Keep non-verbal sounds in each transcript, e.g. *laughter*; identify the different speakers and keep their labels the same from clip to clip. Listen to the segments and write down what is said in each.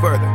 Speaker 1: further.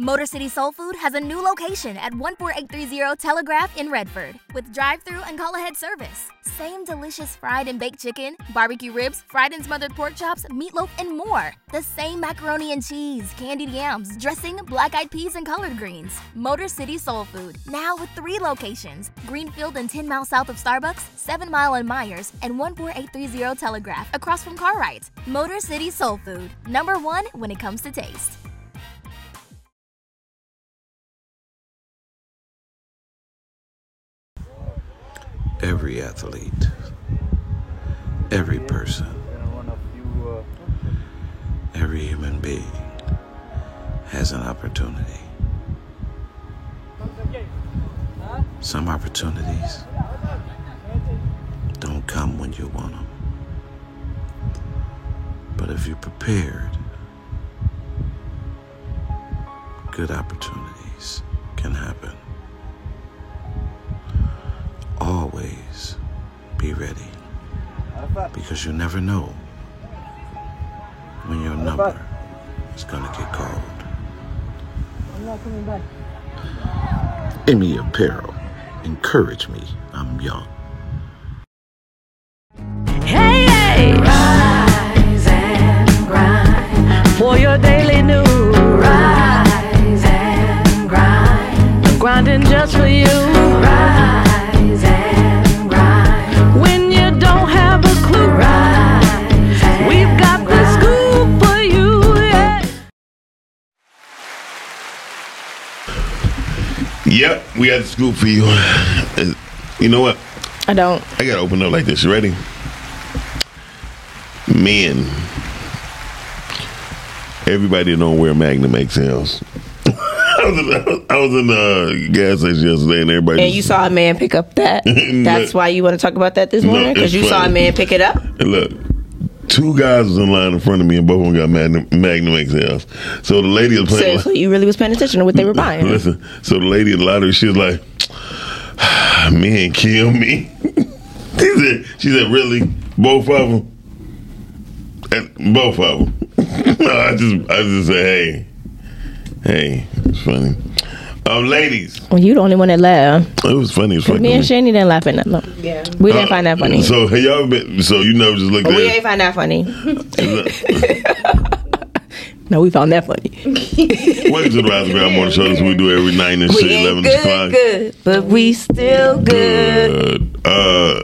Speaker 2: Motor City Soul Food has a new location at 14830 Telegraph in Redford with drive-through and call-ahead service. Same delicious fried and baked chicken, barbecue ribs, fried and smothered pork chops, meatloaf, and more. The same macaroni and cheese, candied yams, dressing, black-eyed peas, and collard greens. Motor City Soul Food, now with three locations, Greenfield and 10 miles south of Starbucks, 7 Mile and Myers, and 14830 Telegraph across from Cartwright. Motor City Soul Food, number one when it comes to taste.
Speaker 3: every athlete, every person, every human being has an opportunity. Some opportunities don't come when you want them. But if you're prepared, good opportunities can happen always be ready because you never know when your number is going to get called. Emmy Apparel, encourage me. I'm young.
Speaker 4: Hey, hey! Rise and grind for your daily news. Rise and grind, grinding just for you. Rise and grind when you don't have a clue. Rise, we've got the scoop for you. Yeah.
Speaker 5: Yep, we had the scoop for you. And You know what?
Speaker 6: I don't.
Speaker 5: I gotta open up like this. You ready? Men. Everybody don't wear Magnum XLs. *laughs* I was in, I was in the gas station yesterday, and everybody.
Speaker 6: And you
Speaker 5: just-
Speaker 6: saw a man pick up
Speaker 5: *laughs*
Speaker 6: that. That's why you want to talk about that this
Speaker 5: No,
Speaker 6: morning because
Speaker 5: it's
Speaker 6: you saw a
Speaker 5: fine.
Speaker 6: man pick it up.
Speaker 5: And look, two guys was in line in front of me, and both of them got Magnum, Magnum XLs. So the lady was playing.
Speaker 6: Seriously, you really was paying attention to what they were buying.
Speaker 5: Listen, so the lady at the lottery, she was like, *sighs* "Men kill me." *laughs* she said, "She said, really, both of them, and both of them." *laughs* no, I just, I just said, "Hey, hey, it's funny." Um, ladies,
Speaker 6: Well, you the only one that laughed.
Speaker 5: it was funny. It was funny.
Speaker 6: Me and Shani didn't laugh at that. Yeah. We didn't find that funny.
Speaker 5: Uh, So have y'all been? So you never just looked
Speaker 6: But
Speaker 5: at?
Speaker 6: we ain't find that funny. *laughs* no, we found that funny.
Speaker 5: Welcome to the Raspberry Island Morning Show. This is what we do every nine and shit, eleven o'clock.
Speaker 6: good, but we still good.
Speaker 5: good. Uh,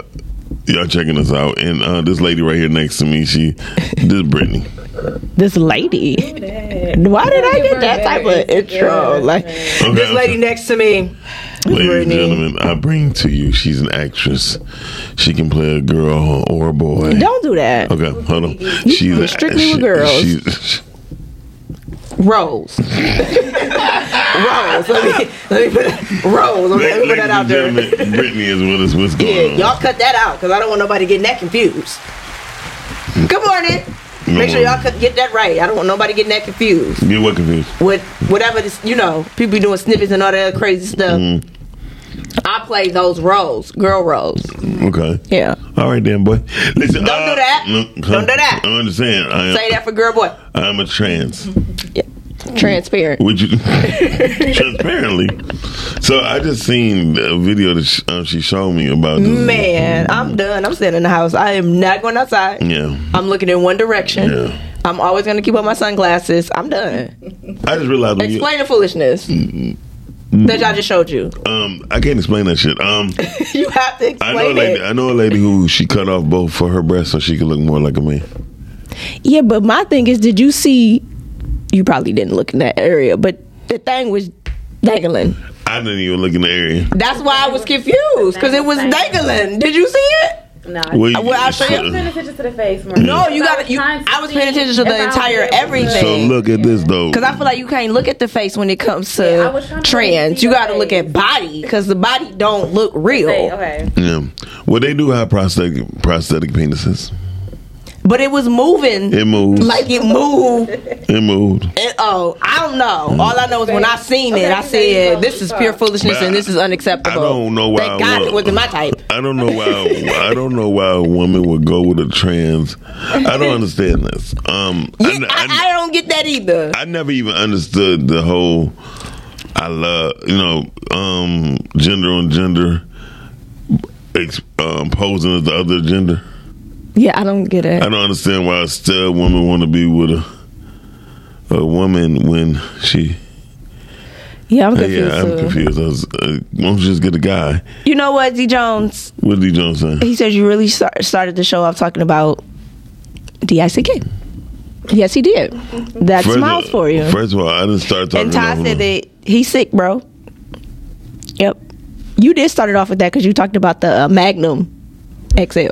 Speaker 5: y'all checking us out, and uh, this lady right here next to me, she, this is Brittany.
Speaker 6: This lady. Why did I get that type of intro? Like this
Speaker 5: I'm
Speaker 6: lady
Speaker 5: sorry.
Speaker 6: next to me.
Speaker 5: Ladies and
Speaker 6: Brittany.
Speaker 5: gentlemen, I bring to you. She's an actress. She can play a girl or a boy.
Speaker 6: Don't do that.
Speaker 5: Okay, hold on. She's a-
Speaker 6: strictly with girls.
Speaker 5: she's- *laughs*
Speaker 6: Rose. Rose. Let me, let me put that, Rose. Let me, let me put
Speaker 5: ladies
Speaker 6: that out
Speaker 5: and
Speaker 6: there.
Speaker 5: gentlemen, Brittany is with us. What's
Speaker 6: Yeah,
Speaker 5: going
Speaker 6: y'all
Speaker 5: on?
Speaker 6: cut that out because I don't want nobody getting that confused. Good morning. Make sure y'all cut, get that right. I don't want nobody getting that confused
Speaker 5: You what confused?
Speaker 6: with whatever this, you know, people be doing snippets and all that other crazy stuff.
Speaker 5: Mm,
Speaker 6: I play those roles, girl roles.
Speaker 5: Okay.
Speaker 6: Yeah.
Speaker 5: All right, then, boy. Listen, uh,
Speaker 6: Don't do that. Don't do that.
Speaker 5: I understand. I am,
Speaker 6: Say that for girl boy.
Speaker 5: I am a trans.
Speaker 6: Transparent. *laughs*
Speaker 5: Would you *laughs* transparently? So I just seen a video that she, um, she showed me about this.
Speaker 6: Man, I'm done. I'm staying in the house. I am not going outside.
Speaker 5: Yeah,
Speaker 6: I'm looking in one direction.
Speaker 5: Yeah.
Speaker 6: I'm always going to keep on my sunglasses. I'm done.
Speaker 5: I just realized when you,
Speaker 6: Explain the foolishness.
Speaker 7: that I just showed you.
Speaker 6: *laughs*
Speaker 5: Um, I can't explain that shit. Um,
Speaker 7: You have to
Speaker 5: I know a
Speaker 7: explain
Speaker 5: lady.
Speaker 7: it.
Speaker 5: I know a lady who she cut off both for her breasts so she could look more like a man.
Speaker 6: Yeah, but my thing is, did you see? You probably didn't look in that area, but the thing was dangling.
Speaker 5: I didn't even look in the area.
Speaker 7: That's why I was confused because it was dangling. Did you see it?
Speaker 8: No, I
Speaker 5: Well,
Speaker 7: Well, I'll show you.
Speaker 8: paying attention to the face. Maria.
Speaker 7: No, you
Speaker 8: So
Speaker 7: gotta- you-
Speaker 8: trying
Speaker 7: I was paying
Speaker 8: see
Speaker 7: attention to the
Speaker 8: if I was
Speaker 7: entire
Speaker 8: able to-
Speaker 7: everything.
Speaker 5: So look at this though.
Speaker 7: Because I feel like you can't look at the face when it comes to
Speaker 8: Yeah, I was trying to
Speaker 7: trends.
Speaker 8: see
Speaker 7: You
Speaker 8: the
Speaker 7: got to look
Speaker 8: face.
Speaker 7: at body because the body don't look real.
Speaker 8: Say, Okay.
Speaker 5: yeah. Well, they do have prosthetic prosthetic penises.
Speaker 7: But it was moving
Speaker 5: It moves.
Speaker 7: like it moved.
Speaker 5: it moved.
Speaker 7: It, oh, I don't
Speaker 5: Mm.
Speaker 7: know. All I know is when I seen it, I said this is pure foolishness and this is
Speaker 5: I
Speaker 7: unacceptable.
Speaker 5: don't know why.
Speaker 7: Thank
Speaker 5: I
Speaker 7: God
Speaker 5: wa-
Speaker 7: it wasn't my type.
Speaker 5: I don't know why. I don't know why a woman would go with a trans. I don't understand this. Um,
Speaker 7: Yeah,
Speaker 5: I,
Speaker 7: I, I, don't get that either.
Speaker 5: I never even understood the whole I love you know um gender on gender ex- um, posing as the other gender.
Speaker 6: Yeah, I don't get
Speaker 5: I
Speaker 6: it.
Speaker 5: don't understand why a stud woman want to be with a a woman when she
Speaker 6: Yeah, I'm confused.
Speaker 5: yeah I'm
Speaker 6: too.
Speaker 5: confused. I was, uh, why don't you just get a guy?
Speaker 6: You know what, D Jones?
Speaker 5: What did Jones say?
Speaker 6: He says you really start, started the show off talking about DICK. Yes, he did. That
Speaker 5: First of
Speaker 6: smiles
Speaker 5: all-
Speaker 6: for you.
Speaker 5: First of all, I didn't start talking.
Speaker 6: And Ty
Speaker 5: about
Speaker 6: said that he's sick, bro. Yep. You did start it off with that because you talked about the uh, Magnum XL.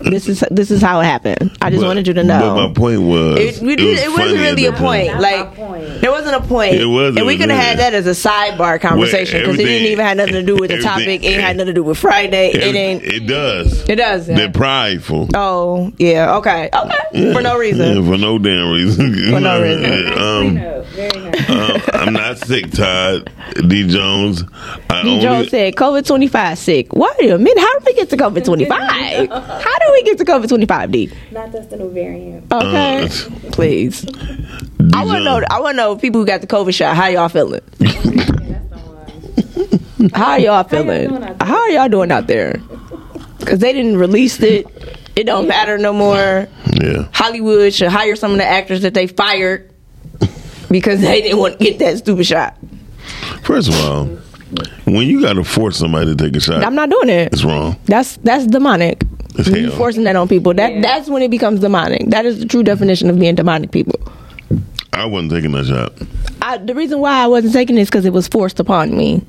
Speaker 6: this is this is how it happened. I just
Speaker 5: But-
Speaker 6: wanted you to know.
Speaker 5: But my point was,
Speaker 7: It, we, did- it, was
Speaker 5: funny
Speaker 7: not
Speaker 5: at
Speaker 7: really a
Speaker 5: that point.
Speaker 7: point.
Speaker 8: That's my
Speaker 7: Like
Speaker 8: point.
Speaker 7: there wasn't a point.
Speaker 5: It wasn't,
Speaker 7: And we
Speaker 5: it
Speaker 7: could have had
Speaker 5: wasn't.
Speaker 7: that as a sidebar conversation because it
Speaker 5: everything-
Speaker 7: didn't even have nothing to do with the
Speaker 5: everything-
Speaker 7: topic. It had nothing to do with Friday. It,
Speaker 5: It,
Speaker 7: ain't. It,
Speaker 5: it does.
Speaker 7: does.
Speaker 5: They're prideful.
Speaker 7: Oh yeah. Okay. Okay. For no reason.
Speaker 5: Yeah, for no damn reason.
Speaker 7: For
Speaker 5: *laughs*
Speaker 7: no reason.
Speaker 5: um,
Speaker 8: No, very nice.
Speaker 5: um, I'm not sick, Todd. D. Jones. I
Speaker 6: D.
Speaker 5: only,
Speaker 6: Jones said COVID twenty five sick. Wait a minute, how did we get to COVID twenty
Speaker 8: *laughs*
Speaker 6: five? How do we get to COVID twenty five, D?
Speaker 8: Not just an ovarian.
Speaker 6: Okay,
Speaker 5: Uh,
Speaker 6: please.
Speaker 5: D.
Speaker 7: I want to know.
Speaker 5: Jones.
Speaker 7: I want to know people who got the COVID shot. How y'all
Speaker 5: *laughs*
Speaker 7: feeling? How y'all feeling?
Speaker 8: doing out there?
Speaker 6: How are y'all doing out there? Because they didn't release it. It don't matter no more.
Speaker 5: Yeah.
Speaker 7: Hollywood should hire some of the actors that they fired because they didn't want to get that stupid shot.
Speaker 5: First of all, when you got to force somebody to take a shot,
Speaker 6: I'm not doing it.
Speaker 5: it's wrong.
Speaker 6: That's that's demonic.
Speaker 5: It's
Speaker 6: You
Speaker 5: hell.
Speaker 6: forcing that on people. That that's when it becomes demonic. That is the true definition of being demonic people.
Speaker 5: I wasn't taking that shot.
Speaker 6: I, the reason why I wasn't taking this because it was forced upon me.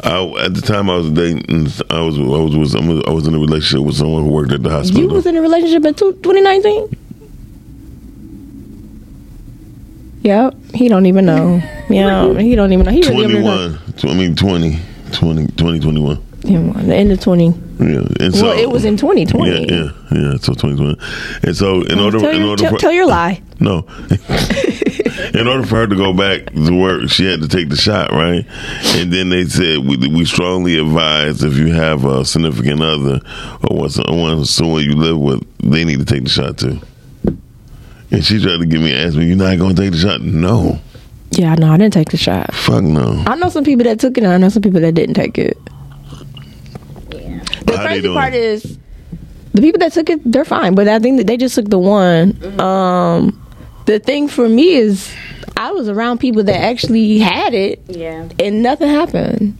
Speaker 5: I, at the time I was dating, I was I was, was I was in a relationship with someone who worked at the hospital.
Speaker 6: You was in a relationship in two- 2019. Yep, he don't even
Speaker 5: *laughs*
Speaker 6: know. Yeah, he don't even know. He really don't even know.
Speaker 5: 21. Tw- I mean 20, 20, 20 21.
Speaker 6: Him, the end of 20.
Speaker 5: Yeah. And so
Speaker 6: well, it was in 2020.
Speaker 5: Yeah, yeah, yeah. So 2020. And so in order
Speaker 6: Tell
Speaker 5: in
Speaker 6: your,
Speaker 5: order
Speaker 6: tell,
Speaker 5: for
Speaker 6: tell your lie.
Speaker 5: No. *laughs* in order for her to go back to work, she had to take the shot, right? And then they said we, we strongly advise if you have a significant other or what's- or one someone you live with, they need to take the shot too. And she tried to give me ask me, "You're not gonna take the shot?" No,
Speaker 6: Yeah, no, I didn't take the shot.
Speaker 5: fuck no.
Speaker 6: I know some people that took it, and I know some people that didn't take it. The
Speaker 5: How they
Speaker 6: crazy
Speaker 5: doing?
Speaker 6: part
Speaker 8: *laughs*
Speaker 6: is the people that took it, they're fine. But I think that they just took the one. Um, the thing for me is, I was around people that actually had it,
Speaker 8: Yeah.
Speaker 6: and nothing happened.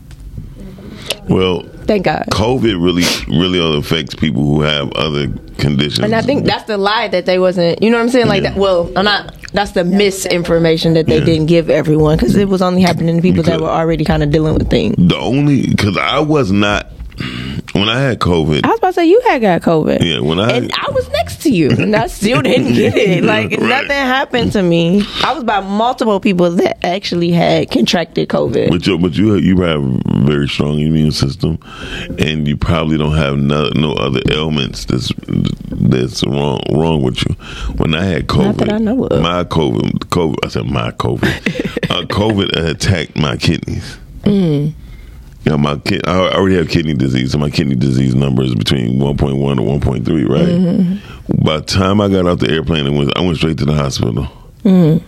Speaker 5: Well,
Speaker 6: Thank God.
Speaker 5: COVID really, really affects people who have other conditions.
Speaker 6: And I think that's the lie that they wasn't. You know what I'm saying? Like,
Speaker 5: Yeah.
Speaker 6: that, well, I'm not. That's the misinformation that they didn't give everyone because it was only happening to people that
Speaker 5: Because-
Speaker 6: were already kind of dealing with things.
Speaker 5: the only because I was not when I had COVID.
Speaker 6: I was about to say you had got COVID.
Speaker 5: yeah, when I
Speaker 6: And I was next to you, and I
Speaker 5: *laughs*
Speaker 6: still didn't get it. Like
Speaker 5: Right.
Speaker 6: nothing happened to me. I was by multiple people that actually had contracted COVID.
Speaker 5: But you, but you, you have a very strong immune system, and you probably don't have no, no other ailments that's that's wrong wrong with you. When I had COVID,
Speaker 6: Not that I know of.
Speaker 5: my COVID, COVID, I said
Speaker 6: *laughs*
Speaker 5: my COVID, uh, COVID attacked my kidneys. Yeah, my kid. I already have kidney disease, so my kidney disease number is between one point one and one point three. Right.
Speaker 6: Mm-hmm.
Speaker 9: Mm-hmm.
Speaker 5: By the time I got off the airplane and went, I went straight to the hospital.
Speaker 6: Mm,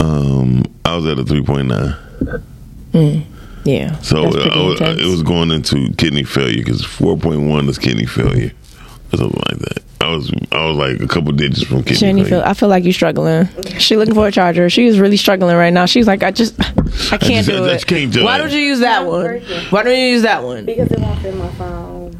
Speaker 5: Um, I was at a three point nine.
Speaker 6: mm. yeah.
Speaker 5: So
Speaker 6: That's
Speaker 5: uh,
Speaker 6: pretty
Speaker 5: I was-
Speaker 6: intense.
Speaker 5: it was going into kidney failure because 4.1 is kidney failure or something like that. I I was I was like a couple digits from kidney
Speaker 6: Jenny,
Speaker 5: failure.
Speaker 6: feel, I feel like you're struggling. She looking for a charger. She is really struggling right now. She's like, I just, I can't
Speaker 5: just-
Speaker 6: do
Speaker 5: I
Speaker 6: it.
Speaker 5: just can't do
Speaker 6: Why
Speaker 5: it.
Speaker 6: don't you use that one? Why don't you use that one?
Speaker 8: Because it won't fit my phone.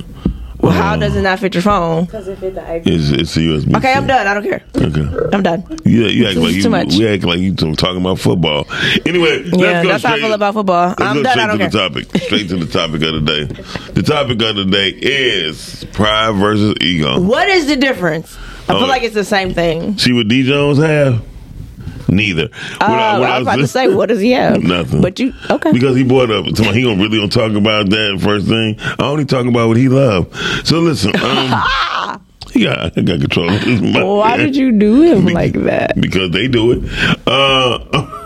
Speaker 6: Well, how does it not fit your phone?
Speaker 8: Because it fit the iPhone.
Speaker 5: It's, it's a USB.
Speaker 6: Okay, I'm done. I don't care.
Speaker 5: Okay.
Speaker 6: I'm done.
Speaker 5: Yeah, you act like
Speaker 6: is
Speaker 5: you.
Speaker 6: too much.
Speaker 5: We act like you t- talking about football. Anyway,
Speaker 6: Yeah,
Speaker 5: let's go
Speaker 6: that's how I
Speaker 5: straight-
Speaker 6: feel about football.
Speaker 5: Let's
Speaker 6: I'm
Speaker 5: go
Speaker 6: done.
Speaker 5: straight
Speaker 6: I don't
Speaker 5: to
Speaker 6: care.
Speaker 5: the topic. Straight to the topic of the day. The topic of the day is pride versus ego.
Speaker 6: What is the difference? I
Speaker 5: Oh.
Speaker 6: feel like it's the same thing.
Speaker 5: See what D Jones have? Neither. What
Speaker 6: Oh, I, was about to say, what does he
Speaker 5: *laughs*
Speaker 6: have?
Speaker 5: Nothing.
Speaker 6: But you, okay.
Speaker 5: Because he brought up, so he gonna really gonna talk about that first thing. I only talk about what he loved. So
Speaker 6: *laughs*
Speaker 5: listen, um, he got he got control. of his mind.
Speaker 6: Why did you do him like that?
Speaker 5: Because they do it. Uh,
Speaker 6: *laughs*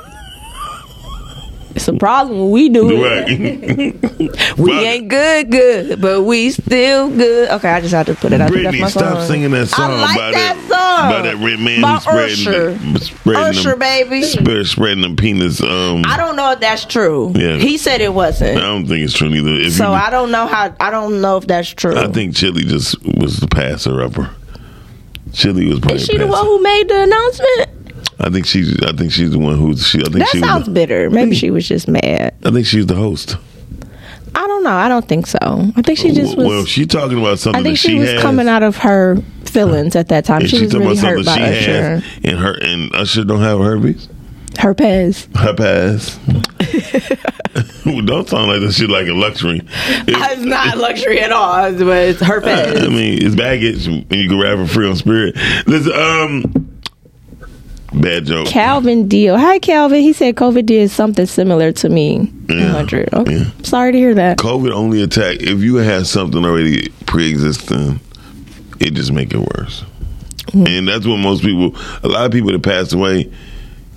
Speaker 6: It's a problem. when We do it.
Speaker 5: *laughs*
Speaker 6: *laughs*
Speaker 5: right.
Speaker 6: We
Speaker 5: Fuck.
Speaker 6: ain't good, good, but we still good. Okay, I just had to put it out there. That's
Speaker 5: Brittany,
Speaker 6: my
Speaker 5: stop
Speaker 6: song.
Speaker 5: singing that song
Speaker 6: I like
Speaker 5: by
Speaker 6: that song.
Speaker 5: by that red man
Speaker 6: By
Speaker 5: who's spreading,
Speaker 6: Usher.
Speaker 5: the, spreading
Speaker 6: Usher,
Speaker 5: them-
Speaker 6: baby.
Speaker 5: spe- spreading the penis. Um,
Speaker 6: I
Speaker 5: I
Speaker 6: don't know if that's true.
Speaker 5: Yeah.
Speaker 6: He said it
Speaker 5: don't,
Speaker 6: wasn't.
Speaker 5: think it's true neither. If
Speaker 6: So
Speaker 5: you-
Speaker 6: I don't know how. I don't know if that's true.
Speaker 5: I think Chili just was the passer upper. Chili was probably
Speaker 6: Is she the
Speaker 5: passer.
Speaker 6: one who made the announcement?
Speaker 5: I think she's. I think she's the one who. She, I think
Speaker 6: That
Speaker 5: she
Speaker 6: sounds
Speaker 5: was.
Speaker 6: bitter. Maybe she was just mad.
Speaker 5: The, I think she's the host.
Speaker 6: I don't know. I don't think so. I think she just was.
Speaker 5: well, she talking about something.
Speaker 6: I think
Speaker 5: that
Speaker 6: she,
Speaker 5: she,
Speaker 6: was
Speaker 5: has,
Speaker 6: coming out of her feelings at that time.
Speaker 5: And
Speaker 6: She, was
Speaker 5: talking
Speaker 6: really
Speaker 5: about
Speaker 6: hurt
Speaker 5: something
Speaker 6: by
Speaker 5: she
Speaker 6: Usher.
Speaker 5: has, and her and Usher don't have herpes.
Speaker 6: Her Pez.
Speaker 5: Her
Speaker 6: *laughs*
Speaker 5: pass. *laughs* don't sound like that shit like a luxury. If-
Speaker 6: It's not luxury at all, but it's her
Speaker 5: I
Speaker 6: Pez.
Speaker 5: mean, it's baggage when you can rap for free on Spirit. Listen, um, bad joke.
Speaker 6: Calvin Deal. Hi, Calvin. He said COVID did something similar to me. 100. Okay. Sorry to hear that.
Speaker 5: COVID only attack if you had something already pre-existing, it just make it worse.
Speaker 6: Mm-hmm.
Speaker 5: And that's what most people, a lot of people that passed away,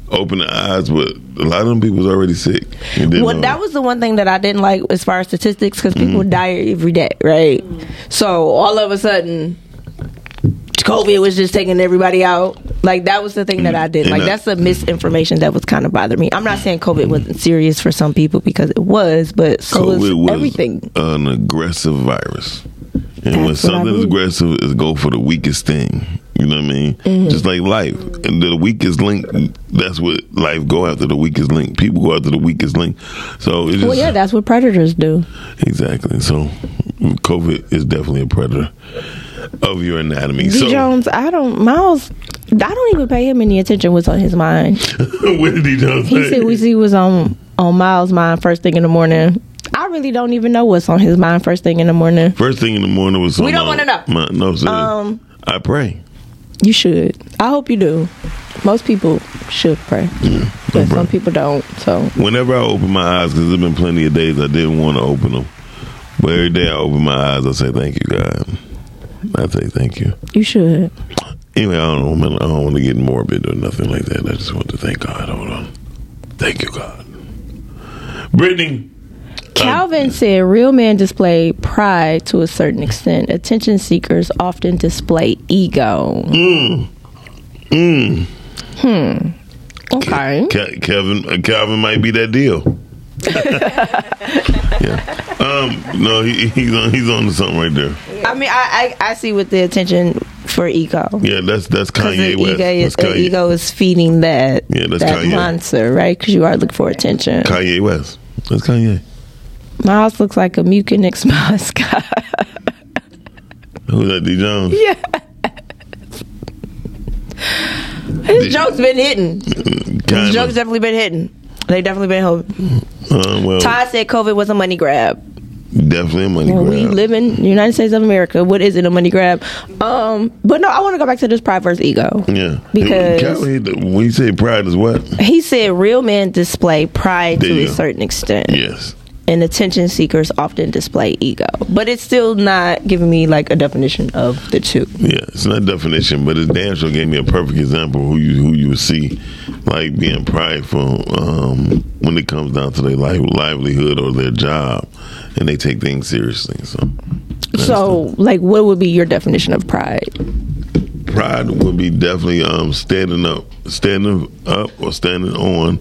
Speaker 5: open the eyes, but a lot of them people was already sick. and uh, didn't
Speaker 6: Well,
Speaker 5: know Mm-hmm.
Speaker 6: that
Speaker 5: it.
Speaker 6: was the one thing that I didn't like as far as statistics because people die every day, right? So all of a sudden, COVID was just taking everybody out. Like that was the thing that I did.
Speaker 5: Mm. And
Speaker 6: Like
Speaker 5: I-
Speaker 6: that's the misinformation that was kind of bothering me. I'm not saying COVID wasn't serious for some people because it was, but so was
Speaker 5: COVID was
Speaker 6: everything.
Speaker 5: an aggressive virus. And when
Speaker 6: That's what I
Speaker 5: something's
Speaker 6: believe.
Speaker 5: aggressive, it's go for the weakest thing. You know what I mean?
Speaker 6: Mm-hmm.
Speaker 5: Just like life. And the weakest link, that's what life go after, the weakest link. People go after the weakest link. So it's just,
Speaker 6: Well, yeah, that's what predators do.
Speaker 5: exactly. So COVID is definitely a predator of your anatomy.
Speaker 6: D.
Speaker 5: so
Speaker 6: Jones, I don't Miles. I don't even pay him any attention. What's on his mind?
Speaker 5: *laughs* what did he do?
Speaker 6: He said we see was on on Miles' mind first thing in the morning. I really don't even know what's on his mind first thing in the morning.
Speaker 5: First thing in the morning was
Speaker 6: We don't
Speaker 5: my-
Speaker 6: wanna know.
Speaker 5: My, no, sir.
Speaker 6: Um,
Speaker 5: I pray.
Speaker 6: You should. I hope you do. Most people should pray, but some people don't. So
Speaker 5: whenever I open my eyes, because there's been plenty of days I didn't want to open them, but every day I open my eyes, I say thank you, God. I say thank you.
Speaker 6: you should.
Speaker 5: Anyway, I don't, know, man, I don't want to get morbid or nothing like that. I just want to thank God. Hold on, thank you, God. Brittany,
Speaker 6: Calvin said, "Real men display pride to a certain extent. Attention seekers often display ego."
Speaker 5: Mm.
Speaker 6: Hmm. Okay.
Speaker 5: Ke- Kevin, uh, Calvin might be that deal. yeah. Um. No, he, he's on. He's on to something right there.
Speaker 6: I mean, I, I I see with the attention for ego.
Speaker 5: Yeah. That's that's
Speaker 6: Because the
Speaker 5: Kanye West.
Speaker 6: ego is,
Speaker 5: That's
Speaker 6: the
Speaker 5: Kanye,
Speaker 6: ego is feeding that
Speaker 5: Yeah, that's
Speaker 6: that
Speaker 5: Kanye.
Speaker 6: monster, right? Because you are looking for attention.
Speaker 5: Kanye West. That's Kanye.
Speaker 6: Miles looks like a mucinex *laughs* mascot.
Speaker 5: Who's that? D Jones.
Speaker 6: *laughs* yeah. His joke's been hitting.
Speaker 5: Kinda.
Speaker 6: His joke's definitely been hitting. They definitely been hoping.
Speaker 5: Uh, well,
Speaker 6: Todd said COVID was a money grab.
Speaker 5: definitely a money
Speaker 6: Well, we
Speaker 5: grab.
Speaker 6: live in the United States of America. What is it a money grab? Um, but no, I want to go back to this pride versus ego.
Speaker 5: yeah,
Speaker 6: Because-
Speaker 5: Cali, the- when you say pride is what?
Speaker 6: He said real men display pride
Speaker 5: There
Speaker 6: to
Speaker 5: you
Speaker 6: a
Speaker 5: go.
Speaker 6: certain extent.
Speaker 5: Yes,
Speaker 6: and attention seekers often display ego, but it's still not giving me like a definition of the two.
Speaker 5: yeah. It's not definition, but it damn sure gave me a perfect example of who you who you would see like being prideful um, when it comes down to their life, livelihood or their job, and they take things seriously. So,
Speaker 6: So, like, what would be your definition of pride?
Speaker 5: pride would be definitely um, standing up, standing up, or standing on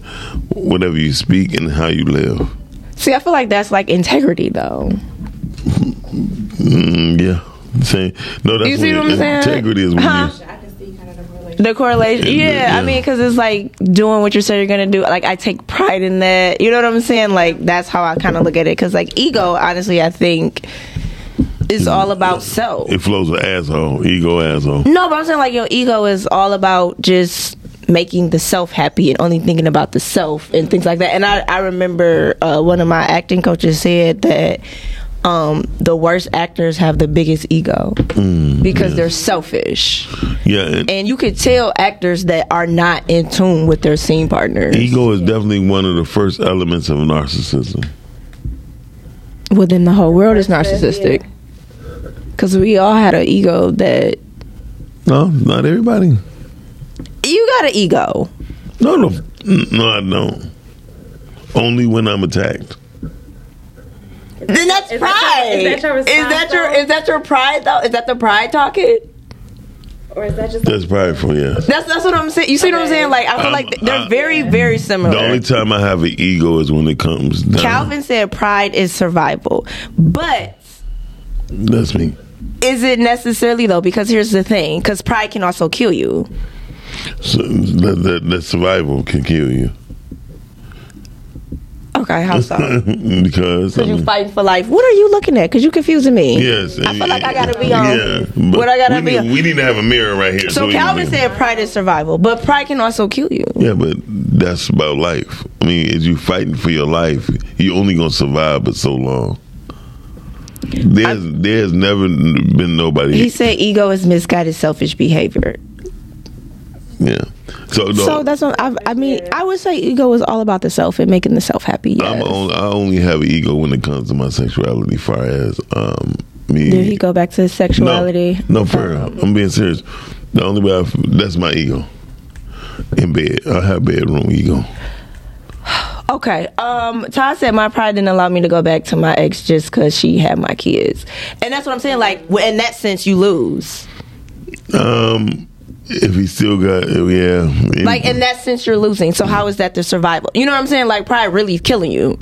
Speaker 5: whatever you speak and how you live.
Speaker 6: See, I feel like that's like integrity, though.
Speaker 5: Mm, yeah, Saying no, that's
Speaker 6: You see
Speaker 5: when
Speaker 6: what I'm saying?
Speaker 5: integrity is when
Speaker 6: Huh?
Speaker 5: you.
Speaker 8: I can see kind of the relation.
Speaker 6: The correlation,
Speaker 5: Yeah,
Speaker 6: yeah,
Speaker 5: yeah.
Speaker 6: I mean, because it's like doing what you said you're gonna do. Like I take pride in that. You know what I'm saying? Like that's how I kind of look at it. Because like ego, honestly, I think
Speaker 5: Mm.
Speaker 6: is all about self.
Speaker 5: It flows with asshole, ego asshole.
Speaker 6: No, but I'm saying like your ego is all about just making the self happy and only thinking about the self and things like that. And I, I remember uh, one of my acting coaches said that um, the worst actors have the biggest ego because they're selfish.
Speaker 5: Mm. Yeah, and
Speaker 6: And you could tell actors that are not in tune with their scene partners.
Speaker 5: ego is definitely one of the first elements of narcissism.
Speaker 6: Within the whole world is narcissistic. Because we all had an ego that.
Speaker 5: No, not everybody.
Speaker 6: You got an ego.
Speaker 5: No, no, mm, no, I don't. Only when I'm attacked.
Speaker 6: Then that's
Speaker 8: Is that
Speaker 6: pride.
Speaker 8: your- is that your
Speaker 6: Is that
Speaker 8: response,
Speaker 6: your
Speaker 8: though?
Speaker 6: is that your pride though? Is that the pride talking?
Speaker 8: Or is that just
Speaker 5: That's prideful. Yeah.
Speaker 6: That's that's what I'm saying. You see what I'm saying? Like I feel
Speaker 5: Um,
Speaker 6: like th- they're
Speaker 5: uh,
Speaker 6: very very similar.
Speaker 5: The only time I have an ego is when it comes down.
Speaker 6: Calvin said pride is survival, but
Speaker 5: That's me.
Speaker 6: is it necessarily though? Because here's the thing: because pride can also kill you.
Speaker 5: So that, that, that survival can kill you
Speaker 6: Okay, how
Speaker 5: *laughs*
Speaker 6: so?
Speaker 5: because
Speaker 6: Because
Speaker 5: I
Speaker 6: you
Speaker 5: mean,
Speaker 6: fighting for life. What are you looking at? Because you confusing me.
Speaker 5: Yes,
Speaker 6: I feel like I gotta be on.
Speaker 5: Yeah, but
Speaker 6: what I gotta
Speaker 5: we
Speaker 6: be
Speaker 5: Need,
Speaker 6: on.
Speaker 5: we need to have a mirror right here.
Speaker 6: So
Speaker 5: we
Speaker 6: Calvin
Speaker 5: can-
Speaker 6: said pride is survival, but pride can also kill you.
Speaker 5: "Yeah, but that's about life. I mean, is you fighting for your life? You're only gonna survive but so long. There's there's never been nobody.
Speaker 6: He said ego is misguided selfish behavior.
Speaker 5: yeah. So no,
Speaker 6: So that's what I, I mean. I would say ego is all about the self and making the self happy.
Speaker 5: I'm
Speaker 6: Yes.
Speaker 5: only, I only have an ego when it comes to my sexuality. Far as um me.
Speaker 6: Did he go back to his sexuality?
Speaker 5: No, no, for real. I'm being serious. The only way I, f- that's my ego. In bed, I have bedroom ego.
Speaker 6: Okay. Um, Todd said my pride didn't allow me to go back to my ex just because she had my kids, and that's what I'm saying. Like w- in that sense, you lose.
Speaker 5: Um, if he still got, yeah,
Speaker 6: Like in that sense, you're losing. So how is that the survival? You know what I'm saying? Like pride really is killing you.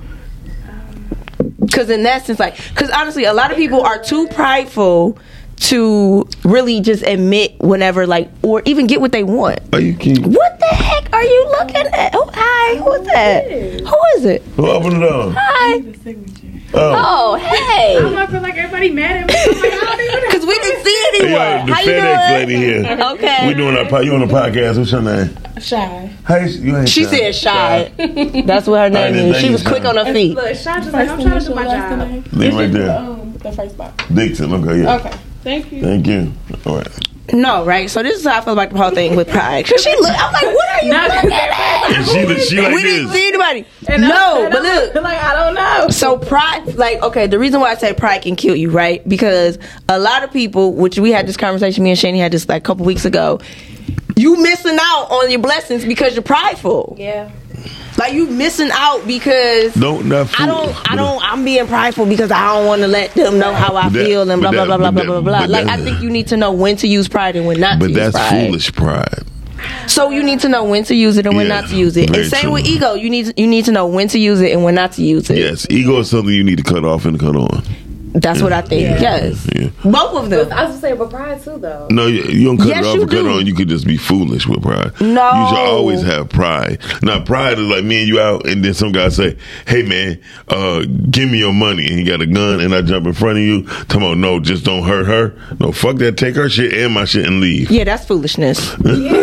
Speaker 6: Because in that sense, like, because honestly, a lot of people are too prideful to really just admit whenever, like, or even get what they want.
Speaker 5: Are you kidding?
Speaker 6: What the heck are you looking at? Oh, hi, who is that? Who is it?
Speaker 5: Who opened it up?
Speaker 6: Hi.
Speaker 5: Oh,
Speaker 6: Oh, hey.
Speaker 8: I feel like everybody mad at me. I'm like, I don't
Speaker 6: *laughs*
Speaker 8: even
Speaker 6: Because we didn't see
Speaker 5: yeah,
Speaker 6: anyone.
Speaker 5: the
Speaker 6: How you
Speaker 5: FedEx
Speaker 6: doing?
Speaker 5: lady here.
Speaker 6: Okay.
Speaker 5: We doing our po- you on the podcast? What's your name?
Speaker 8: Shy.
Speaker 5: Hey, you ain't
Speaker 6: she
Speaker 5: shy.
Speaker 6: said shy. That's what her name
Speaker 5: didn't
Speaker 6: is.
Speaker 5: think
Speaker 6: She
Speaker 5: you
Speaker 6: was
Speaker 5: shy.
Speaker 6: quick on her feet.
Speaker 8: Look, Shy just like, I'm trying to do my job.
Speaker 5: Leave right there,
Speaker 8: Um, the first box.
Speaker 5: Dixon. Okay, yeah.
Speaker 8: Okay. Thank you.
Speaker 5: Thank you. All right.
Speaker 6: No, right? So this is how I feel about the whole thing with pride. 'Cause she look, I'm like, what are you
Speaker 7: *laughs*
Speaker 8: Not-
Speaker 6: looking at?
Speaker 5: And she, she like
Speaker 6: We didn't
Speaker 5: this.
Speaker 6: see anybody.
Speaker 8: And
Speaker 6: no,
Speaker 8: I'm-
Speaker 6: but
Speaker 8: and I'm
Speaker 6: look.
Speaker 8: Like, I don't know.
Speaker 6: So pride, like, okay, the reason why I say pride can kill you, right? Because a lot of people, which we had this conversation, me and Shani had this like a couple weeks ago. You missing out on your blessings because you're prideful.
Speaker 8: Yeah.
Speaker 6: Like you missing out because
Speaker 5: Don't not
Speaker 6: I don't, I don't, I'm being prideful because I don't want to let them know how I
Speaker 5: That-
Speaker 6: feel and blah
Speaker 5: but
Speaker 6: blah
Speaker 5: that-
Speaker 6: blah blah blah blah
Speaker 5: but that-
Speaker 6: blah.
Speaker 5: but
Speaker 6: Like I
Speaker 5: that-
Speaker 6: think you need to know when to use pride and when not to
Speaker 5: But
Speaker 6: use
Speaker 5: that's
Speaker 6: pride.
Speaker 5: foolish pride.
Speaker 6: So you need to know when to use it and when
Speaker 5: Yeah,
Speaker 6: not to use it.
Speaker 5: very
Speaker 6: And same
Speaker 5: true.
Speaker 6: with ego, you need you need to know when to use it and when not to use it.
Speaker 5: Yes, ego is something you need to cut off and cut on.
Speaker 6: That's what I think. Yes,
Speaker 5: Yeah.
Speaker 6: both of them.
Speaker 8: I was saying, but pride too, though.
Speaker 5: No, you, you don't cut
Speaker 6: Yes,
Speaker 5: it off
Speaker 6: you
Speaker 5: and cut
Speaker 6: do.
Speaker 5: on. You could just be foolish with pride.
Speaker 6: No.
Speaker 5: You should always have pride. Now, pride is like me and you out, and then some guy say, hey, man, uh, give me your money. And he got a gun, and I jump in front of you. Come on, no, just don't hurt her. No, fuck that. Take her shit and my shit and leave. *laughs*
Speaker 6: Yeah, that's foolishness.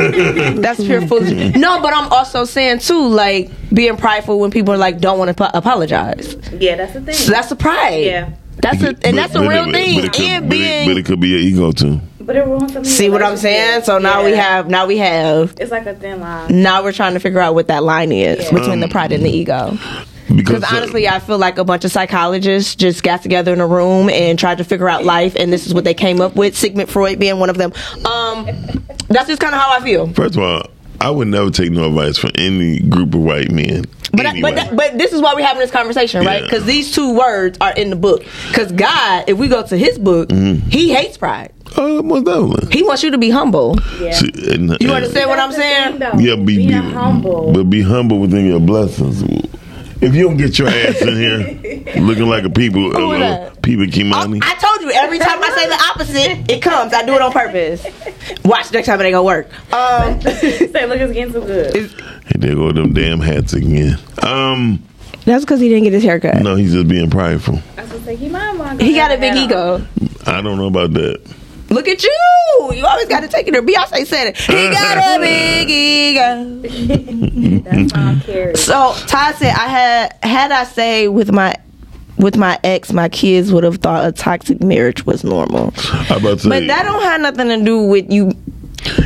Speaker 6: that's pure
Speaker 5: *laughs*
Speaker 6: foolishness. No, but I'm also saying too, like being prideful when people like don't want to po- apologize.
Speaker 8: Yeah, that's the thing.
Speaker 6: So that's a pride.
Speaker 8: Yeah.
Speaker 6: That's a and
Speaker 5: But-
Speaker 6: that's a
Speaker 5: but
Speaker 6: real
Speaker 5: it-
Speaker 6: thing.
Speaker 5: But it, could,
Speaker 6: and
Speaker 5: but it-
Speaker 6: being
Speaker 5: but it could be an ego, too.
Speaker 8: but it ruins something.
Speaker 6: see what I'm saying. So now we have now we have
Speaker 8: It's like a thin line.
Speaker 6: now we're trying to figure out what that line is between the pride and the ego. Because
Speaker 5: Um, uh,
Speaker 6: honestly, I feel like a bunch of psychologists just got together in a room and tried to figure out life, and this is what they came up with. Sigmund Freud being one of them. Um, that's just kind of how I feel.
Speaker 5: First of all, I would never take no advice from any group of white men.
Speaker 6: But I-
Speaker 5: Anyway.
Speaker 6: but that- but this is why we're having this conversation, right?
Speaker 5: Yeah.
Speaker 6: Because these two words are in the book. Because God, if we go to His book,
Speaker 5: Mm-hmm.
Speaker 6: He hates pride.
Speaker 5: oh, most definitely.
Speaker 6: He wants you to be humble.
Speaker 5: See, and-
Speaker 6: You
Speaker 5: and-
Speaker 6: understand what I'm saying?
Speaker 5: Yeah, be,
Speaker 8: Being
Speaker 7: *laughs*
Speaker 5: be
Speaker 8: humble.
Speaker 5: But be humble within your blessings.
Speaker 6: *laughs*
Speaker 5: If you don't get your ass in here looking like a people,
Speaker 6: Who
Speaker 5: a
Speaker 6: that?
Speaker 5: people
Speaker 6: I,
Speaker 5: Kimani.
Speaker 6: I told
Speaker 10: told you every time I say the opposite, it comes. I do it on purpose. Watch next time it ain't gonna work.
Speaker 5: *laughs*
Speaker 10: Um,
Speaker 7: Say, look, it's getting too good.
Speaker 5: Hey, there go them damn hats again. Um,
Speaker 6: That's because he didn't get his haircut.
Speaker 5: no, he's just being prideful.
Speaker 7: I was gonna say, he might want.
Speaker 6: He got a big ego.
Speaker 5: I don't know about that.
Speaker 6: Look at you. You always got to take it. Or Beyonce said it. He
Speaker 5: *laughs*
Speaker 6: got a big ego.
Speaker 7: That's how I
Speaker 5: *laughs*
Speaker 7: carry. it.
Speaker 6: So Ty said, I had had I say with my with my ex, my kids would have thought a toxic marriage was normal.
Speaker 5: I about to say,
Speaker 6: But that don't have nothing to do with you.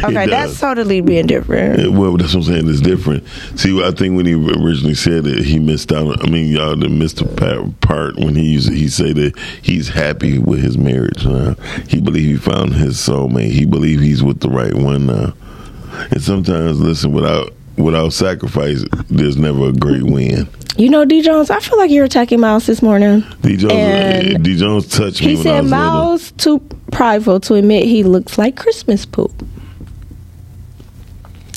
Speaker 6: Okay,
Speaker 5: does.
Speaker 6: that's totally being different.
Speaker 5: Yeah, Well, that's what I'm saying. It's different. See, I think when he originally said it, he missed out. I mean, y'all done missed the pa- part when he used he say that he's happy with his marriage now. He believe he found his soulmate. He believe he's with the right one now. And sometimes, listen, without without sacrifice, there's never a great win.
Speaker 6: You know, D Jones, I feel like you're attacking Miles this morning.
Speaker 5: D Jones, uh,
Speaker 6: And
Speaker 5: D Jones touched me
Speaker 6: He
Speaker 5: when I
Speaker 6: said
Speaker 5: was little.
Speaker 6: Miles too prideful to admit he looks like Christmas poop.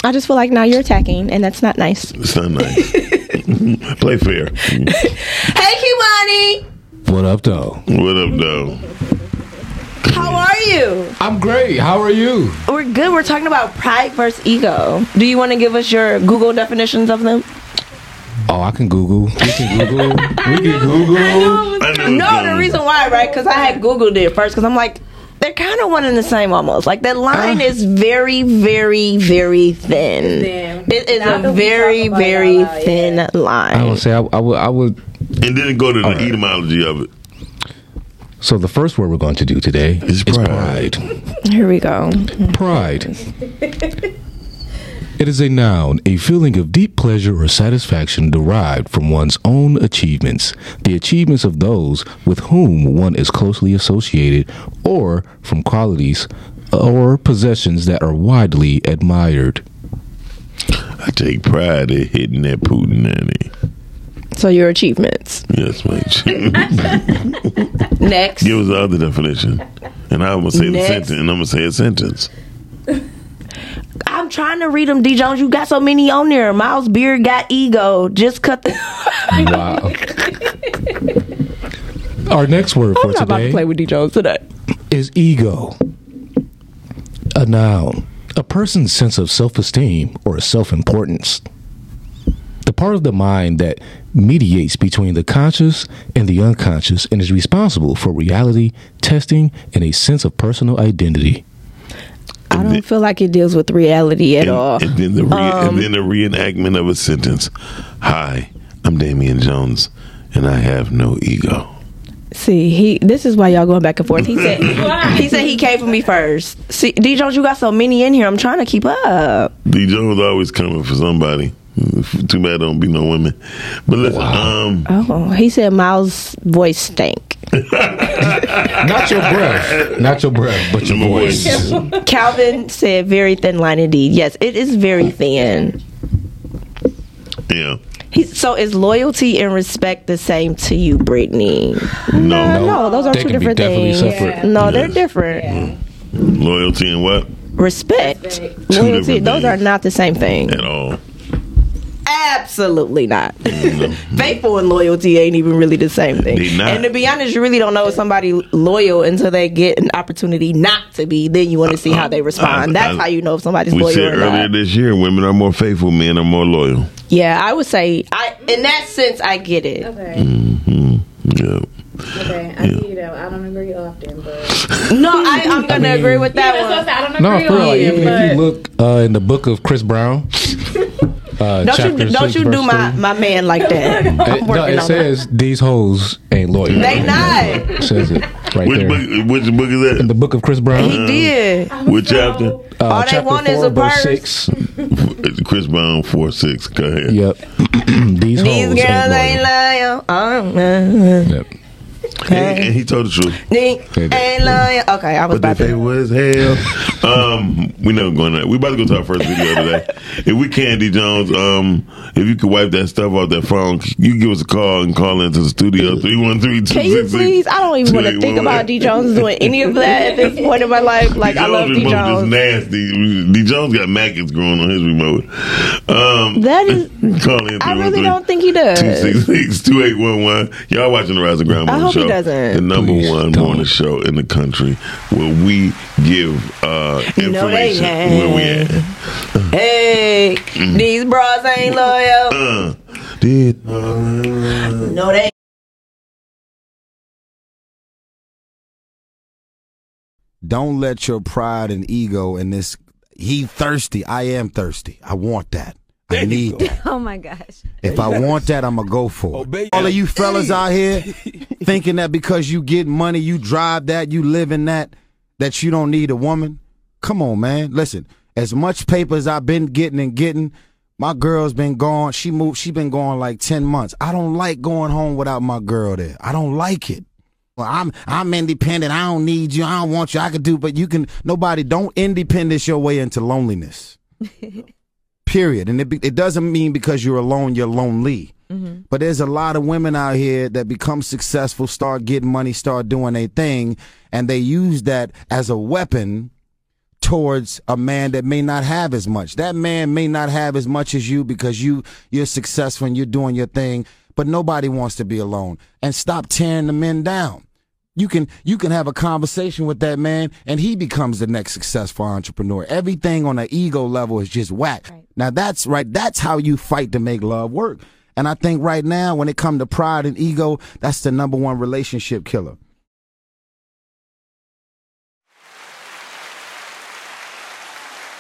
Speaker 6: I just feel like now you're attacking, and that's not nice.
Speaker 5: It's not nice.
Speaker 6: *laughs*
Speaker 5: Play fair.
Speaker 6: Hey, Kiwani,
Speaker 9: What up, though?
Speaker 5: What up, though?
Speaker 6: how are you?
Speaker 9: I'm great. How are you?
Speaker 6: We're good. We're talking about pride versus ego. Do you want to give us your Google definitions of them?
Speaker 9: Oh, I can Google. *laughs* We can Google. we can Google.
Speaker 5: I know it's
Speaker 6: No, the
Speaker 5: dumb.
Speaker 6: reason why, right? Because I had Googled it first because I'm like, they're kind of one and the same almost. Like that line
Speaker 9: Uh.
Speaker 6: is very, very, very thin.
Speaker 7: Thin.
Speaker 6: It is
Speaker 7: Now that
Speaker 6: a
Speaker 7: we
Speaker 6: very,
Speaker 7: talk about it
Speaker 6: very
Speaker 7: out loud,
Speaker 6: thin
Speaker 9: I
Speaker 6: line.
Speaker 9: would say I, I would. I would.
Speaker 5: and then go to the etymology of it.
Speaker 9: So the first word we're going to do today
Speaker 5: It's
Speaker 9: is
Speaker 5: pride.
Speaker 9: pride.
Speaker 6: Here we go.
Speaker 9: Pride. It is a noun, a feeling of deep pleasure or satisfaction derived from one's own achievements, the achievements of those with whom one is closely associated, or from qualities or possessions that are widely admired.
Speaker 5: I take pride in hitting that Putin nanny.
Speaker 6: So your
Speaker 5: *laughs*
Speaker 6: achievements.
Speaker 5: Yes, mate.
Speaker 6: Next.
Speaker 5: Give us the other definition. And I'm gonna say
Speaker 6: Next.
Speaker 5: the sentence and I'm gonna say a sentence.
Speaker 6: I'm trying to read them, D Jones. You got so many on there. Miles Beard got ego. Just cut the. *laughs*
Speaker 9: Wow. Our next word for
Speaker 6: Oh, I'm not about to play
Speaker 9: today
Speaker 6: with D Jones today.
Speaker 9: is ego. A noun, a person's sense of self esteem or self importance. The part of the mind that mediates between the conscious and the unconscious and is responsible for reality, testing, and a sense of personal identity.
Speaker 6: I don't feel like it deals with reality at
Speaker 5: And,
Speaker 6: all.
Speaker 5: and then the re-
Speaker 6: Um,
Speaker 5: and then the reenactment of a sentence. Hi, I'm Damian Jones and I have no ego.
Speaker 6: See, he. This is why y'all going back and forth. He
Speaker 9: *laughs*
Speaker 6: said. he said he came for me first. See, D Jones, you got so many in here. I'm trying to keep up.
Speaker 5: D Jones always coming for somebody. Too bad don't be no women. But listen, um
Speaker 6: Oh, he said Miles' voice stank.
Speaker 9: *laughs* Not your breath, not your breath, but your voice.
Speaker 6: *laughs* Calvin said very thin line indeed. Yes, it is very thin.
Speaker 5: yeah.
Speaker 6: He, so is loyalty and respect the same to you, Brittany?
Speaker 5: No,
Speaker 6: no, those are
Speaker 9: They
Speaker 6: two
Speaker 9: can be
Speaker 6: different
Speaker 9: definitely
Speaker 6: things.
Speaker 9: separate.
Speaker 6: No, they're different.
Speaker 5: Mm. Loyalty and what?
Speaker 6: Respect,
Speaker 5: Two
Speaker 6: loyalty,
Speaker 5: different
Speaker 6: those are
Speaker 5: things.
Speaker 6: not the same thing.
Speaker 5: At all.
Speaker 6: Absolutely not. *laughs* Faithful and loyalty ain't even really the same thing.
Speaker 5: Mm-hmm. They not.
Speaker 6: And to be honest, you really don't know somebody loyal until they get an opportunity not to be. Then you want to see how they respond.
Speaker 5: I-
Speaker 6: That's
Speaker 5: I-
Speaker 6: how you know if somebody's
Speaker 5: We
Speaker 6: loyal
Speaker 5: said
Speaker 6: or
Speaker 5: earlier
Speaker 6: not.
Speaker 5: this year women are more faithful, men are more loyal.
Speaker 6: Yeah, I would say I in that sense I get it.
Speaker 7: Okay,
Speaker 5: Yeah.
Speaker 7: okay, I give you that. I don't agree often, but
Speaker 6: No,
Speaker 5: *laughs*
Speaker 6: I,
Speaker 5: Mm-hmm.
Speaker 6: I'm gonna
Speaker 9: mean-
Speaker 6: agree with that
Speaker 7: Yeah, that's what I
Speaker 6: one.
Speaker 7: said, I don't
Speaker 9: No,
Speaker 7: agree
Speaker 9: for real. Like, if,
Speaker 7: often,
Speaker 9: if
Speaker 7: but
Speaker 9: you look uh, in the book of Chris Brown, uh,
Speaker 6: Don't you don't you do my, my man like that. *laughs*
Speaker 7: *laughs*
Speaker 9: It,
Speaker 6: I'm
Speaker 9: Eh, no,
Speaker 6: working
Speaker 9: it
Speaker 6: on
Speaker 9: says these hoes ain't loyal.
Speaker 6: They not.
Speaker 9: It says it right
Speaker 5: Which
Speaker 9: there.
Speaker 5: book which book is that?
Speaker 9: The book of Chris Brown,
Speaker 6: that. He did.
Speaker 5: Which chapter?
Speaker 9: uh,
Speaker 6: all they
Speaker 9: chapter
Speaker 6: want
Speaker 9: four,
Speaker 6: is a
Speaker 9: verse
Speaker 6: purse.
Speaker 9: six.
Speaker 5: *laughs* Chris Brown four six. Go ahead.
Speaker 9: Yep. *clears throat* these hoes
Speaker 6: These girls ain't
Speaker 9: ain't loyal.
Speaker 6: loyal. Oh,
Speaker 9: Yep.
Speaker 5: And, and he told the truth.
Speaker 6: they ain't loyal. Okay, I was
Speaker 5: But they
Speaker 6: about to.
Speaker 5: say was hell. *laughs* um, we never going there. We about to go to our first video today. If we can, D Jones, um, if you could wipe that stuff off that phone, you give us a call and call into the studio three one three two.
Speaker 6: Can you please? I don't even want to think about D Jones doing any of that at
Speaker 5: *laughs*
Speaker 6: this point in my life. Like I love D
Speaker 5: remote is
Speaker 6: Jones.
Speaker 5: nasty. D Jones got maggots growing on his remote. Um, *laughs*
Speaker 6: That is-
Speaker 5: call in.
Speaker 6: I
Speaker 5: 313-266-2811.
Speaker 6: really don't think he does. *laughs*
Speaker 5: 266-2811. Y'all watching the Rise of Ground
Speaker 6: I
Speaker 5: Morning
Speaker 6: hope he
Speaker 5: Show. show,
Speaker 6: doesn't.
Speaker 5: the number
Speaker 11: Please
Speaker 5: one
Speaker 11: don't.
Speaker 5: morning show in the country, where we give uh,
Speaker 7: You know they
Speaker 5: information where we at.
Speaker 7: Hey,
Speaker 5: Mm-hmm.
Speaker 7: these bras ain't
Speaker 5: *laughs*
Speaker 7: loyal.
Speaker 5: Uh, did
Speaker 7: No, they.
Speaker 12: Don't let your pride and ego and this he thirsty. I am thirsty. I want that. I need that.
Speaker 10: Oh my gosh.
Speaker 12: If I want that, I'm gonna go for
Speaker 9: Obey
Speaker 12: it. All of you fellas out here thinking that because you get money, you drive that, you live in that, that you don't need a woman. Come on, man. Listen, as much paper as I've been getting and getting, my girl's been gone. She moved. She been gone like ten months. I don't like going home without my girl there. I don't like it. Well, I'm I'm independent. I don't need you. I don't want you. I could do, but you can. Nobody don't independence your way into loneliness period. And it, be- it doesn't mean because you're alone, you're lonely. But there's a lot of women out here that become successful, start getting money, start doing their thing, and they use that as a weapon towards a man that may not have as much. That man may not have as much as you because you you're successful and you're doing your thing, but nobody wants to be alone. And stop tearing the men down. You can you can have a conversation with that man and he becomes the next successful entrepreneur. Everything on an ego level is just whack. Now that's right that's how you fight to make love work. And I think right now when it comes to pride and ego, that's the number one relationship killer.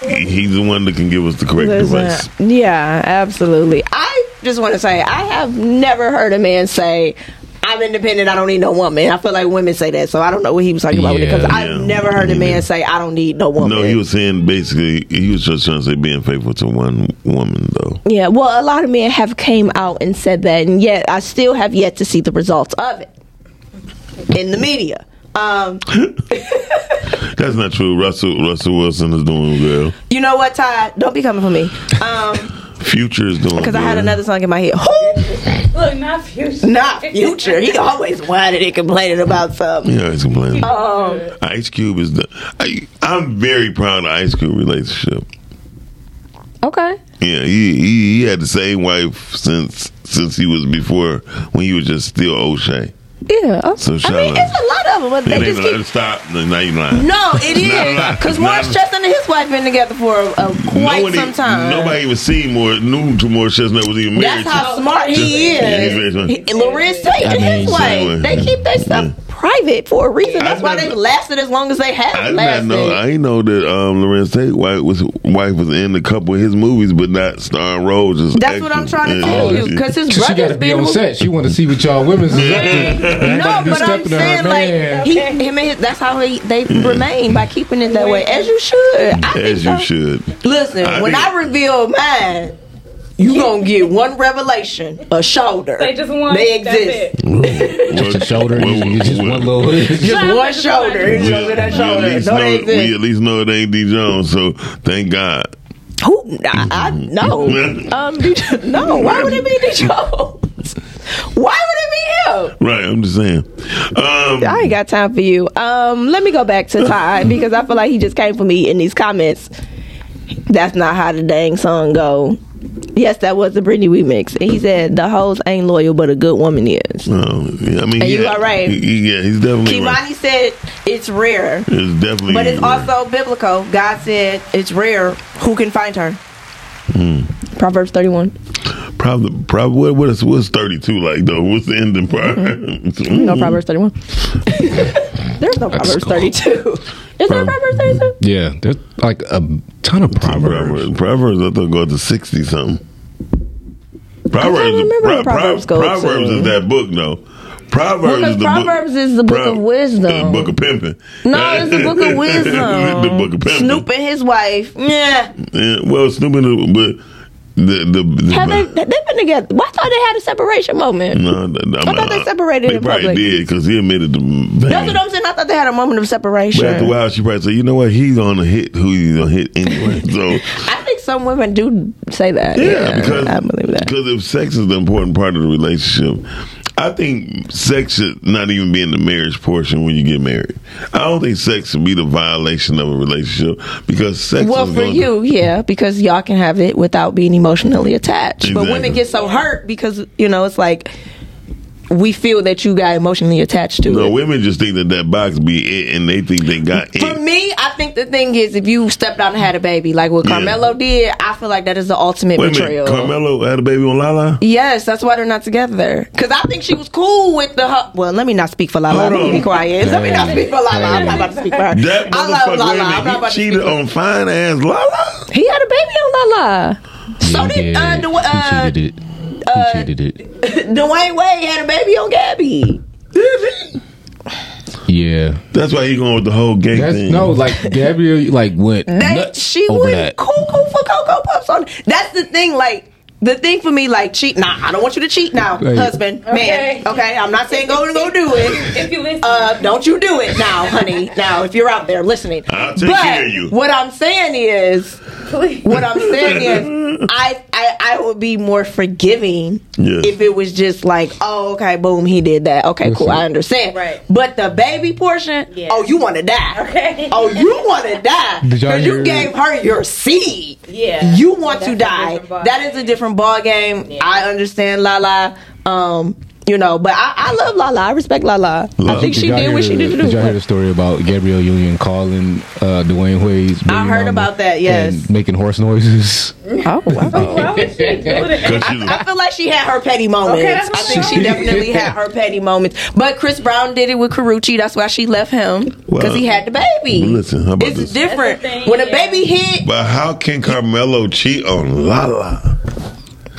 Speaker 5: he's the one that can give us the correct advice?
Speaker 6: Listen, yeah, absolutely.
Speaker 7: I just want to say, I have never heard a man say, I'm independent, I don't need no woman. I feel like women say that, so I don't know what he was talking about when it comes.
Speaker 11: Yeah,
Speaker 7: I've
Speaker 5: yeah.
Speaker 7: never heard a man say, I don't need no woman.
Speaker 5: No, he was saying basically he was just trying to say being faithful to one woman though.
Speaker 6: Yeah, well, a lot of men have came out and said that, and yet I still have yet to see the results of it.
Speaker 7: in the media. Um,
Speaker 5: That's not true. Russell Russell Wilson is doing well.
Speaker 7: you know what, Todd?
Speaker 6: Don't be coming for me, Um,
Speaker 5: *laughs* Future is doing
Speaker 6: because I had
Speaker 5: good.
Speaker 6: another song in my head. Who?
Speaker 8: Look, not future.
Speaker 7: Not future. He always whining and complaining about something.
Speaker 5: Yeah, he's complaining. Um,
Speaker 6: Oh.
Speaker 5: Ice Cube is the. I, I'm very proud of Ice Cube relationship.
Speaker 6: Okay.
Speaker 5: Yeah, he, he he had the same wife since since he was before when he was just still O'Shea.
Speaker 6: Yeah. okay.
Speaker 5: So
Speaker 6: I mean,
Speaker 5: shallow.
Speaker 6: it's a lot of them, but
Speaker 5: It
Speaker 6: they
Speaker 5: ain't
Speaker 6: just
Speaker 5: allowed to
Speaker 6: keep.
Speaker 5: stop. No, now you lying.
Speaker 7: No, it
Speaker 5: *laughs* Not a
Speaker 7: is
Speaker 5: lot.
Speaker 7: because
Speaker 5: Not
Speaker 7: Morris
Speaker 5: a lot.
Speaker 7: Chestnut and his wife been together for a, a quite
Speaker 5: Nobody-
Speaker 7: some time.
Speaker 5: Nobody even seen more knew to Morris Chestnut was even married.
Speaker 7: That's how
Speaker 5: to-
Speaker 7: smart he
Speaker 5: Yeah, he's
Speaker 7: is.
Speaker 5: very smart.
Speaker 7: He- And Lawrence Tate and his
Speaker 5: exactly.
Speaker 7: wife, they keep their stuff
Speaker 6: Private for a reason.
Speaker 7: That's why they lasted as long as they
Speaker 5: I
Speaker 7: have
Speaker 5: did not
Speaker 7: lasted.
Speaker 5: know. I didn't know that um, Lorenz Tate wife was wife was in a couple of his movies, but not starring roles. as
Speaker 7: That's what I'm
Speaker 5: extras.
Speaker 7: trying to
Speaker 5: Yeah.
Speaker 7: tell
Speaker 5: Yeah.
Speaker 7: you because his
Speaker 11: She got
Speaker 7: brother's
Speaker 11: to be
Speaker 7: been
Speaker 11: on set. She want to see what y'all women's is up to. Ain't
Speaker 7: No,
Speaker 11: gotta be
Speaker 7: but I'm
Speaker 11: stepping on her
Speaker 7: saying
Speaker 11: man.
Speaker 7: like he, him and his, that's how he, they remain by keeping it that way as you should. I think
Speaker 5: As
Speaker 7: so.
Speaker 5: you should.
Speaker 7: Listen,
Speaker 5: I
Speaker 7: when
Speaker 5: think-
Speaker 7: I reveal mine, you gonna get one revelation, a shoulder.
Speaker 8: They just want.
Speaker 7: They
Speaker 8: that's
Speaker 7: exist.
Speaker 8: it.
Speaker 11: Just a shoulder.
Speaker 5: Well,
Speaker 11: you just
Speaker 5: well,
Speaker 11: one little.
Speaker 7: Just
Speaker 8: Shoulder,
Speaker 7: one
Speaker 8: just
Speaker 7: shoulder.
Speaker 8: one.
Speaker 7: It's
Speaker 5: We,
Speaker 7: just that
Speaker 5: we at
Speaker 7: shoulder.
Speaker 5: least
Speaker 7: No, they
Speaker 5: know, we
Speaker 7: exist.
Speaker 5: at least know it ain't D Jones, so thank God. Mm-hmm.
Speaker 7: Who? I, I no. Um, *laughs* did you- no. Why would it be
Speaker 5: *laughs*
Speaker 7: the Jones? Why would it be him? *laughs*
Speaker 5: Right, I'm just saying. Um,
Speaker 6: I ain't got time for you. Um, let me go back to
Speaker 5: *laughs*
Speaker 6: Todd because I feel like he just came for me in these comments. That's not how the dang song go. Yes, that was the Britney remix. And he said the hoes ain't loyal, but a good woman is.
Speaker 5: um, yeah, I mean,
Speaker 7: And
Speaker 5: yeah,
Speaker 7: you are right.
Speaker 5: He- he- yeah, he's definitely right.
Speaker 7: Kimani said it's rare,
Speaker 5: It's definitely.
Speaker 7: but it's
Speaker 5: right.
Speaker 7: also biblical. God said it's rare. Who can find her?
Speaker 6: Proverbs thirty
Speaker 5: *laughs*
Speaker 6: one.
Speaker 5: Hmm. probably probably what what is what's 32 like though? What's the ending part?
Speaker 7: Mm-hmm.
Speaker 5: *laughs*
Speaker 6: No
Speaker 5: uh,
Speaker 6: Proverbs thirty one. There's no Proverbs thirty two. Is there a Proverbs thirty two?
Speaker 11: Yeah, there's like a ton of proverbs.
Speaker 5: Proverbs. Proverbs, I thought go to sixty something. Proverbs.
Speaker 6: remember what Proverbs go to.
Speaker 5: Proverbs is that book though. Proverbs
Speaker 6: Because
Speaker 5: is the
Speaker 6: Proverbs
Speaker 5: book.
Speaker 6: is the book of
Speaker 5: Pro-
Speaker 6: wisdom.
Speaker 5: The book of pimping.
Speaker 6: No, it's the
Speaker 5: *laughs*
Speaker 6: book of wisdom.
Speaker 5: the book of pimping.
Speaker 7: Snoop and his wife. Yeah.
Speaker 5: Yeah, well, Snoop and the, but the the, the
Speaker 6: Have they? They've been together. Well, I thought they had a separation moment.
Speaker 5: *laughs* No, I, I,
Speaker 6: I thought they separated
Speaker 5: They
Speaker 6: in
Speaker 5: probably
Speaker 6: public.
Speaker 5: did because he admitted to.
Speaker 7: That's what I'm saying. I thought they had a moment of
Speaker 5: But after a
Speaker 7: separation.
Speaker 5: while, she probably said, "You know what? He's on a hit. Who he's on hit
Speaker 6: *laughs*
Speaker 5: anyway?" So
Speaker 6: I think some women do say that.
Speaker 5: Yeah, because
Speaker 6: I believe that.
Speaker 5: Because if sex is the important part of the relationship, I think sex should not even be in the marriage portion when you get married. I don't think sex should be the violation of a relationship because sex.
Speaker 6: Well,
Speaker 5: is
Speaker 6: for
Speaker 5: going-
Speaker 6: you, yeah, because y'all can have it without being emotionally attached. But
Speaker 5: Exactly.
Speaker 6: women get so hurt because you know it's like we feel that you got emotionally attached to
Speaker 5: No,
Speaker 6: it.
Speaker 5: women just think that that box be it, and they think they got
Speaker 6: For
Speaker 5: it.
Speaker 6: me, I think the thing is, if you stepped out and had a baby, like what
Speaker 5: Yeah.
Speaker 6: Carmelo did, I feel like that is the ultimate
Speaker 5: Wait a
Speaker 6: betrayal.
Speaker 5: minute, Carmelo had a baby on Lala.
Speaker 6: Yes, that's why they're not together. Because I think she was cool with the. Hu- well, let me not speak for Lala.
Speaker 5: Hold
Speaker 6: Let me
Speaker 5: on.
Speaker 6: be quiet. Let me not speak for Lala. I'm not about to speak for her.
Speaker 5: That
Speaker 6: I love Lala. I'm not
Speaker 5: motherfucker,
Speaker 6: about
Speaker 5: wait a minute,
Speaker 6: to
Speaker 5: he
Speaker 6: speak
Speaker 5: cheated
Speaker 6: for
Speaker 5: on fine ass Lala.
Speaker 6: He had a baby on Lala. so did uh, Dw- uh,
Speaker 9: cheated it.
Speaker 6: uh, *laughs*
Speaker 9: he cheated it.
Speaker 6: Dwayne Wade had a baby on Gabby.
Speaker 9: Yeah.
Speaker 5: That's why he going with the whole gay
Speaker 9: That's,
Speaker 5: thing.
Speaker 9: no, like Gabrielle, like went
Speaker 6: They,
Speaker 9: nuts
Speaker 6: she
Speaker 9: over
Speaker 6: went
Speaker 9: that.
Speaker 6: cuckoo for Cocoa Puffs on. That's the thing, like. The thing for me, like cheat. Nah, I don't want you to cheat now,
Speaker 9: Right.
Speaker 6: husband,
Speaker 7: Okay.
Speaker 6: man. Okay, I'm not saying go and go do it.
Speaker 7: If you listen,
Speaker 6: Uh, don't you do it now, honey. Now, if you're out there listening,
Speaker 5: I'll take
Speaker 6: but
Speaker 5: care of you.
Speaker 6: What I'm saying is,
Speaker 7: please.
Speaker 6: what I'm saying
Speaker 7: *laughs*
Speaker 6: is, I, I I would be more forgiving
Speaker 5: Yes.
Speaker 6: if it was just like, oh, okay, boom, he did that. Okay, cool, I understand.
Speaker 7: Right.
Speaker 6: But the baby portion,
Speaker 7: Yeah.
Speaker 6: oh, you want to die?
Speaker 7: Okay.
Speaker 6: Oh, you want to die?
Speaker 9: Did y'all
Speaker 6: Because you
Speaker 9: hear-
Speaker 6: gave her your seed.
Speaker 7: Yeah.
Speaker 6: You want to
Speaker 7: That's a
Speaker 6: die.
Speaker 7: different ball
Speaker 6: That is a different ball game.
Speaker 7: Yeah.
Speaker 6: I understand, Lala. Um, you know, but I, I love Lala. I respect Lala. I
Speaker 5: Lala.
Speaker 6: think she
Speaker 9: y'all
Speaker 6: did what
Speaker 9: hear
Speaker 6: she
Speaker 9: the-
Speaker 6: did to
Speaker 9: Did y'all hear the
Speaker 6: do.
Speaker 9: story about Gabrielle Union calling uh, Dwayne Wade's? baby
Speaker 6: heard
Speaker 9: mama
Speaker 6: about that, yes.
Speaker 9: and making horse noises.
Speaker 6: Oh, wow.
Speaker 7: Why
Speaker 9: *laughs*
Speaker 7: would she do that?
Speaker 5: 'Cause she was-
Speaker 6: I feel like she had her petty moments.
Speaker 7: Okay, that's
Speaker 6: I think
Speaker 7: what
Speaker 6: she definitely had her petty moments. But Chris Brown did it with Karuchi. That's why she left him because
Speaker 5: Well,
Speaker 6: he had the baby.
Speaker 9: mm-hmm.
Speaker 5: listen, how about
Speaker 6: it's
Speaker 5: this?
Speaker 6: different.
Speaker 7: That's the thing,
Speaker 6: when a
Speaker 7: yeah.
Speaker 6: baby hit,
Speaker 5: but how can Carmelo cheat on Lala?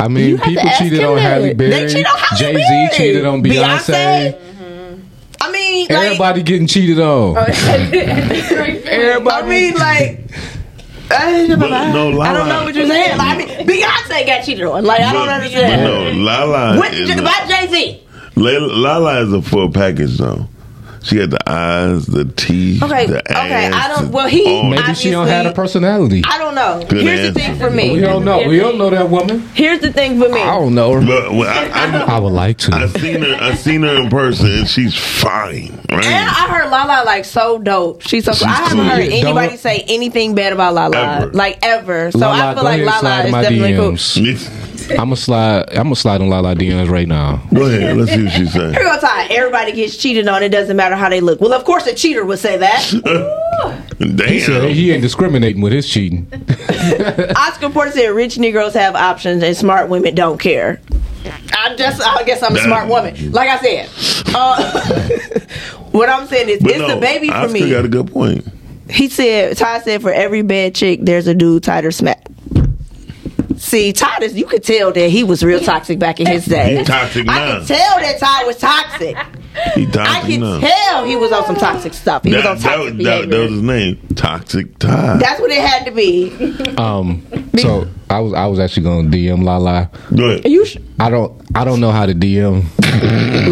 Speaker 9: I mean,
Speaker 6: You have to
Speaker 9: people
Speaker 6: ask
Speaker 9: cheated
Speaker 6: him
Speaker 9: on
Speaker 6: that.
Speaker 9: Halle Berry.
Speaker 6: They cheated on Halle
Speaker 9: Jay
Speaker 6: Berry.
Speaker 9: Z cheated on Beyonce.
Speaker 6: Beyonce. I mean, like, *laughs*
Speaker 9: Everybody getting cheated on.
Speaker 6: I mean, like. I don't
Speaker 5: But no, Lala.
Speaker 6: know what you're saying. Like, I mean, Beyonce got cheated on. Like, I don't
Speaker 5: But-
Speaker 6: understand.
Speaker 5: But no, Lala
Speaker 6: What
Speaker 5: is
Speaker 6: about
Speaker 5: a,
Speaker 6: Jay Z?
Speaker 5: La- Lala is a full package though. She got the eyes, the teeth,
Speaker 6: Okay,
Speaker 5: the
Speaker 6: okay,
Speaker 5: ass,
Speaker 6: I don't-
Speaker 5: the-
Speaker 6: well, he-
Speaker 5: all
Speaker 9: Maybe
Speaker 5: that.
Speaker 9: she don't have a personality.
Speaker 6: I don't know.
Speaker 5: Good
Speaker 6: Here's the
Speaker 5: answer.
Speaker 6: thing for
Speaker 9: we
Speaker 6: me.
Speaker 9: don't know. We don't know that woman.
Speaker 6: Here's the thing for me.
Speaker 9: I don't know her.
Speaker 5: But well, I, I,
Speaker 9: I would like
Speaker 5: I
Speaker 9: to.
Speaker 5: seen her. I seen her in person, and she's fine.
Speaker 6: And
Speaker 5: Right?
Speaker 6: I heard Lala like so dope. She's so.
Speaker 5: She's
Speaker 6: I haven't
Speaker 5: cool.
Speaker 6: heard
Speaker 9: Yeah,
Speaker 6: anybody
Speaker 9: don't-
Speaker 6: say anything bad about Lala,
Speaker 5: Ever.
Speaker 6: like ever. So I
Speaker 9: Lala,
Speaker 6: feel
Speaker 9: go
Speaker 6: like
Speaker 9: ahead and slide
Speaker 6: Lala
Speaker 9: in
Speaker 6: is
Speaker 9: my
Speaker 6: definitely
Speaker 9: DMs. I'm gonna slide. I'm gonna slide on Lala DMs right now.
Speaker 5: Go ahead. Let's see what
Speaker 6: *laughs*
Speaker 5: she's
Speaker 6: cool.
Speaker 5: saying.
Speaker 6: Here goes how everybody gets cheated on. It doesn't matter how they look. Well, of course a cheater would say that.
Speaker 5: *laughs*
Speaker 9: He said
Speaker 5: Damn.
Speaker 9: he ain't discriminating with his cheating.
Speaker 6: Oscar Porter said rich Negroes have options and smart women don't care. I just, I guess I'm a
Speaker 5: That-
Speaker 6: smart woman. Like I said, uh, *laughs* what I'm saying is,
Speaker 5: But
Speaker 6: it's
Speaker 5: no,
Speaker 6: the baby for
Speaker 5: Oscar
Speaker 6: me.
Speaker 5: got a good point.
Speaker 6: He said, Ty said, for every bad chick, there's a dude tighter smack. See, Ty, is- you could tell that he was real toxic back in his
Speaker 5: *laughs* He
Speaker 6: day.
Speaker 5: toxic
Speaker 6: I
Speaker 5: now.
Speaker 6: could tell that Ty was toxic.
Speaker 5: He
Speaker 6: I
Speaker 5: toxic
Speaker 6: could
Speaker 5: now.
Speaker 6: tell he was on some toxic stuff. He was on
Speaker 5: That, that,
Speaker 6: toxic
Speaker 5: was- that,
Speaker 6: behavior.
Speaker 5: that was his name, Toxic Todd.
Speaker 6: That's what it had to be.
Speaker 7: *laughs*
Speaker 9: Um, so I was I was actually gonna DM Lala.
Speaker 5: Go ahead.
Speaker 6: You, sh-
Speaker 9: I don't I don't know how to DM.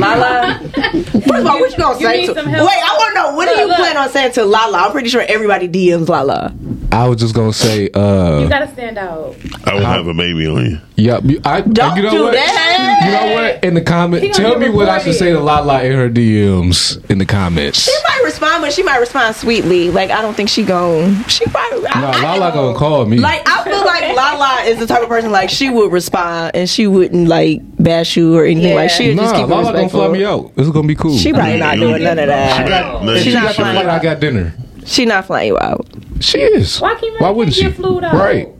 Speaker 6: Lala. First of all, what you gonna
Speaker 7: You
Speaker 6: say
Speaker 7: need
Speaker 6: to? Wait,
Speaker 7: some help.
Speaker 6: I want to know what do
Speaker 7: Look,
Speaker 6: you
Speaker 7: look.
Speaker 6: plan on saying to Lala? I'm pretty sure everybody DMs Lala.
Speaker 9: I was just gonna say, uh,
Speaker 7: You gotta stand out.
Speaker 5: I will have a baby on you.
Speaker 9: yeah. you- I,
Speaker 6: Don't
Speaker 9: you know
Speaker 6: do
Speaker 9: what?
Speaker 6: that.
Speaker 9: You know what? In the
Speaker 7: He
Speaker 9: comment,
Speaker 7: gonna
Speaker 9: tell
Speaker 7: get
Speaker 9: me what I
Speaker 7: reported.
Speaker 9: should say to Lala in her DMs in the comments.
Speaker 6: She might respond, but she might respond sweetly. Like I don't think she gon' She probably. No,
Speaker 9: Nah, Lala gonna call me.
Speaker 6: Like I feel like Lala is the type of person like she would respond and she wouldn't like bash you or anything. Like she would just
Speaker 9: nah,
Speaker 6: keep it
Speaker 9: Lala gonna
Speaker 6: respectful.
Speaker 9: fly me out. It's gonna be cool.
Speaker 6: She probably not doing none of
Speaker 5: She
Speaker 6: that.
Speaker 5: got- no,
Speaker 6: She's
Speaker 5: she-
Speaker 6: not
Speaker 5: she-
Speaker 6: flying.
Speaker 9: But I got dinner.
Speaker 6: She not flying you out
Speaker 9: She is.
Speaker 7: Why can't
Speaker 9: Why wouldn't she?
Speaker 7: get flued out?
Speaker 9: Right.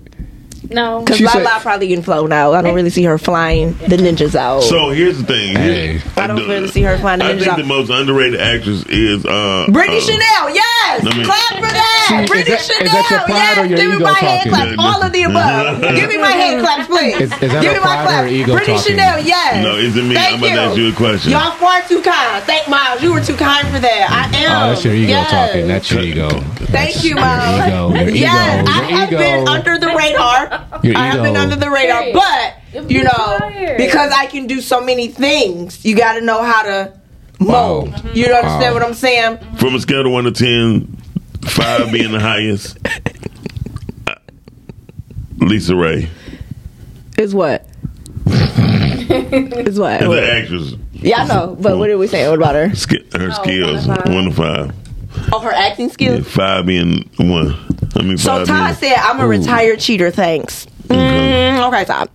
Speaker 7: No.
Speaker 6: because
Speaker 9: She
Speaker 6: Lala
Speaker 9: said-
Speaker 6: probably getting flown out. I don't really see her flying the ninjas out.
Speaker 5: So here's the thing.
Speaker 9: Hey.
Speaker 6: Oh. I don't really see her finding
Speaker 5: I
Speaker 6: a
Speaker 5: think
Speaker 6: job.
Speaker 5: the most underrated actress is uh,
Speaker 6: Brittany
Speaker 5: uh,
Speaker 6: Chanel, yes!
Speaker 5: I mean-
Speaker 6: clap for that!
Speaker 9: See, is
Speaker 6: Brittany
Speaker 9: that- is
Speaker 6: Chanel,
Speaker 9: that your pride
Speaker 6: yes!
Speaker 9: or your
Speaker 6: Give me
Speaker 9: ego
Speaker 6: my hand
Speaker 9: talking?
Speaker 6: claps, all of the
Speaker 5: *laughs*
Speaker 6: above. Give me my hand claps, please.
Speaker 9: Is- is that
Speaker 6: Give me my
Speaker 9: her pride or
Speaker 6: claps.
Speaker 9: her ego
Speaker 6: Brittany
Speaker 9: talking?
Speaker 6: Chanel, yes.
Speaker 5: No, is it me?
Speaker 6: Thank
Speaker 5: I'm about to ask you a question.
Speaker 6: Y'all far too kind. Thank Miles. You were too kind for that. I am.
Speaker 9: Oh, that's your ego
Speaker 6: yes.
Speaker 9: talking. That's your ego.
Speaker 6: Thank you, Miles. *laughs*
Speaker 9: ego, your ego,
Speaker 6: yes, I
Speaker 9: your
Speaker 6: have
Speaker 9: ego.
Speaker 6: been under the radar.
Speaker 9: Your
Speaker 6: I have been
Speaker 9: ego.
Speaker 6: under the radar,
Speaker 7: Hey,
Speaker 6: but you
Speaker 7: you're
Speaker 6: know,
Speaker 7: fired.
Speaker 6: because I can do so many things, you got to know how to mold.
Speaker 9: Wow.
Speaker 6: You don't understand
Speaker 9: Wow.
Speaker 6: what I'm saying?
Speaker 5: From a scale of one to ten, five being
Speaker 6: *laughs*
Speaker 5: the highest. uh, Lisa Ray
Speaker 6: Is what? *laughs* Is what?
Speaker 5: is an actress.
Speaker 6: Yeah, I know. But what are we saying? What about her?
Speaker 5: Sk- Her skills
Speaker 7: one to five.
Speaker 5: one to five.
Speaker 6: Oh, her acting
Speaker 5: Yeah,
Speaker 6: skills.
Speaker 5: Five being one. I mean,
Speaker 6: So
Speaker 5: five
Speaker 6: Todd
Speaker 5: being.
Speaker 6: said, "I'm a retired cheater." Thanks. Mm, okay, Todd.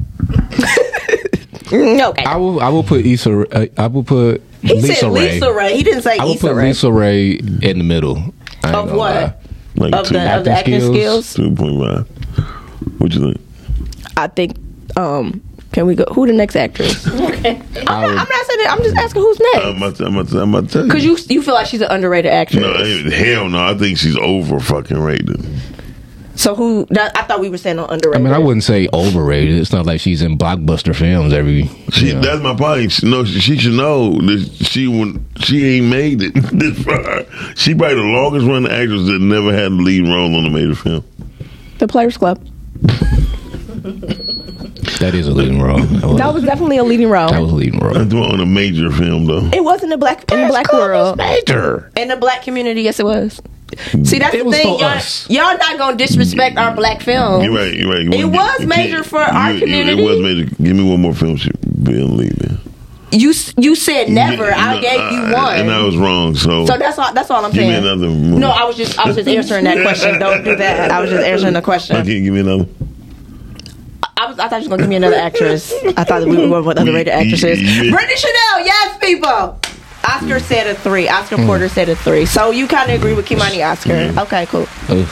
Speaker 6: Okay.
Speaker 11: I will. I will put Issa. Uh, I will put
Speaker 7: He
Speaker 11: Lisa
Speaker 7: said
Speaker 11: Ray.
Speaker 7: Lisa Ray. He didn't say
Speaker 11: I will
Speaker 7: Issa
Speaker 11: put
Speaker 7: Rae.
Speaker 11: Lisa Ray in the middle. I ain't
Speaker 7: Of
Speaker 11: gonna lie.
Speaker 7: what?
Speaker 5: Like
Speaker 6: Of the- of the acting skills?
Speaker 5: Two point five. What you think?
Speaker 6: I think. Um, can we go? Who the
Speaker 11: *laughs*
Speaker 6: next actress?
Speaker 5: I
Speaker 6: I'm not saying that. I'm just asking who's next.
Speaker 5: am about to, I'm, about to, I'm about to tell you.
Speaker 6: Cause you you feel like she's an underrated actress.
Speaker 5: No, hey, hell no. I think she's over fucking rated.
Speaker 6: So who? That, I thought we were saying on
Speaker 11: I
Speaker 6: underrated.
Speaker 11: mean, I wouldn't say overrated. It's not like she's in blockbuster films every.
Speaker 5: She,
Speaker 11: you know.
Speaker 5: That's my point. She, no, she, she should know that she won- she ain't made it *laughs* this far. She probably the longest running actress that never had a lead role on a major film.
Speaker 6: the Players Club.
Speaker 11: that is a leading role. That was,
Speaker 6: That was definitely a leading role.
Speaker 11: that was a leading role.
Speaker 5: *laughs* That's on a major film though.
Speaker 6: it was in the black in the black world in the black community. Yes, it was. See, that's
Speaker 11: It
Speaker 6: the
Speaker 11: was
Speaker 6: thing.
Speaker 11: for
Speaker 6: Y'all,
Speaker 11: us.
Speaker 6: y'all not gonna disrespect our black film.
Speaker 5: You're right. You're right. You
Speaker 6: It
Speaker 5: wanna
Speaker 6: was
Speaker 5: you
Speaker 6: major
Speaker 5: can't-
Speaker 6: for our community.
Speaker 5: It was major. Give me one more film she been leaving.
Speaker 6: You s- you said never. I gave
Speaker 11: uh,
Speaker 6: you one.
Speaker 5: and I was wrong. So,
Speaker 6: so that's all. That's all I'm
Speaker 5: give me
Speaker 6: saying.
Speaker 5: another. One.
Speaker 6: No, I was just I was just answering that question. Don't do that. I was just answering the question.
Speaker 5: Okay, give me another.
Speaker 6: I, was, I thought you were gonna give me another actress. I thought that we were going with other rated actresses.
Speaker 5: *laughs* Yeah.
Speaker 6: Brittany Chanel, yes, people. Oscar said a three. Oscar Porter said a three. So you kind of agree with Kimani Oscar?
Speaker 5: Yeah.
Speaker 6: Okay, cool.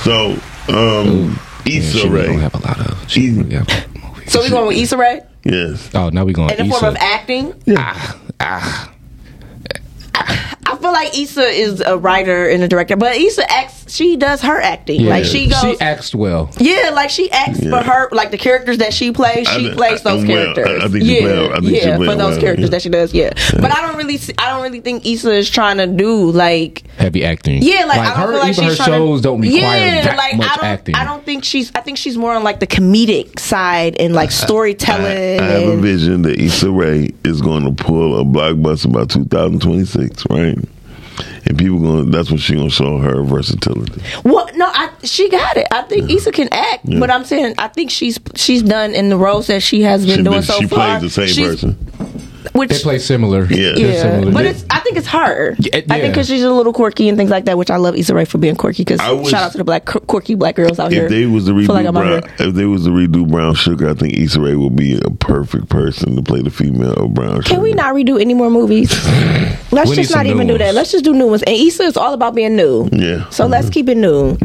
Speaker 5: So, um,
Speaker 11: Yeah,
Speaker 5: Issa
Speaker 11: she really don't
Speaker 5: Rae.
Speaker 11: have a lot of. She
Speaker 5: Easy.
Speaker 11: really have a lot of movies.
Speaker 6: So we going with Issa Rae
Speaker 5: Yes.
Speaker 11: oh, now we going
Speaker 6: in the
Speaker 11: Issa.
Speaker 6: form of acting.
Speaker 11: Ah, ah.
Speaker 6: I feel like Issa is a writer and a director, but Issa acts. She does her acting.
Speaker 11: Yeah.
Speaker 6: Like she goes.
Speaker 11: She acts well.
Speaker 6: yeah, like she acts for her, like the characters that she plays,
Speaker 5: I
Speaker 6: she
Speaker 5: think-
Speaker 6: plays
Speaker 5: I-
Speaker 6: those
Speaker 5: well, I-
Speaker 6: characters.
Speaker 5: I think she
Speaker 6: yeah,
Speaker 5: played- I think she
Speaker 6: yeah,
Speaker 5: played
Speaker 6: for those
Speaker 5: well,
Speaker 6: characters
Speaker 5: yeah.
Speaker 6: that she does, yeah. But I don't really, see, I don't really think Issa is trying to do like
Speaker 11: Heavy acting.
Speaker 6: Yeah, like, I don't
Speaker 11: her,
Speaker 6: feel like
Speaker 11: even
Speaker 6: she's
Speaker 11: her
Speaker 6: trying
Speaker 11: shows
Speaker 6: to,
Speaker 11: don't require
Speaker 6: yeah,
Speaker 11: that
Speaker 6: like,
Speaker 11: much
Speaker 6: I don't,
Speaker 11: acting.
Speaker 6: I don't think she's. I think she's more on like the comedic side and like storytelling.
Speaker 5: I have a
Speaker 6: and-
Speaker 5: vision that Issa Rae is going to pull a blockbuster by 2026, right? And people going, to that's when she going to show her versatility.
Speaker 6: Well, no, I she got it. I think Issa can act, but I'm saying I think she's she's done in the roles that she has been
Speaker 5: She,
Speaker 6: doing
Speaker 5: been-
Speaker 6: so
Speaker 5: she
Speaker 6: far.
Speaker 5: plays the same
Speaker 6: She's-
Speaker 5: person.
Speaker 6: which
Speaker 11: They play similar.
Speaker 5: Yeah.
Speaker 11: They're
Speaker 6: yeah,
Speaker 11: similar.
Speaker 6: but it's I think it's her.
Speaker 11: Yeah,
Speaker 6: I think
Speaker 11: yeah.
Speaker 6: because she's a little quirky and things like that, which I love Issa Rae for being quirky. Because
Speaker 5: I was-
Speaker 6: shout out to the black quirky black girls out here.
Speaker 5: If they was to
Speaker 6: Feel
Speaker 5: redo
Speaker 6: like I'm out
Speaker 5: Brown,
Speaker 6: here.
Speaker 5: if they was to redo Brown Sugar, I think Issa Rae would be a perfect person to play the female of Brown Sugar.
Speaker 6: Can we not redo any more
Speaker 5: *laughs*
Speaker 6: movies? Let's
Speaker 11: We need
Speaker 6: just not
Speaker 11: some new
Speaker 6: even do that.
Speaker 11: ones.
Speaker 6: Let's just do new ones. And Issa is all about being new.
Speaker 5: Yeah.
Speaker 6: So let's keep it new. Um,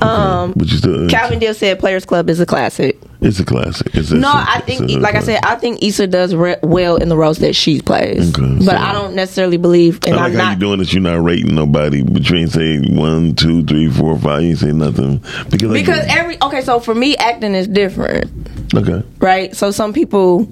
Speaker 5: But Mm-hmm. you still,
Speaker 6: Calvin Dill said Players Club is a classic.
Speaker 5: it's a classic. It's a-
Speaker 6: No,
Speaker 5: it's a-
Speaker 6: I
Speaker 5: it's
Speaker 6: think,
Speaker 5: a-
Speaker 6: like I said, I think Issa does re- well in the roles that she plays.
Speaker 5: Okay,
Speaker 6: but
Speaker 5: so-
Speaker 6: I don't necessarily believe, and
Speaker 5: I
Speaker 6: I'm
Speaker 5: like how you
Speaker 6: not.
Speaker 5: doing this. You're not rating nobody, but you ain't saying one, two, three, four, five. You ain't saying nothing because I-
Speaker 6: Because every. Okay, so for me, acting is different,
Speaker 5: okay.
Speaker 6: right? So some people.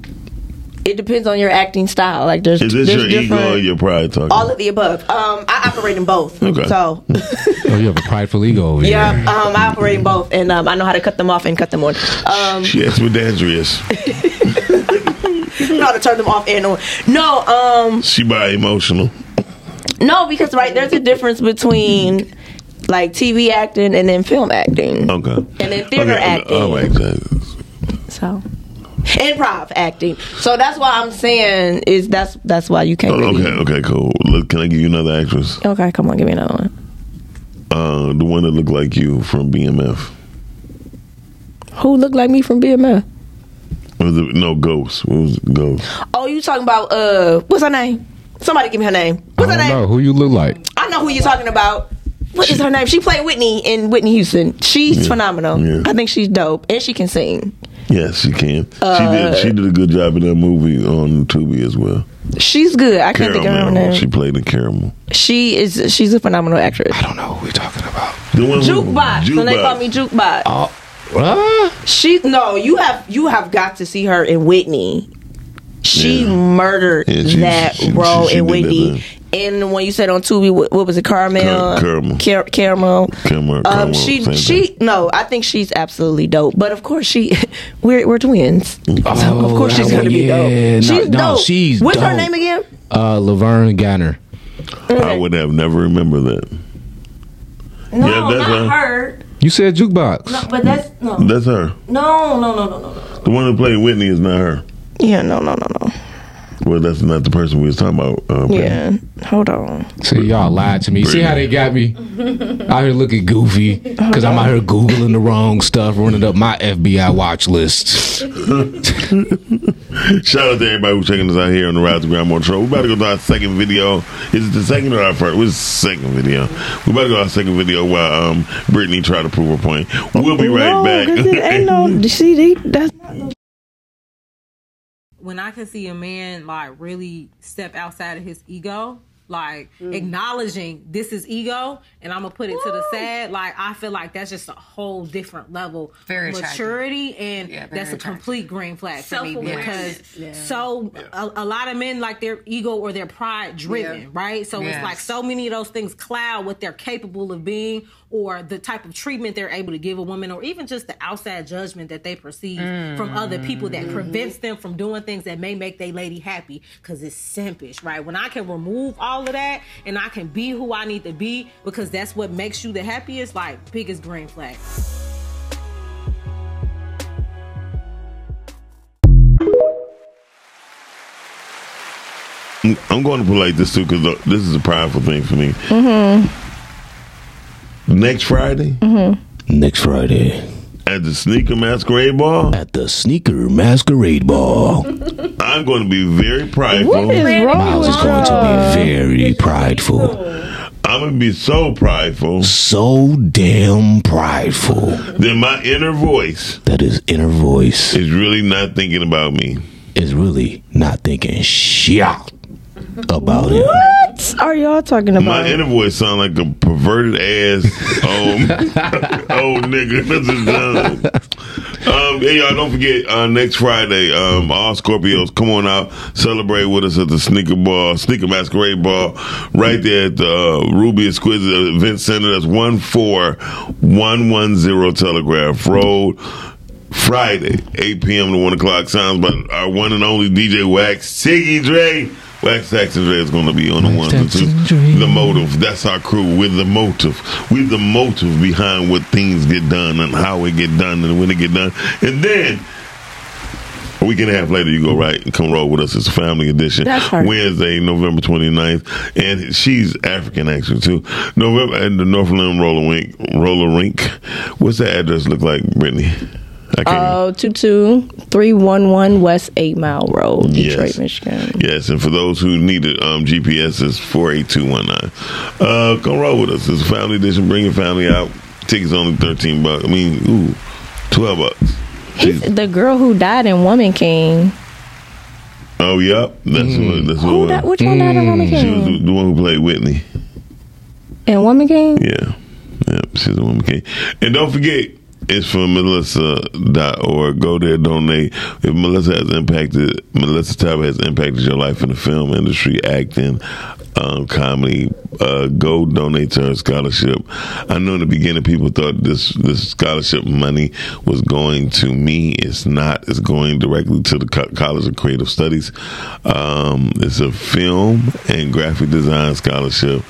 Speaker 6: It depends on your acting style. Like there's,
Speaker 5: Is this
Speaker 6: there's
Speaker 5: your
Speaker 6: different.
Speaker 5: ego or your pride talking?
Speaker 6: all of the above. Um, I operate in both.
Speaker 5: Okay.
Speaker 6: So
Speaker 11: Oh, you have a prideful ego over
Speaker 6: Yeah,
Speaker 11: here.
Speaker 6: um, I operate in both, and um, I know how to cut them off and cut them on. Um, *laughs*
Speaker 5: She asked what Dandria is.
Speaker 6: I know how to turn them off and on. No, um,
Speaker 5: She by emotional.
Speaker 6: no, because right there's a difference between like TV acting and then film acting,
Speaker 5: Okay.
Speaker 6: and then theater acting,
Speaker 5: Oh my god.
Speaker 6: so improv acting. So that's why I'm saying is that's that's why you can't.
Speaker 5: Oh,
Speaker 6: really-
Speaker 5: Okay, okay, cool. Look, can I give you another actress?
Speaker 6: Okay, come on, give me another one.
Speaker 5: Uh, the one that looked like you from BMF.
Speaker 6: Who looked like me from BMF?
Speaker 5: Or the, no, Ghost. What was it? Ghost?
Speaker 6: Oh, you talking about uh, what's her name? Somebody give me her name.
Speaker 11: I
Speaker 6: What's her
Speaker 11: don't
Speaker 6: name?
Speaker 11: know who you look like.
Speaker 6: I know who you're talking about. What is her name? She played Whitney in Whitney Houston. She's phenomenal.
Speaker 5: Yeah.
Speaker 6: I think she's dope, and she can sing.
Speaker 5: Yes, she can.
Speaker 6: Uh,
Speaker 5: she did. She did a good job in that movie on Tubi as well.
Speaker 6: She's good. I can't think of her
Speaker 5: Caramel.
Speaker 6: name.
Speaker 5: She
Speaker 6: She,
Speaker 5: played in Caramel.
Speaker 6: is. She's a phenomenal actress.
Speaker 11: I don't know who we're talking about.
Speaker 5: The one who-
Speaker 6: Jukebox. So they call me Jukebox.
Speaker 5: Uh,
Speaker 11: Ah,
Speaker 6: she no. You have you have got to see her in Whitney. She
Speaker 5: Yeah.
Speaker 6: murdered
Speaker 5: Yeah, she-
Speaker 6: that
Speaker 5: she- she-
Speaker 6: role
Speaker 5: she
Speaker 6: in
Speaker 5: did that
Speaker 6: Whitney.
Speaker 5: thing.
Speaker 6: And when you said on Tubi, what, what was it? Carmel.
Speaker 5: Car- Caramel.
Speaker 6: Car- Caramel.
Speaker 5: Caramel,
Speaker 6: Um,
Speaker 5: Caramel,
Speaker 6: she
Speaker 5: same
Speaker 6: she
Speaker 5: thing.
Speaker 6: no, I think she's absolutely dope. But of course she *laughs* we're we're twins. so of course she's
Speaker 11: that
Speaker 6: gonna
Speaker 11: one,
Speaker 6: be dope.
Speaker 11: Oh, yeah. No,
Speaker 6: she's
Speaker 11: no,
Speaker 6: dope.
Speaker 11: she's
Speaker 6: What's her
Speaker 11: dope.
Speaker 6: name again?
Speaker 11: uh, Laverne Ganner.
Speaker 5: I would have never remembered that.
Speaker 6: No,
Speaker 5: Yeah, that's
Speaker 6: not
Speaker 5: her.
Speaker 6: her.
Speaker 11: You said jukebox.
Speaker 6: But that's no.
Speaker 5: That's her.
Speaker 6: No, no, no, no, no, no.
Speaker 5: The one who played Whitney is not her.
Speaker 6: Yeah, no, no, no, no.
Speaker 5: But Well, that's not the person we was talking about. Uh,
Speaker 6: Yeah. Hold on.
Speaker 11: See, y'all lied to me. See how they got me? Out here looking goofy because I'm out here Googling the wrong stuff, running up my FBI watch list.
Speaker 5: *laughs*
Speaker 11: *laughs*
Speaker 5: Shout out to everybody who's checking us out here on the Rise of Grandma Show. We're about to go to our second video. Is it the second or our first? What's the second video? We're about to go to our second video while um, Brittany tried to prove her point. We'll be right
Speaker 6: no,
Speaker 5: back.
Speaker 6: 'cause it ain't no. See, they, that's
Speaker 10: when I can see a man like really step outside of his ego, like
Speaker 9: Mm.
Speaker 10: acknowledging this is ego and I'm gonna put it to the side, like I feel like that's just a whole different level
Speaker 9: Very
Speaker 10: of
Speaker 9: attractive.
Speaker 10: maturity and
Speaker 9: very
Speaker 10: that's a complete green flag for me
Speaker 9: Self-awareness.
Speaker 10: because so a, a lot of men like their ego or their pride driven,
Speaker 9: Yeah.
Speaker 10: right? So it's
Speaker 9: Yes.
Speaker 10: like so many of those things cloud what they're capable of being or the type of treatment they're able to give a woman or even just the outside judgment that they perceive from other people that
Speaker 9: Mhm.
Speaker 10: prevents them from doing things that may make they lady happy because it's simpish, right? When I can remove all of that and I can be who I need to be because that's what makes you the happiest, like biggest green flag.
Speaker 5: *laughs* I'm going to put like this too because this is a prideful thing for me.
Speaker 6: Mm-hmm.
Speaker 5: Next Friday,
Speaker 6: Mm-hmm.
Speaker 11: Next Friday.
Speaker 5: At the sneaker masquerade ball?
Speaker 11: At the sneaker masquerade ball.
Speaker 5: *laughs* I'm going to be very prideful.
Speaker 11: What is wrong Miles is with going to be y'all? very prideful.
Speaker 5: I'm going to be so prideful.
Speaker 11: So damn prideful.
Speaker 5: Then my inner voice.
Speaker 11: That is inner voice.
Speaker 5: Is really not thinking about me.
Speaker 11: Is really not thinking shit about him.
Speaker 6: What are y'all talking about?
Speaker 5: Oh, My inner voice sound like a perverted ass um, old nigga. *laughs* That's just dumb. Um, hey, y'all, don't forget uh, next Friday, um, all Scorpios, come on out, celebrate with us at the sneaker ball, sneaker masquerade ball, right there at the uh, Ruby Exquisite Event Center. That's one four one one zero Telegraph Road. Friday, 8 p.m. to 1 o'clock. Sounds by our one and only DJ Wax, Siggy Dre. Wax, Sax, and Dre is going to be on the ones and
Speaker 11: Sax, and
Speaker 5: twos. The motive. That's our crew. We're the motive. We're the motive behind what things get done and how it get done and when it get done. And then a week and a half later, you go right and come roll with us. It's a family edition.
Speaker 13: That's her.
Speaker 5: Wednesday, November 29th. And she's African, actually, too. November at the Northland Roller Rink. Roller Rink. What's that address look like, Brittany? I
Speaker 13: Uh,
Speaker 5: can't
Speaker 6: Oh, two two three one one West Eight Mile Road, Detroit, Michigan.
Speaker 5: Yes, and for those who need it, um, GPS is 48219. Uh, come roll with us. It's a family edition. Bring your family out. Tickets only 13 bucks. I mean, ooh, 12 bucks.
Speaker 6: He's the girl who died in Woman King.
Speaker 5: Oh, yep. That's what, that's what
Speaker 6: that- which one died in Woman
Speaker 5: She was
Speaker 6: King?
Speaker 5: the, the one who played Whitney.
Speaker 6: In Woman King,
Speaker 5: Yeah. Yep, she's a woman king. And don't forget, it's from Melissa.org. Go there, donate. If Melissa has impacted, Melissa Tyler has impacted your life in the film industry, acting, um, comedy, uh, go donate to her scholarship. I know in the beginning people thought this, this scholarship money was going to me. It's not. It's going directly to the Co- College of Creative Studies. Um, it's a film and graphic design scholarship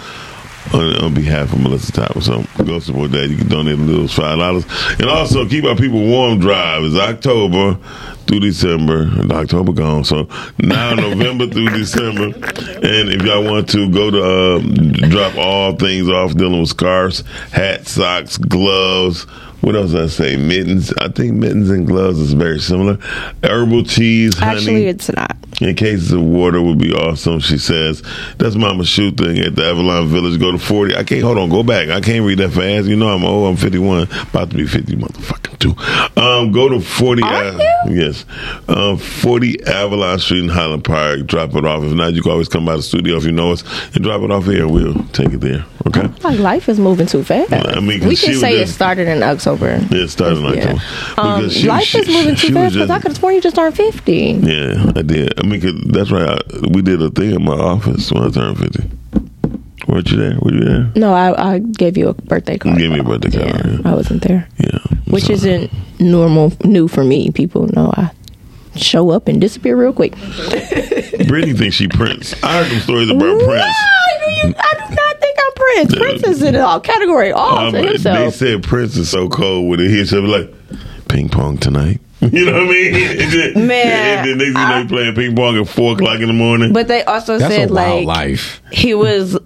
Speaker 5: on, on behalf of Melissa Thomas. So go support that. You can donate a little five dollars, and also keep our people warm. Drive is October through December. And October gone, so now *laughs* November through December. And if y'all want to go to uh, drop all things off, dealing with scarves, hats, socks, gloves. What else did I say? Mittens. I think mittens and gloves is very similar. Herbal cheese, honey.
Speaker 6: Actually, it's not.
Speaker 5: In cases of water would be awesome, she says. That's Mama Shoe thing at the Avalon Village. Go to 40. I can't, hold on, go back. I can't read that fast. You know I'm old. I'm 51. About to be 50, motherfucking two. Um, go to 40. Av- yes. Um, 40 Avalon Street in Highland Park. Drop it off. If not, you can always come by the studio if you know us and drop it off here. We'll take it there. Okay?
Speaker 6: Like life is moving too fast.
Speaker 5: I mean, 'cause
Speaker 6: we
Speaker 5: she
Speaker 6: can
Speaker 5: was
Speaker 6: say it
Speaker 5: just-
Speaker 6: started in October.
Speaker 5: Yeah, it started in October.
Speaker 6: Um,
Speaker 5: Because she-
Speaker 6: life
Speaker 5: she-
Speaker 6: is moving
Speaker 5: she
Speaker 6: too
Speaker 5: was
Speaker 6: fast because
Speaker 5: just-
Speaker 6: I could have sworn you just turned fifty.
Speaker 5: Yeah, I did. I mean, 'cause that's right. I, we did a thing in my office when I turned 50. Weren't you there? Were you there?
Speaker 6: No, I, I gave you a birthday card.
Speaker 5: Give me a birthday card. Yeah.
Speaker 6: I wasn't there.
Speaker 5: Yeah,
Speaker 6: which isn't normal, new for me. People know I show up and disappear real quick.
Speaker 5: *laughs* Brittany thinks she Prince. I heard some stories about Prince.
Speaker 6: No,
Speaker 5: *laughs*
Speaker 6: you, I do not think I'm Prince. Prince is in all category all
Speaker 5: Um,
Speaker 6: to
Speaker 5: they
Speaker 6: himself.
Speaker 5: said Prince is so cold when it hits him like ping pong tonight. *laughs* You know what I mean? It just,
Speaker 6: Man,
Speaker 5: And then next thing you know, you playing ping pong at four o'clock in the morning.
Speaker 6: But they also said like he was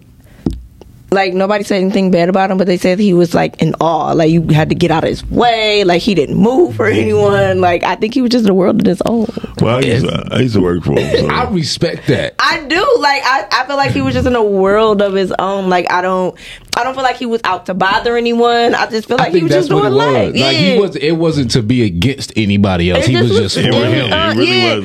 Speaker 6: like nobody said anything bad about him, but they said he was like in awe. Like you had to get out of his way. Like he didn't move for anyone. Like I think he was just in a world of his own.
Speaker 5: Well, I used, to, I used to work for him. So.
Speaker 11: I respect that.
Speaker 6: I do like I, I feel like he was just in a world of his own. Like I don't I don't feel like he was out to bother anyone. I just feel like he was just doing life.
Speaker 11: Like he was, it wasn't to be against anybody else.
Speaker 6: It
Speaker 11: he was just
Speaker 6: just
Speaker 11: for
Speaker 6: was- it
Speaker 11: him.
Speaker 6: was- uh,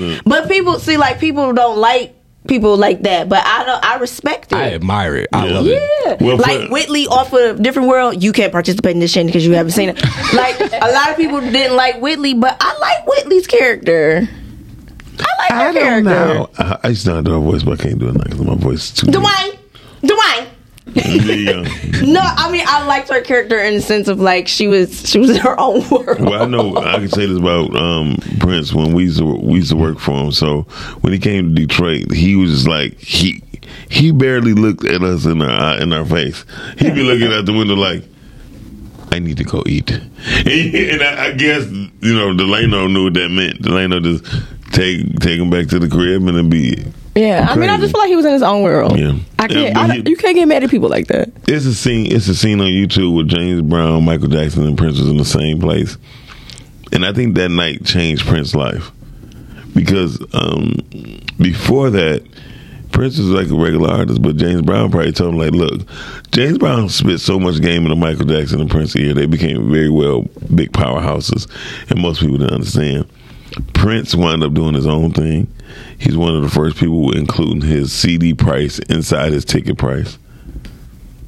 Speaker 6: yeah. But people see like people don't like people like that. But I don't I respect it.
Speaker 11: I admire it. I love it.
Speaker 6: Yeah,
Speaker 11: Well,
Speaker 6: like
Speaker 11: for-
Speaker 6: Whitley off of Different World, you can't participate in this shit because you haven't seen it. like a lot of people didn't like Whitley, but I like Whitley's character. I like her character.
Speaker 5: Now, I, I used to know how to do my voice, but I can't do it now because my voice is too.
Speaker 6: Dwayne, Dwayne.
Speaker 5: Yeah.
Speaker 6: No, I mean I liked her character in the sense of like she was she was in her own *laughs* world.
Speaker 5: Well, I know I can say this about um, Prince when we used to we used to work for him. So when he came to Detroit, he was just like he he barely looked at us in our eye- in our face. He'd be looking out the window like. I need to go eat, *laughs* and I, I guess you know Delano knew what that meant. Delano just take take him back to the crib and it'd be
Speaker 6: Yeah, I mean I just feel like he was in his own world.
Speaker 5: Yeah.
Speaker 6: Oh. I can't.
Speaker 5: Yeah,
Speaker 6: I
Speaker 5: but
Speaker 6: don't- you can't get mad at people like that.
Speaker 5: It's a scene. It's a scene on YouTube with James Brown, Michael Jackson, and Prince was in the same place, and I think that night changed Prince's life because um, before that, Prince was like a regular artist, but James Brown probably told him like, "Look, James Brown spit so much game into Michael Jackson and Prince ear, they became very well big powerhouses, and most people didn't understand." Prince wound up doing his own thing. He's one of the first people, including his CD price inside his ticket price.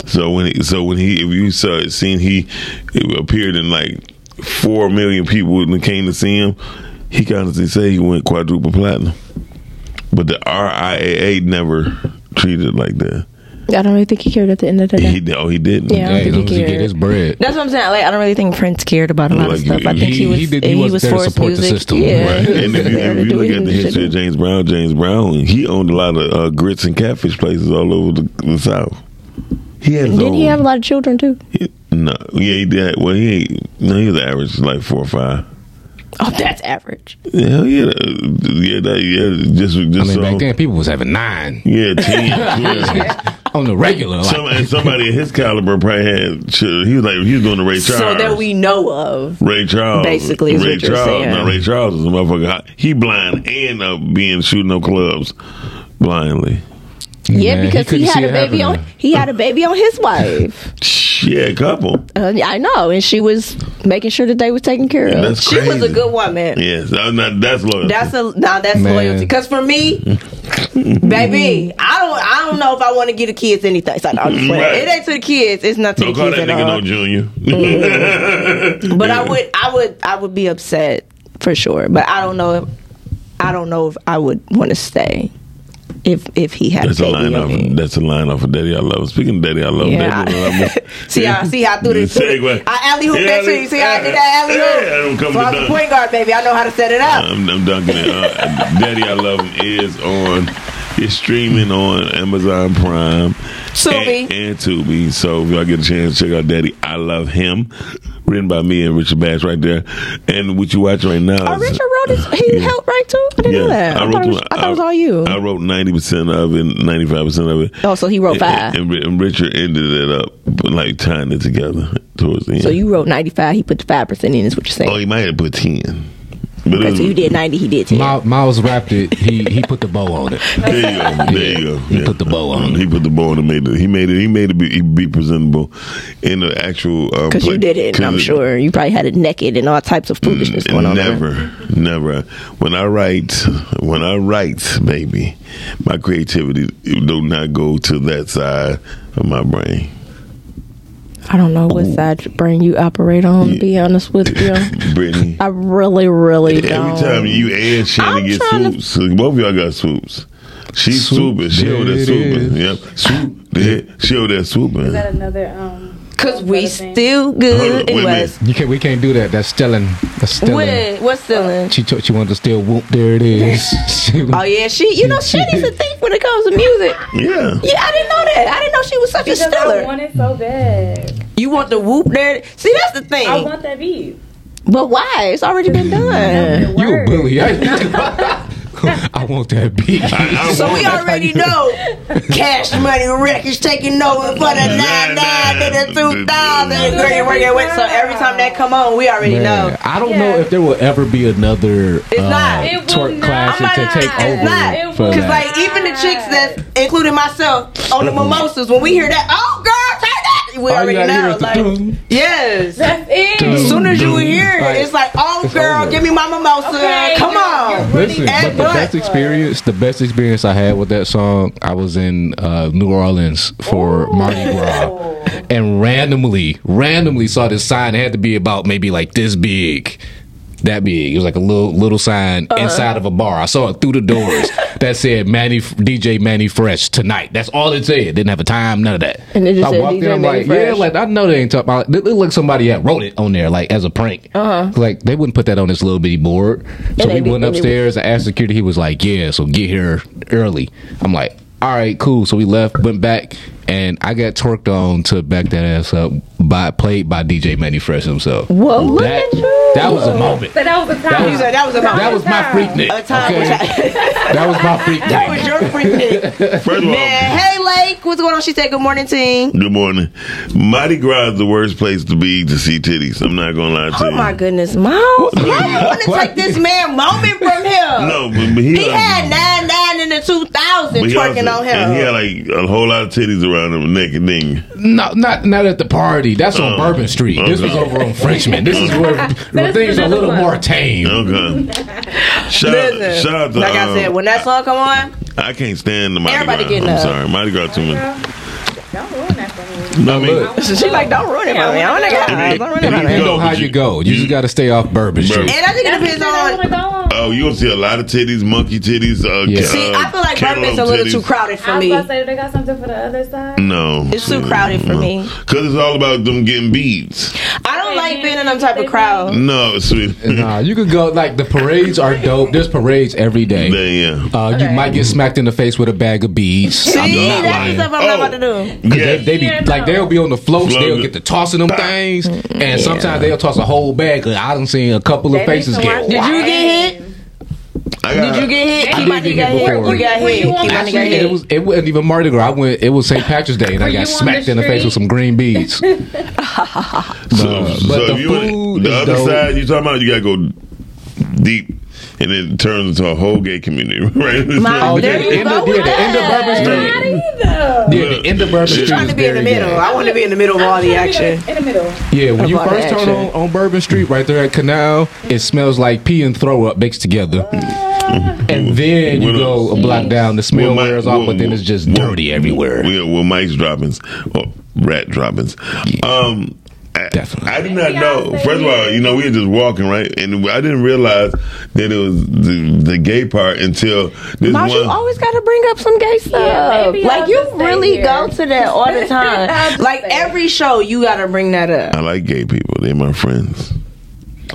Speaker 5: So when he, so when he if you saw it, seen he it appeared in like four million people when came to see him, he can honestly say he went quadruple platinum. But the RIAA never treated it like that.
Speaker 6: I don't really think he cared at the end of the day.
Speaker 5: He oh he didn't.
Speaker 6: Yeah, I don't Hey, think he as long as he get cared. his
Speaker 11: bread.
Speaker 6: That's what I'm saying. Like I don't really think Prince cared about a lot of stuff. I think he, was he, was for his music. Yeah,
Speaker 5: Right.
Speaker 6: he
Speaker 5: And
Speaker 6: was
Speaker 5: if you,
Speaker 6: there
Speaker 5: if
Speaker 6: to
Speaker 5: you
Speaker 6: do
Speaker 5: look
Speaker 6: his *laughs*
Speaker 5: at the
Speaker 6: music.
Speaker 5: history of James Brown, James Brown, he owned a lot of uh, grits and catfish places all over the, the South. He had his
Speaker 6: Didn't
Speaker 5: own.
Speaker 6: he have a lot of children too?
Speaker 5: no, yeah, he did. Well, he ain't- no, he was average like four or five.
Speaker 6: Oh, that's average.
Speaker 5: Hell yeah, uh, yeah, that, yeah. Just, just
Speaker 11: I mean, back
Speaker 5: so-
Speaker 11: then people was having nine *laughs*
Speaker 5: yeah, ten,
Speaker 11: on the regular. Like,
Speaker 5: Some, and somebody of his caliber probably had. shit, He was like he was doing the Ray Charles.
Speaker 6: So that we know of.
Speaker 5: Ray Charles,
Speaker 6: Basically is
Speaker 5: Ray
Speaker 6: what you're
Speaker 5: Charles.
Speaker 6: saying.
Speaker 5: Now Ray Charles is a motherfucker. hot- He blind and uh, being shooting no clubs blindly.
Speaker 6: Yeah, because he, had a baby on. He had a baby on his wife.
Speaker 5: Yeah, a couple.
Speaker 6: Uh, yeah, I know, and she was making sure that they was taken care of.
Speaker 5: Yeah, that's
Speaker 6: she was a
Speaker 5: crazy.
Speaker 6: good woman.
Speaker 5: Yes, I'm not, that's loyalty.
Speaker 6: That's a now that's
Speaker 5: Man.
Speaker 6: loyalty. Cause for me, baby, I don't I don't know if I want to give the kids anything. So, I'm just playing.
Speaker 5: Right.
Speaker 6: It ain't to the kids. It's not to
Speaker 5: Don't
Speaker 6: the
Speaker 5: call
Speaker 6: kids
Speaker 5: that
Speaker 6: at
Speaker 5: nigga
Speaker 6: all. Mm-hmm.
Speaker 5: no junior. *laughs*
Speaker 6: but I would, I would, I would be upset for sure. But I don't know if I don't know if I would want to stay if if he had.
Speaker 5: That's a line off. That's a line off of Daddy I Love. Speaking of Daddy I Love,
Speaker 6: Yeah,
Speaker 5: Daddy
Speaker 6: I-
Speaker 5: I Love.
Speaker 6: *laughs* See how see how I
Speaker 5: *laughs*
Speaker 6: threw this.
Speaker 5: Segue.
Speaker 6: I alley hoop that to you. See how I did
Speaker 5: *laughs*
Speaker 6: that alley hoop.
Speaker 5: Yeah, I don't come
Speaker 6: so
Speaker 5: to
Speaker 6: I'm a
Speaker 5: dunk.
Speaker 6: point guard, baby. I know how to set it up.
Speaker 5: I'm, I'm dunking it. Uh, Daddy I Love Him is on. It's streaming on Amazon Prime.
Speaker 6: Tubi.
Speaker 5: And, and Tubi. So if y'all get a chance, check out Daddy I Love Him. Written by me and Richard Bass right there. And what you watch right now
Speaker 6: Oh,
Speaker 5: is.
Speaker 6: Richard wrote his, he helped right too. I didn't know that. I, thought, it was, I thought it was
Speaker 5: uh,
Speaker 6: all you.
Speaker 5: I wrote ninety percent of it, ninety five percent of it.
Speaker 6: oh, so he wrote five.
Speaker 5: And, and, Ri- and Richard ended it up like tying it together towards the end.
Speaker 6: So you wrote ninety five. He put the five percent in. Is what you're saying?
Speaker 5: oh, he might have put ten. But it
Speaker 6: Okay,
Speaker 5: was-
Speaker 6: so you did ninety. He did ten.
Speaker 11: Mi- Miles wrapped it. He he put the bow on it.
Speaker 5: There you go. There *laughs* you go. He put the bow on. He put the bow on and made it. He made it. He made it be, be presentable in the actual. uh,
Speaker 6: Because you did it, and I'm sure you probably had it naked and all types of foolishness going on.
Speaker 5: Mm, never, never. When I write, when I write, baby, my creativity do not go to that side of my brain.
Speaker 6: I don't know what side your brain you operate on. To be honest
Speaker 5: *laughs*
Speaker 6: with you,
Speaker 5: Brittany,
Speaker 6: I really, really
Speaker 5: every
Speaker 6: don't.
Speaker 5: time you and Shannon get swoops, both of y'all got swoops. She's swooping. She over there swooping. Yep. Swoop. there. She over there swooping.
Speaker 8: Is that another um?
Speaker 6: Cause we still good. It was.
Speaker 11: You can't. We can't do that. That's stealing. That's stealing.
Speaker 6: What? What's stealing?
Speaker 11: She told. She wanted to steal. Whoop! There it
Speaker 9: *laughs*
Speaker 11: is. She-
Speaker 6: Oh yeah, she. You know, she needs a thief when it comes to music.
Speaker 5: Yeah.
Speaker 6: Yeah, I didn't know that. I didn't know she was such
Speaker 8: Because
Speaker 6: a
Speaker 8: I
Speaker 6: stealer.
Speaker 8: want it so bad.
Speaker 6: You want the whoop there? See, that's the thing.
Speaker 8: I want that beat.
Speaker 6: But
Speaker 14: But why? It's already been done.
Speaker 9: You a bully.
Speaker 6: *laughs*
Speaker 9: I, *laughs* I want that beat.
Speaker 6: So we already know Cash Money Records taking over for the nine nine to the two thousand. Great, great, great. So every time that come on, we already
Speaker 9: Man,
Speaker 6: know.
Speaker 9: I don't know if there will ever be another
Speaker 6: It's
Speaker 9: uh,
Speaker 6: not. It will
Speaker 9: twerk
Speaker 6: not.
Speaker 9: classic
Speaker 6: I'm
Speaker 9: to take over.
Speaker 6: It's not
Speaker 9: for
Speaker 6: because
Speaker 9: that.
Speaker 6: like even the chicks that, including myself, on the mimosas. When we hear that, oh girl, turn that. We
Speaker 9: All you
Speaker 6: already
Speaker 9: gotta hear
Speaker 6: know.
Speaker 9: is the
Speaker 6: Like
Speaker 9: boom.
Speaker 6: yes, that's
Speaker 9: it.
Speaker 6: As soon as you
Speaker 9: Boom,
Speaker 6: hear
Speaker 9: boom.
Speaker 6: it, it's like, oh
Speaker 9: It's
Speaker 6: girl,
Speaker 9: over.
Speaker 6: give me my mimosa.
Speaker 10: Okay,
Speaker 6: Come
Speaker 10: you're-
Speaker 6: on.
Speaker 9: Listen, but
Speaker 6: And
Speaker 9: the
Speaker 6: what?
Speaker 9: best experience, the best experience I had with that song, I was in uh, New Orleans for
Speaker 14: Oh.
Speaker 9: Mardi Gras, and randomly, randomly saw this sign. It had to be about maybe like this big, that big. It was like a little little sign
Speaker 14: Uh-huh.
Speaker 9: inside of a bar. I saw it through the
Speaker 14: *laughs*
Speaker 9: doors that said Manny DJ Manny Fresh tonight. That's all it said. Didn't have a time, none of that.
Speaker 14: And it just
Speaker 9: I
Speaker 14: said
Speaker 9: walked in,
Speaker 14: DJ
Speaker 9: I'm
Speaker 14: Manny
Speaker 9: like, yeah,
Speaker 14: Fresh.
Speaker 9: like I know they ain't talking about. It looked like somebody had wrote it on there, like as a prank. Uh-huh. Like they wouldn't put that on this little bitty board. So
Speaker 14: they
Speaker 9: we
Speaker 14: be-
Speaker 9: went
Speaker 14: and it was-
Speaker 9: upstairs. I asked security. He was like, "Yeah, so get here early." I'm like, "All right, cool." So we left, went back, and I got torqued on to back that ass up by played by DJ Manny Fresh himself.
Speaker 14: Whoa, look
Speaker 9: that,
Speaker 14: at you.
Speaker 9: that was a moment.
Speaker 10: So that was a time.
Speaker 9: That was-
Speaker 6: So that was a moment.
Speaker 9: That was my freak nick. Okay? that was my freak
Speaker 6: That was your freak nick.
Speaker 5: *laughs* First of all,
Speaker 6: Man, hey Lake, what's going on? She said, "Good morning, team."
Speaker 5: Good morning. Mardi Gras is the worst place to be to see titties. I'm not gonna lie to
Speaker 14: Oh
Speaker 5: you.
Speaker 14: my goodness, Miles.
Speaker 6: Why you want to take this man moment
Speaker 9: *laughs*
Speaker 6: from him?
Speaker 5: No, but, but he,
Speaker 6: He had nine nine in the two thousand
Speaker 5: but he
Speaker 6: twerking
Speaker 5: also-
Speaker 6: on
Speaker 5: And he
Speaker 6: him.
Speaker 5: had like a whole lot of titties around him, neck and thing.
Speaker 9: No, not not at the party. That's on Bourbon Street. This was
Speaker 5: Oh, okay.
Speaker 9: over on Frenchman.
Speaker 6: *laughs*
Speaker 9: This is where, where things are a little more tame.
Speaker 5: Okay. Shout, out,
Speaker 6: Listen,
Speaker 5: shout out to
Speaker 6: like I
Speaker 5: um,
Speaker 6: said, when that song come on,
Speaker 5: I can't stand the Mardi
Speaker 6: Everybody
Speaker 5: Gras.
Speaker 6: getting
Speaker 5: I'm
Speaker 6: up.
Speaker 5: sorry, Mardi Gras too much.
Speaker 7: Don't ruin that for me.
Speaker 5: No, I mean,
Speaker 6: *laughs* she like, "Don't ruin it for me." I don't
Speaker 5: I
Speaker 6: know.
Speaker 5: mean,
Speaker 6: Don't ruin it
Speaker 5: if
Speaker 6: for
Speaker 5: you
Speaker 6: me.
Speaker 9: Depends
Speaker 5: go,
Speaker 9: on how
Speaker 5: but
Speaker 9: you go. You just got to stay off Bourbon
Speaker 5: Bourbon.
Speaker 9: Street.
Speaker 6: And I think it depends on.
Speaker 5: Oh, you gonna see a lot of titties, monkey titties. Uh,
Speaker 9: Yeah.
Speaker 5: ca-
Speaker 6: See,
Speaker 5: uh,
Speaker 6: I feel like Bourbon's a
Speaker 5: cantaloupe
Speaker 6: little too
Speaker 5: titties.
Speaker 6: crowded for
Speaker 7: I was
Speaker 6: me.
Speaker 7: about to say, do they got something for the other side?
Speaker 5: No, Mm,
Speaker 6: It's too crowded for me.
Speaker 5: Cause it's all about them getting beads.
Speaker 6: I don't like being in them type of crowd.
Speaker 5: No, sweet.
Speaker 9: Nah, uh, you could go like the parades are dope. There's parades every day.
Speaker 5: yeah.
Speaker 9: Uh, you might get smacked in the face with a bag of beads.
Speaker 6: See,
Speaker 5: not
Speaker 6: that's the
Speaker 5: lying.
Speaker 6: stuff I'm not
Speaker 5: Oh.
Speaker 6: about to do.
Speaker 9: 'Cause They, they be like they'll be on the floats.
Speaker 5: Float
Speaker 9: They'll
Speaker 5: it.
Speaker 9: get to tossing them things, and sometimes they'll toss a whole bag. I done seen a couple of faces get.
Speaker 6: Did you get hit?
Speaker 5: I got,
Speaker 6: Did you get hit?
Speaker 9: I
Speaker 6: Kimani
Speaker 9: did get hit
Speaker 6: got
Speaker 9: before.
Speaker 6: You got hit. Kimani got
Speaker 9: Actually, it
Speaker 6: hit.
Speaker 9: was it wasn't even Mardi Gras. I went. It was St. Patrick's Day, and I
Speaker 10: you on
Speaker 9: got
Speaker 10: the
Speaker 9: smacked in the face with
Speaker 10: street?
Speaker 9: some green beads.
Speaker 5: So,
Speaker 9: But-
Speaker 5: so
Speaker 9: but the
Speaker 5: if you
Speaker 9: food
Speaker 5: the
Speaker 9: is
Speaker 5: other
Speaker 9: dope.
Speaker 5: side you talking about, you gotta go deep, and it turns into a whole gay community, *laughs* right?
Speaker 9: Oh,
Speaker 6: There
Speaker 9: yeah,
Speaker 6: you
Speaker 9: the end
Speaker 6: go
Speaker 9: of, yeah,
Speaker 6: with
Speaker 9: the end of
Speaker 6: that.
Speaker 9: Bourbon Street. Yeah, the end of Bourbon Street.
Speaker 6: trying
Speaker 9: is
Speaker 6: to be in the
Speaker 9: very
Speaker 6: middle.
Speaker 9: gay.
Speaker 6: I want to be in the middle of all the action.
Speaker 7: In the middle.
Speaker 9: Yeah, when you
Speaker 6: About
Speaker 9: first
Speaker 6: the
Speaker 9: turn on, on Bourbon Street, right there at Canal, it smells like pee and throw up mixed together. And then you
Speaker 5: Mm-hmm. What Mm-hmm.
Speaker 9: go a block down, the smell
Speaker 5: Well, my-
Speaker 9: wears off,
Speaker 5: well,
Speaker 9: but then it's just
Speaker 5: well,
Speaker 9: dirty everywhere.
Speaker 5: Yeah, well, mice droppings, or rat droppings. Um, I,
Speaker 9: Definitely.
Speaker 5: I did not know. First of all, you know, we were just walking, right? And I didn't realize that it was the, the gay part until this
Speaker 14: Miles, you
Speaker 5: one.
Speaker 6: oh,
Speaker 14: always got to bring up some gay stuff.
Speaker 7: maybe I'll
Speaker 14: like you
Speaker 7: just stay
Speaker 14: really
Speaker 7: here.
Speaker 14: go to that all
Speaker 7: *laughs*
Speaker 14: the time.
Speaker 6: Like every show, you got to bring that up.
Speaker 5: I like gay people. They're my friends.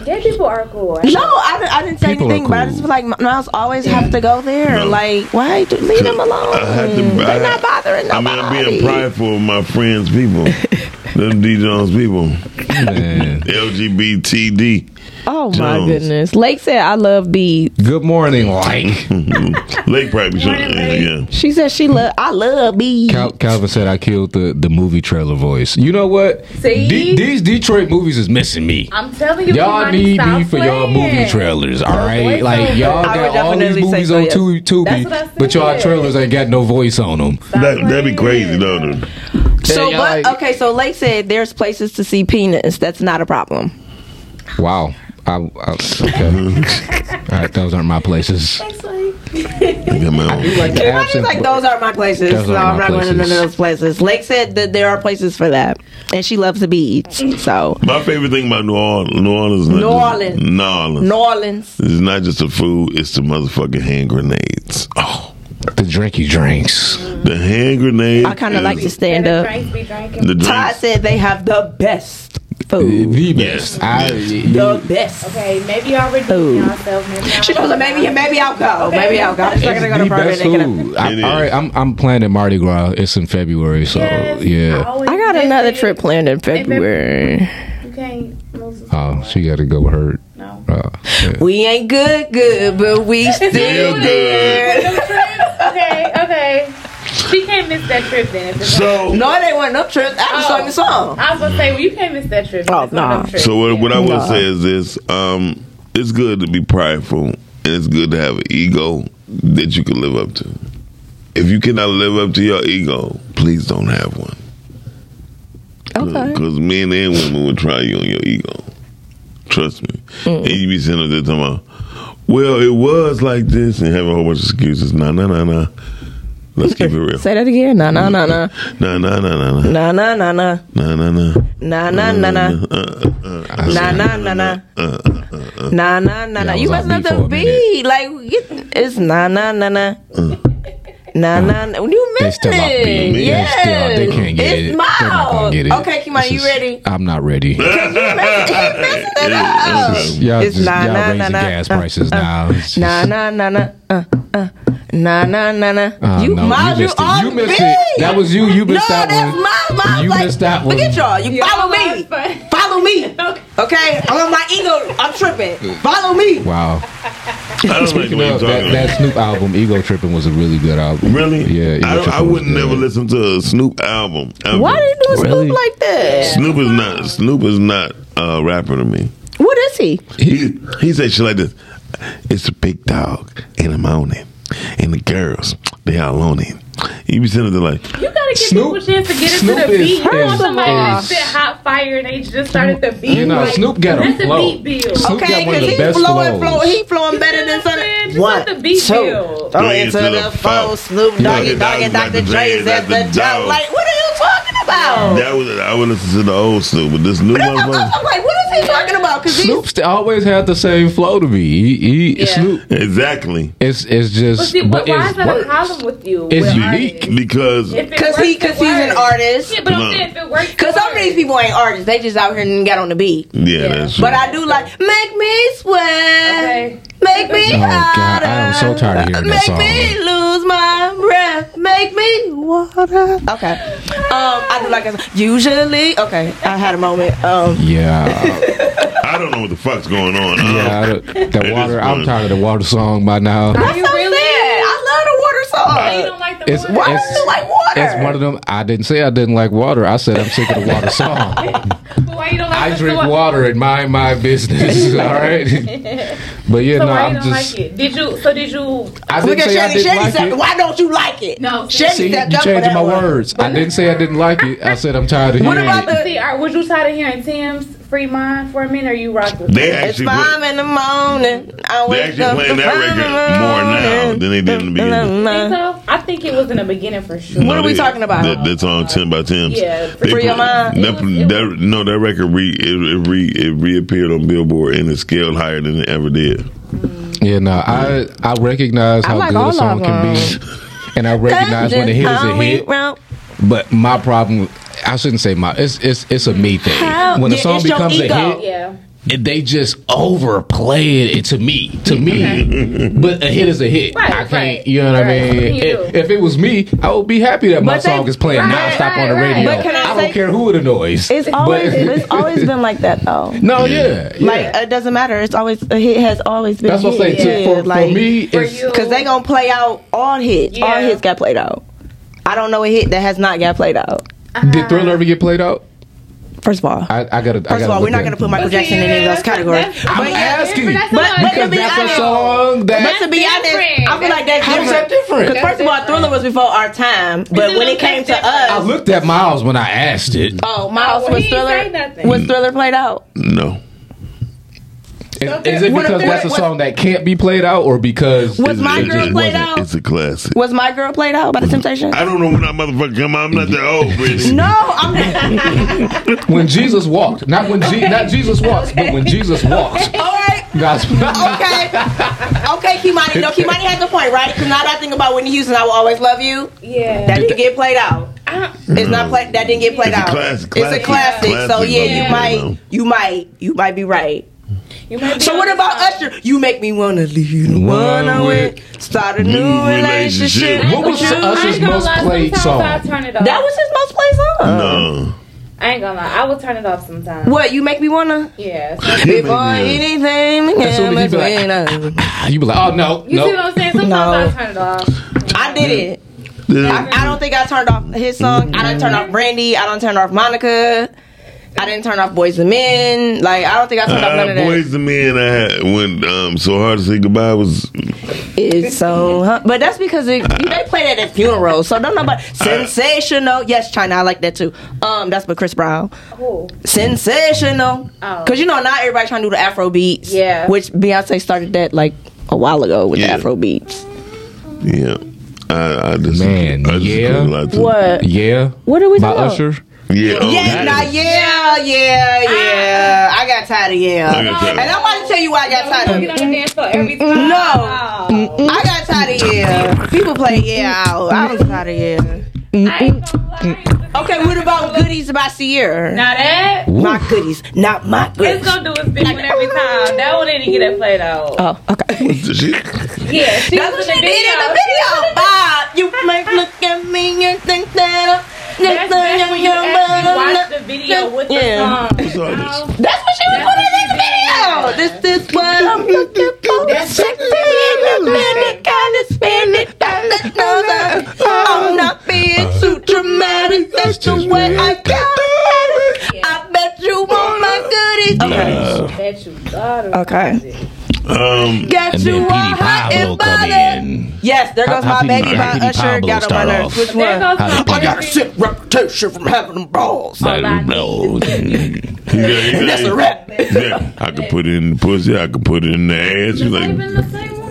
Speaker 7: Gay people are cool.
Speaker 6: No, I, didn't- I didn't say
Speaker 9: People are
Speaker 6: anything, but I just
Speaker 9: cool.
Speaker 6: feel like Miles always have to go there.
Speaker 5: No.
Speaker 6: Like, why do, leave them alone?
Speaker 5: I had to, I
Speaker 6: They're
Speaker 5: had-
Speaker 6: not bothering
Speaker 5: I mean,
Speaker 6: nobody.
Speaker 5: I'm being prideful of my
Speaker 6: *laughs*
Speaker 5: friends' people, them D Jones people,
Speaker 9: Man.
Speaker 5: LGBTD.
Speaker 14: Oh my
Speaker 5: Jones.
Speaker 14: goodness. Lake said I love beads.
Speaker 9: Good morning, like.
Speaker 5: *laughs* Lake probably should, Mm-hmm. yeah.
Speaker 14: She said she love I love beads.
Speaker 9: Cal- Calvin said I killed the, the movie trailer voice. You know what?
Speaker 10: See?
Speaker 9: De- these Detroit movies is missing me.
Speaker 7: I'm telling you,
Speaker 9: Y'all
Speaker 7: Kimani,
Speaker 9: need
Speaker 7: stop
Speaker 9: me for y'all
Speaker 7: playing.
Speaker 9: movie trailers, all right?
Speaker 7: voice
Speaker 9: Like
Speaker 7: over.
Speaker 9: y'all
Speaker 6: I would
Speaker 9: got all these
Speaker 6: definitely say
Speaker 9: movies
Speaker 6: so,
Speaker 9: on
Speaker 6: yes.
Speaker 9: Tu-
Speaker 7: That's what I
Speaker 9: Tubi, but y'all
Speaker 7: said.
Speaker 9: trailers ain't got no voice on them.
Speaker 5: That, that'd be crazy, though. though.
Speaker 6: So,
Speaker 9: Yeah,
Speaker 6: but
Speaker 9: like-
Speaker 6: okay, so Lake said there's places to see peanuts. That's not a problem.
Speaker 9: Wow. I, I,
Speaker 5: *laughs*
Speaker 9: okay. All right, those aren't my places.
Speaker 5: I got my own.
Speaker 9: Like
Speaker 6: Everybody's
Speaker 9: the absent-
Speaker 6: like, those aren't my places.
Speaker 9: Those
Speaker 6: no,
Speaker 9: aren't
Speaker 6: I'm
Speaker 9: my
Speaker 6: not going to none of
Speaker 9: places.
Speaker 6: those places. Lake said that there are places for that, and she loves the beads. So,
Speaker 5: My favorite thing about New Orleans, New Orleans, is not
Speaker 6: New
Speaker 5: just-
Speaker 6: Orleans.
Speaker 5: New Orleans,
Speaker 6: New Orleans.
Speaker 5: It's not just the food; it's the motherfucking hand grenades. Oh,
Speaker 9: the drinky drinks.
Speaker 5: the hand grenades.
Speaker 6: I kind of
Speaker 5: is
Speaker 6: like to
Speaker 7: And
Speaker 6: stand
Speaker 7: the
Speaker 6: up.
Speaker 7: drinks be drinking.
Speaker 5: the
Speaker 6: Todd
Speaker 5: drinks.
Speaker 6: said they have the best food.
Speaker 9: The
Speaker 5: Yes.
Speaker 9: best. I,
Speaker 6: The best.
Speaker 7: Okay, maybe y'all redeem
Speaker 6: Ooh.
Speaker 7: yourself. Maybe y'all
Speaker 6: She knows that maybe maybe I'll go. Maybe I'll go. I'm just not
Speaker 9: It's
Speaker 6: gonna go
Speaker 9: *laughs* the
Speaker 6: to Bourbon
Speaker 9: best
Speaker 6: and get a-
Speaker 9: food. I,
Speaker 5: It is.
Speaker 9: all right, I'm I'm planning Mardi Gras. It's in February, so
Speaker 7: Yes,
Speaker 5: Oh,
Speaker 9: yeah.
Speaker 7: always
Speaker 14: I got
Speaker 7: miss
Speaker 14: another
Speaker 7: it.
Speaker 14: trip planned in
Speaker 7: baby-
Speaker 14: February.
Speaker 7: You can't move
Speaker 9: Oh, she got to go hurt.
Speaker 7: No.
Speaker 9: Uh, yeah.
Speaker 7: We ain't good, good, but we still good.
Speaker 8: okay, okay. She can't miss that trip then. if it's-
Speaker 5: So-
Speaker 7: no, they weren't up trips. I was
Speaker 8: Oh.
Speaker 7: starting the song.
Speaker 8: I was gonna say, well, you can't miss that trip.
Speaker 7: Oh,
Speaker 8: It's one of them trips.
Speaker 5: So what, what I would
Speaker 8: Nah.
Speaker 5: say is this: um, it's good to be prideful, and it's good to have an ego that you can live up to. If you cannot live up to your ego, please don't have one.
Speaker 6: Okay.
Speaker 5: Because men and women will try you on your ego. Trust me.
Speaker 6: Mm.
Speaker 5: And you be sitting there talking about, well, it was like this, and have a whole bunch of excuses. Nah, nah, nah, nah. Let's keep it
Speaker 6: *laughs*
Speaker 5: real.
Speaker 6: Say that again. Nah, nah, nah,
Speaker 5: *laughs*
Speaker 6: nah.
Speaker 5: Nah, nah, nah, nah,
Speaker 6: Nah,
Speaker 5: nah.
Speaker 6: nah, nah, nah.
Speaker 5: Nah, nah, nah.
Speaker 6: Nah, nah, nah, nah.
Speaker 5: Uh, uh, uh,
Speaker 6: Nah, nah, nah, nah.
Speaker 5: uh, uh, uh.
Speaker 6: Nah, nah, nah, nah.
Speaker 5: I
Speaker 6: You
Speaker 5: was
Speaker 6: messing
Speaker 5: on
Speaker 6: up
Speaker 5: beat
Speaker 6: the
Speaker 5: for a
Speaker 6: beat. Like, you- it's nah, nah, nah, nah. Nah, nah, nah. You
Speaker 9: They
Speaker 6: missed
Speaker 9: Uh. still off beat.
Speaker 6: it.
Speaker 9: They
Speaker 6: Yeah.
Speaker 9: still off- they can't get
Speaker 6: it's
Speaker 9: it. They're not gonna
Speaker 6: mild.
Speaker 9: get it.
Speaker 6: Okay, Kimani,
Speaker 9: This
Speaker 6: you
Speaker 9: is-
Speaker 6: ready?
Speaker 9: I'm not ready. y'all
Speaker 6: It's
Speaker 9: just,
Speaker 6: nah,
Speaker 9: y'all
Speaker 6: nah,
Speaker 9: raising
Speaker 6: nah, nah,
Speaker 9: gas
Speaker 6: uh,
Speaker 9: prices now. It's just-
Speaker 6: Nah, nah, nah, nah. Uh, uh. Nah, nah, nah, nah.
Speaker 9: Uh,
Speaker 6: you
Speaker 9: no, you
Speaker 6: mild, you
Speaker 9: missed it.
Speaker 6: off
Speaker 9: You missed
Speaker 6: beat.
Speaker 9: it. That was you. You missed
Speaker 6: no,
Speaker 9: that
Speaker 6: that's
Speaker 9: one.
Speaker 6: my mild.
Speaker 9: You
Speaker 6: like,
Speaker 9: missed that one.
Speaker 6: Forget y'all. You
Speaker 7: Follow me. Follow me. Okay? I'm on my ego. I'm tripping. Follow
Speaker 6: *laughs*
Speaker 7: me.
Speaker 9: Wow.
Speaker 5: don't like the
Speaker 9: Speaking
Speaker 5: way you
Speaker 9: of,
Speaker 5: talking
Speaker 9: that,
Speaker 5: like
Speaker 9: that Snoop album, Ego Tripping, was a really good album.
Speaker 5: Really?
Speaker 9: Yeah. Ego
Speaker 5: I, don't- I
Speaker 9: Trippin' was
Speaker 5: would
Speaker 9: good.
Speaker 5: never listen to a Snoop album. ever.
Speaker 6: Why did you do
Speaker 9: Really?
Speaker 6: Snoop like that?
Speaker 5: Snoop is not Snoop is not a rapper to me.
Speaker 6: What is he?
Speaker 5: He he said shit like this. It's a big dog and I'm on it. And the girls, they all on it. You be sitting there like
Speaker 8: You gotta give
Speaker 5: Snoop-
Speaker 8: people a chance to get into
Speaker 5: Snoop
Speaker 8: the
Speaker 5: is-
Speaker 8: beat. You
Speaker 5: is-
Speaker 8: want somebody that
Speaker 5: is-
Speaker 8: said hot fire and they just started the beat.
Speaker 9: You know,
Speaker 8: like,
Speaker 9: Snoop got a
Speaker 8: let the
Speaker 9: flow.
Speaker 8: beat build.
Speaker 9: Snoop got one of the
Speaker 6: he
Speaker 9: best
Speaker 6: flowing,
Speaker 9: flows.
Speaker 6: flow, he flowing better than
Speaker 8: Just
Speaker 6: something.
Speaker 8: let the beat build.
Speaker 6: Throw it to the foe, Snoop Doggy Dogg and Dr. Dre is at the
Speaker 5: dog.
Speaker 6: top. Like, what are you talking about?
Speaker 5: that was I would listen to the old Snoop, but this new motherfucker.
Speaker 6: I'm like, what is he talking about? Because
Speaker 9: Snoop st- always had the same flow to me. He, he Snoop.
Speaker 5: Exactly.
Speaker 9: It's it's
Speaker 8: But
Speaker 9: just
Speaker 8: see,
Speaker 9: but,
Speaker 8: but why
Speaker 9: it's
Speaker 8: is that
Speaker 9: work.
Speaker 8: a problem with you?
Speaker 9: It's
Speaker 8: with
Speaker 9: unique.
Speaker 8: artists?
Speaker 5: because
Speaker 8: If it
Speaker 6: Because he,
Speaker 8: works, it
Speaker 6: because he's an
Speaker 8: works.
Speaker 6: artist.
Speaker 8: Yeah, but I'm saying if it works,
Speaker 6: Because some of these people ain't artists. They just out here and got on the beat.
Speaker 5: Yeah, that's true.
Speaker 6: But I do like, make me sweat. Make me
Speaker 9: Oh God,
Speaker 6: hotter.
Speaker 9: I am so tired of hearing that
Speaker 6: Make
Speaker 9: song.
Speaker 5: *laughs*
Speaker 6: me lose my breath. Make me water. Okay. Um, I do like that. Usually, okay. I had a moment. Um,
Speaker 9: Yeah,
Speaker 5: I don't know what the fuck's going on.
Speaker 9: yeah. I- The
Speaker 5: is
Speaker 9: water. I'm
Speaker 5: fun.
Speaker 9: tired of the water song by now.
Speaker 6: that's so sad. I love the water song.
Speaker 8: You don't like the
Speaker 9: It's
Speaker 8: water.
Speaker 6: Why
Speaker 9: it's,
Speaker 6: do you like water?
Speaker 9: it's one of them. I didn't say I didn't like water. I said I'm sick of the
Speaker 6: *laughs*
Speaker 9: water song.
Speaker 8: But *laughs* why you don't like
Speaker 9: I
Speaker 8: the
Speaker 9: drink
Speaker 8: water?
Speaker 9: water
Speaker 8: *laughs*
Speaker 9: and mind my
Speaker 6: *laughs*
Speaker 9: business. All right. But yeah,
Speaker 8: so
Speaker 9: no,
Speaker 8: why you
Speaker 9: I'm
Speaker 8: don't
Speaker 9: just.
Speaker 8: like it? Did you? So did you?
Speaker 9: I
Speaker 6: Look
Speaker 9: didn't
Speaker 6: at
Speaker 9: say I
Speaker 6: Shannon.
Speaker 9: didn't
Speaker 6: Shannon
Speaker 9: like
Speaker 6: said,
Speaker 9: it.
Speaker 6: why don't you like it?
Speaker 8: No.
Speaker 6: Shannon
Speaker 9: See,
Speaker 6: stepped
Speaker 9: you
Speaker 6: up for
Speaker 9: changing
Speaker 6: that
Speaker 9: my
Speaker 6: one.
Speaker 9: words. I didn't say I didn't like it. I said I'm tired of hearing it.
Speaker 8: See, are, would you tired of hearing Tim's Free Mind for a minute? Or you rock with
Speaker 5: They
Speaker 8: it?
Speaker 5: actually
Speaker 6: it's
Speaker 5: put,
Speaker 6: five in the morning. I
Speaker 5: they
Speaker 6: wake
Speaker 5: actually
Speaker 6: up
Speaker 5: playing
Speaker 6: to
Speaker 5: that
Speaker 6: five in
Speaker 5: record
Speaker 6: the
Speaker 5: more now
Speaker 6: morning.
Speaker 5: than they did in the beginning.
Speaker 8: Think
Speaker 6: Nah.
Speaker 8: so? I think it was in the beginning for sure.
Speaker 5: No,
Speaker 6: are we
Speaker 5: they-
Speaker 6: talking about?
Speaker 5: That, that song ten by ten.
Speaker 8: Yeah,
Speaker 5: They
Speaker 6: For Your
Speaker 5: put-
Speaker 6: Mind.
Speaker 5: That, that- no, that record re it, it re it reappeared on Billboard and it scaled higher than it ever did.
Speaker 9: Yeah, no, I I recognize
Speaker 6: I
Speaker 9: how
Speaker 6: like
Speaker 9: good
Speaker 6: all
Speaker 9: a song
Speaker 6: of
Speaker 9: can be, and I recognize when a hit is a
Speaker 6: How we
Speaker 9: hit.
Speaker 6: round-
Speaker 9: But my problem, I shouldn't say my. It's it's it's a me thing.
Speaker 6: How-
Speaker 9: When a
Speaker 6: Yeah,
Speaker 9: song
Speaker 6: it's your
Speaker 9: becomes a
Speaker 6: ego.
Speaker 9: hit,
Speaker 8: Yeah.
Speaker 9: it- they just overplay it to me. To me, but a hit is a hit.
Speaker 8: Right,
Speaker 9: I can't.
Speaker 8: right,
Speaker 9: you know what I
Speaker 8: right.
Speaker 9: mean?
Speaker 8: You
Speaker 9: If,
Speaker 8: do.
Speaker 9: if it was me, I would be happy that my
Speaker 6: But they-
Speaker 9: song is playing
Speaker 6: right,
Speaker 9: nonstop
Speaker 8: right,
Speaker 9: on the
Speaker 8: right.
Speaker 9: radio.
Speaker 6: But can I
Speaker 9: don't
Speaker 6: say-
Speaker 9: care who it annoys.
Speaker 6: It's
Speaker 9: But- *laughs*
Speaker 6: always it's always been like that though.
Speaker 9: no, yeah, yeah.
Speaker 6: Like it doesn't matter. It's always a hit has always been.
Speaker 9: that's what I'm saying.
Speaker 6: hit.
Speaker 9: too.
Speaker 6: Yeah,
Speaker 9: For,
Speaker 6: like,
Speaker 9: for me,
Speaker 8: For
Speaker 9: it's,
Speaker 8: you.
Speaker 6: because they gonna play out all hits. All
Speaker 8: Yeah.
Speaker 6: hits got played out. I don't know a hit that has not got played out.
Speaker 9: did Thriller ever get played out?
Speaker 6: First of all,
Speaker 9: I, I gotta. I
Speaker 6: first of
Speaker 9: gotta
Speaker 6: all,
Speaker 9: look
Speaker 6: we're not
Speaker 9: at
Speaker 6: gonna
Speaker 9: it.
Speaker 6: put Michael
Speaker 8: But see,
Speaker 6: Jackson in any of
Speaker 8: yeah,
Speaker 6: those
Speaker 8: that's-
Speaker 6: categories.
Speaker 8: that's-
Speaker 9: I'm
Speaker 6: But yeah,
Speaker 9: asking.
Speaker 8: but that's not-
Speaker 6: but to
Speaker 9: because
Speaker 6: be
Speaker 9: that's
Speaker 6: honest-
Speaker 9: a song
Speaker 6: But
Speaker 9: that.
Speaker 6: to be honest,
Speaker 8: different.
Speaker 6: I feel like that's
Speaker 9: How is that different?
Speaker 6: Because first of all,
Speaker 8: That's
Speaker 6: Thriller was before our time, but
Speaker 8: Isn't
Speaker 6: when it
Speaker 8: that
Speaker 6: came to
Speaker 8: different?
Speaker 9: I
Speaker 6: us,
Speaker 9: looked at Miles when I asked it.
Speaker 6: oh, Miles
Speaker 8: Oh,
Speaker 6: was
Speaker 8: he say
Speaker 6: Thriller
Speaker 8: nothing.
Speaker 6: was Thriller played out.
Speaker 5: No,
Speaker 9: Is, is it
Speaker 6: what if
Speaker 9: because
Speaker 6: there-
Speaker 9: that's a
Speaker 6: what-
Speaker 9: song that can't be played out, or because
Speaker 6: Was
Speaker 5: It-
Speaker 6: my
Speaker 5: it
Speaker 6: girl
Speaker 5: just
Speaker 6: played
Speaker 5: wasn't.
Speaker 6: out?
Speaker 5: It's a classic.
Speaker 6: Was my girl played out Oh, by the Temptations?
Speaker 5: I don't know when I motherfucker come out. I'm not that old,
Speaker 6: *laughs*
Speaker 5: Brittany.
Speaker 6: No, I'm not. *laughs*
Speaker 9: when Jesus walked, not when Je- not Jesus walks, but when Jesus walked,
Speaker 6: All right.
Speaker 9: God's
Speaker 6: Okay. Okay, Kimani. No, Kimani has a point, right? Because now that I think about Whitney Houston, I will always love you.
Speaker 8: Yeah.
Speaker 6: That didn't get played out.
Speaker 8: I-
Speaker 6: It's not play- that didn't get played
Speaker 5: It's a
Speaker 6: out.
Speaker 5: classic,
Speaker 6: It's
Speaker 5: classic,
Speaker 6: a classic. So
Speaker 5: classic,
Speaker 6: yeah,
Speaker 5: but
Speaker 6: you
Speaker 5: yeah,
Speaker 6: might,
Speaker 5: no.
Speaker 6: you might, you might be right.
Speaker 8: you might be
Speaker 6: So what
Speaker 8: on
Speaker 6: about
Speaker 8: this
Speaker 6: Usher? You make me wanna leave you the one I went, start a new
Speaker 5: New
Speaker 6: relationship.
Speaker 5: relationship.
Speaker 9: What was
Speaker 8: song. I
Speaker 9: Usher's
Speaker 8: ain't gonna
Speaker 9: most
Speaker 8: lie,
Speaker 9: played
Speaker 8: sometimes
Speaker 9: song?
Speaker 8: I turn it off.
Speaker 6: That was his most played song.
Speaker 5: No,
Speaker 8: I ain't gonna lie. I will turn it off sometimes.
Speaker 6: What you make me wanna?
Speaker 8: Yeah.
Speaker 6: Before anything,
Speaker 9: That's what
Speaker 6: yeah,
Speaker 9: he
Speaker 6: must
Speaker 9: be like,
Speaker 6: win us.
Speaker 9: *laughs* You be like, oh no,
Speaker 8: You see what
Speaker 9: no.
Speaker 8: I'm saying? Sometimes
Speaker 6: No.
Speaker 8: I turn it off.
Speaker 6: I did it.
Speaker 5: I,
Speaker 6: I don't think I turned off his song. I didn't turn off Brandy. I don't turn off Monica. I didn't turn off Boys and Men. Like I don't think I turned off none
Speaker 5: Uh,
Speaker 6: of that.
Speaker 5: boys, the man I had when um, so hard to say goodbye was
Speaker 6: It's so, huh? but that's because it, they play that at funerals. So don't nobody sensational. Yes, China, I like that too. Um, that's but Chris Brown. Sensational, because you know not everybody trying to do the Afro beats.
Speaker 8: Oh. Yeah.
Speaker 6: which Beyonce started that like a while ago with the Afro beats.
Speaker 5: yeah. I, I just man, I yeah,
Speaker 6: What?
Speaker 9: yeah.
Speaker 6: What are we
Speaker 9: By
Speaker 6: talking about?
Speaker 9: Usher.
Speaker 5: Yeah, oh,
Speaker 6: Yeah,
Speaker 5: that
Speaker 6: nah,
Speaker 5: is-
Speaker 6: yeah, yeah, yeah. Uh, I got tired of yeah.
Speaker 5: I got tired.
Speaker 6: And I'm about to tell you why I got tired of
Speaker 8: You don't dance for every
Speaker 6: No.
Speaker 8: time.
Speaker 6: I got tired of yeah. People play yeah out. I was tired of yeah. Okay, what about goodies about Sierra?
Speaker 8: Now that
Speaker 6: My goodies, not my
Speaker 8: it's
Speaker 6: goodies.
Speaker 8: gonna do its thing with every time. That one didn't get it played out.
Speaker 6: Oh, okay.
Speaker 8: Yeah, she
Speaker 6: That's
Speaker 8: was
Speaker 6: what she
Speaker 8: in the
Speaker 6: did in the
Speaker 8: video.
Speaker 6: video. Bob, you might look at me and think that I'm
Speaker 8: That's, that's when you actually watch the video with the Oh.
Speaker 6: Yeah.
Speaker 8: song.
Speaker 6: That's what she was putting in the video. This is what I'm looking for. That's sexy independent kind of Spanish. That's another. I'm not being too dramatic. That's the way I got it. I bet you want my goodies.
Speaker 5: Nah.
Speaker 8: Bet you thought of
Speaker 6: Okay.
Speaker 5: Um,
Speaker 6: Got you all hot and bothered. Yes, there goes my baby by Usher. Got on my nerves. Which
Speaker 8: There
Speaker 6: one?
Speaker 8: goes
Speaker 9: How
Speaker 8: the
Speaker 9: did-
Speaker 6: I got a sick reputation from having them balls.
Speaker 9: *laughs*
Speaker 5: *laughs* you got- you
Speaker 6: And that's
Speaker 5: got-
Speaker 6: a wrap.
Speaker 5: Yeah, I could put it in the pussy. I could put it in the ass. You like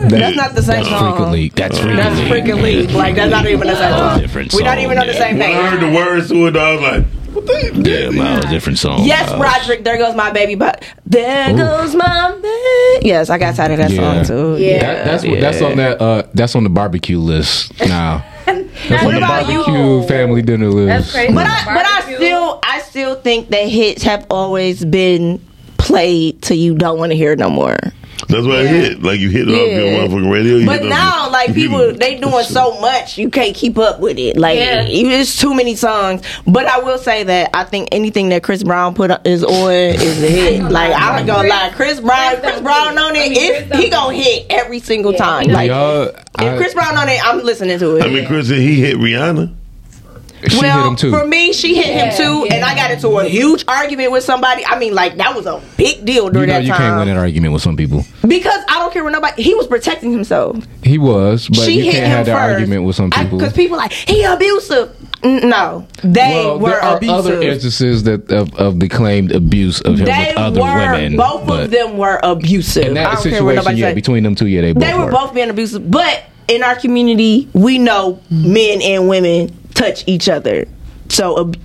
Speaker 6: That's not the same
Speaker 9: That's freaking
Speaker 6: song.
Speaker 9: league. That's freaking
Speaker 6: That's
Speaker 9: league.
Speaker 6: freaking league. Like that's not even the same
Speaker 9: Whole
Speaker 6: song.
Speaker 9: Uh, different
Speaker 6: We're not
Speaker 9: song,
Speaker 6: even on the
Speaker 9: yeah.
Speaker 6: same
Speaker 5: when I
Speaker 6: page.
Speaker 5: heard the words to it, I was like, what the-
Speaker 9: Yeah, miles different song.
Speaker 6: Yes,
Speaker 9: Miles.
Speaker 6: Roderick. There goes my baby. But there goes my baby. Yes, I got tired of that
Speaker 9: Yeah.
Speaker 6: song too.
Speaker 8: Yeah.
Speaker 9: That, that's what, that's on that uh that's on the barbecue list now. That's
Speaker 6: What
Speaker 9: on the
Speaker 6: about you?
Speaker 9: barbecue family dinner list.
Speaker 8: That's crazy.
Speaker 6: But I, but I
Speaker 8: Barbecue.
Speaker 6: still, I still think that hits have always been played till you don't want to hear it no more.
Speaker 5: That's what I hit. Like you hit it off
Speaker 6: Yeah.
Speaker 5: your motherfucking radio. you
Speaker 6: But
Speaker 5: know,
Speaker 6: now, like
Speaker 5: you
Speaker 6: people,
Speaker 5: can-
Speaker 6: they doing so much, you can't keep up with it. Like
Speaker 8: Yeah.
Speaker 6: you- it's too many songs. But I will say that I think anything that Chris Brown put up is on is a hit. *laughs* Like I'm not gonna lie, Chris Brown, Chris Brown on it, it's, he gonna hit every single time. Like
Speaker 9: Y'all,
Speaker 6: if
Speaker 9: I-
Speaker 6: Chris Brown on it, I'm listening to it.
Speaker 5: I mean, Chris, said he hit Rihanna.
Speaker 9: she
Speaker 6: well,
Speaker 9: hit him too.
Speaker 6: for me, she hit him too, and I got into a huge argument with somebody. I mean, like that was a big deal
Speaker 9: you
Speaker 6: during
Speaker 9: know
Speaker 6: that
Speaker 9: you
Speaker 6: time
Speaker 9: can't win an argument with some people.
Speaker 6: because I don't care what nobody. He was protecting himself.
Speaker 9: He was, but
Speaker 6: she
Speaker 9: you
Speaker 6: hit
Speaker 9: can't
Speaker 6: him
Speaker 9: have that
Speaker 6: first.
Speaker 9: argument with some people.
Speaker 6: because people like he abusive. Mm, No, they
Speaker 9: well,
Speaker 6: were
Speaker 9: there are
Speaker 6: abusive.
Speaker 9: other instances that of, of the claimed abuse of him
Speaker 6: they
Speaker 9: with other
Speaker 6: were
Speaker 9: women.
Speaker 6: both
Speaker 9: but
Speaker 6: of them were abusive.
Speaker 9: In
Speaker 6: I don't
Speaker 9: that
Speaker 6: care what
Speaker 9: situation,
Speaker 6: nobody
Speaker 9: yeah,
Speaker 6: say.
Speaker 9: between them two, yeah, they both
Speaker 6: they were
Speaker 9: were.
Speaker 6: both being abusive. But in our community, we know
Speaker 9: Mm-hmm.
Speaker 6: men and women touch each other. So, ab-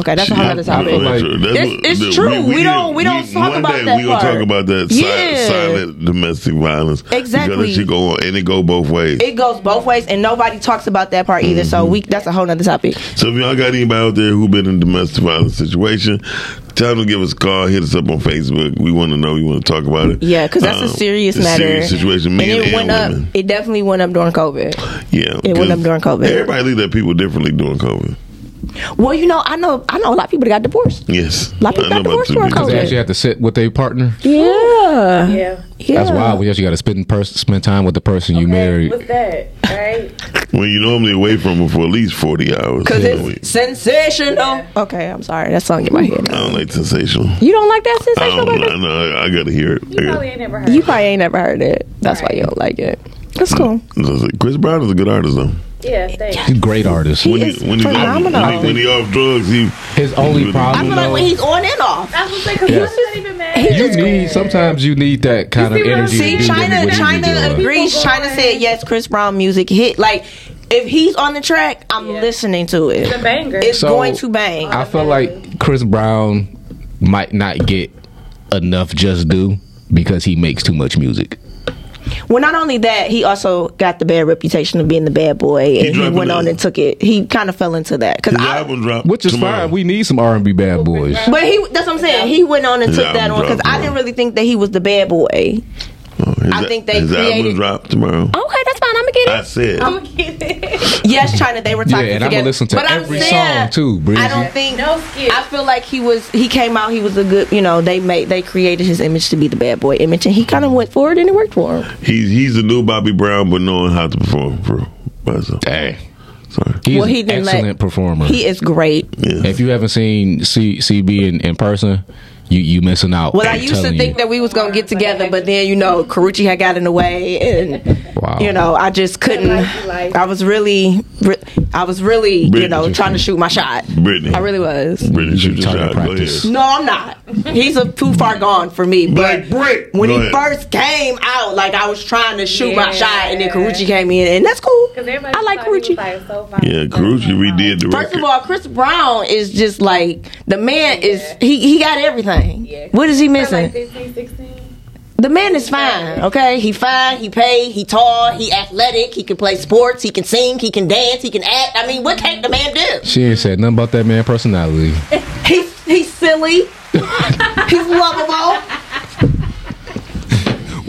Speaker 6: okay, that's a whole other topic.
Speaker 5: That's
Speaker 9: Like,
Speaker 5: what-
Speaker 6: it's- it's
Speaker 5: that-
Speaker 6: true. We don't- we don't talk
Speaker 5: one
Speaker 6: about
Speaker 5: day
Speaker 6: that
Speaker 5: We gonna
Speaker 6: part.
Speaker 5: talk about that si-
Speaker 6: Yeah.
Speaker 5: silent domestic violence.
Speaker 6: Exactly.
Speaker 5: Because that shit go on and it go both ways.
Speaker 6: it goes both ways, and nobody talks about that part either.
Speaker 9: Mm-hmm.
Speaker 6: So we that's a whole nother topic.
Speaker 5: So if y'all got anybody out there who been in a domestic violence situation, tell them to give us a call. Hit us up on Facebook. We want to know. We want to talk about it.
Speaker 6: Yeah, because that's a
Speaker 5: Um,
Speaker 6: serious
Speaker 5: it's a
Speaker 6: matter.
Speaker 5: serious situation.
Speaker 6: and
Speaker 5: Men and,
Speaker 6: it went
Speaker 5: women.
Speaker 6: up. It definitely went up during COVID.
Speaker 5: Yeah,
Speaker 6: It went up
Speaker 5: 'cause
Speaker 6: during COVID.
Speaker 5: Everybody look at people differently during COVID.
Speaker 6: Well, you know, I know, I know a lot of people that got divorced.
Speaker 5: Yes,
Speaker 6: Like, you
Speaker 5: I
Speaker 6: got
Speaker 5: know about
Speaker 6: divorced
Speaker 5: two
Speaker 6: during
Speaker 5: people.
Speaker 6: COVID.
Speaker 9: they actually had to sit with their partner.
Speaker 6: Yeah,
Speaker 8: Yeah.
Speaker 6: yeah.
Speaker 9: That's wild. We actually got to spend person, spend time with the person you married.
Speaker 8: What's that? Right?
Speaker 5: When you normally away from them for at least forty hours.
Speaker 6: Cause
Speaker 5: in a week.
Speaker 6: it's sensational. Okay, I'm sorry. That song in my head.
Speaker 5: I don't like sensational.
Speaker 6: You don't like that
Speaker 5: I
Speaker 6: sensational
Speaker 5: don't. I,
Speaker 6: burger?
Speaker 5: know, I, I gotta hear it. I
Speaker 8: Probably
Speaker 5: gotta-
Speaker 8: ain't never heard.
Speaker 6: You probably ain't never heard it. That's why you don't like it. That's cool.
Speaker 5: Listen, Chris Brown is a good artist though.
Speaker 8: Yeah, thanks.
Speaker 9: He's a great artist.
Speaker 6: He
Speaker 5: When
Speaker 6: is
Speaker 5: when he's off, when,
Speaker 6: phenomenal.
Speaker 5: he, when he off drugs, he
Speaker 9: His only
Speaker 5: Really?
Speaker 9: problem.
Speaker 6: I feel like
Speaker 9: though-
Speaker 6: when he's on and off.
Speaker 8: I was like, 'cause
Speaker 9: Yeah.
Speaker 8: you're not even mad.
Speaker 9: you need sometimes you need that kind of
Speaker 8: see what I'm
Speaker 9: energy. to
Speaker 6: See,
Speaker 9: do
Speaker 6: China,
Speaker 9: what you
Speaker 6: China
Speaker 9: doing.
Speaker 6: agrees.
Speaker 8: People
Speaker 6: China
Speaker 8: going-
Speaker 6: said yes. Chris Brown music hit. Like if he's on the track, I'm listening to it.
Speaker 8: The banger.
Speaker 6: It's
Speaker 9: So-
Speaker 6: going to bang.
Speaker 9: I feel like Chris Brown might not get enough just due because he makes too much music.
Speaker 6: well, not only that, he also got the bad reputation of being the bad boy, and he,
Speaker 5: dropping
Speaker 6: went
Speaker 5: the-
Speaker 6: on and took it. He kind of fell into that because
Speaker 5: his
Speaker 6: I.
Speaker 5: album dropped.
Speaker 9: Which is
Speaker 5: tomorrow.
Speaker 9: fine. We need some R and B bad boys.
Speaker 6: But he, that's what I'm saying. He went on and
Speaker 5: His
Speaker 6: took that
Speaker 5: album
Speaker 6: on because
Speaker 5: dropped,
Speaker 6: I
Speaker 5: bro.
Speaker 6: didn't really think that he was the bad boy.
Speaker 5: Oh, his,
Speaker 6: I think they
Speaker 5: his
Speaker 6: created- Oh,
Speaker 5: album dropped tomorrow.
Speaker 6: Okay, that's fine. I'm gonna get it.
Speaker 5: I said.
Speaker 6: I'm gonna get it. yes, China. They were
Speaker 9: Yeah,
Speaker 6: talking
Speaker 9: and
Speaker 6: together.
Speaker 9: I'm gonna listen to
Speaker 6: But I'm
Speaker 9: every
Speaker 6: saying,
Speaker 9: song too, Breezy.
Speaker 6: I don't think. I feel like he was. He came out. He was a good. You know, they made. They created his image to be the bad boy image, and he kind of went forward and it worked for him.
Speaker 5: He's he's the new Bobby Brown, but knowing how to perform for by himself. Dang. Sorry.
Speaker 9: He's
Speaker 6: Well, he
Speaker 9: an
Speaker 6: didn't let-
Speaker 9: excellent performer.
Speaker 6: He is great.
Speaker 9: If you haven't seen C- CB in, in person, you you missing out.
Speaker 6: Well, I
Speaker 9: I'm
Speaker 6: used to
Speaker 9: telling
Speaker 6: think that we was gonna get together, but then you know, Karuchi had got in the way, and you know, I just couldn't. I was really, re- I was really, you know, trying to shoot my shot.
Speaker 5: Brittany.
Speaker 6: I really was.
Speaker 5: Brittany, shoot your shot. Go ahead.
Speaker 6: No, I'm not. He's a too far gone for me. But when
Speaker 5: Go
Speaker 6: he
Speaker 5: ahead.
Speaker 6: first came out, like I was trying to shoot my
Speaker 8: Yeah.
Speaker 6: shot, and then Karuchi came in, and that's cool.
Speaker 8: I like Karuchi. Like, so fine.
Speaker 5: Yeah, Karuchi redid the
Speaker 6: First
Speaker 5: record.
Speaker 6: of all, Chris Brown is just like the man is. He he got everything. What is he missing?
Speaker 8: 15, 16.
Speaker 6: The man is fine, okay? He fine, he paid, he tall, he athletic, he can play sports, he can sing, he can dance, he can act. I mean, what can't the man do?
Speaker 9: She ain't said nothing about that man personality.
Speaker 6: He's he's silly. he's lovable.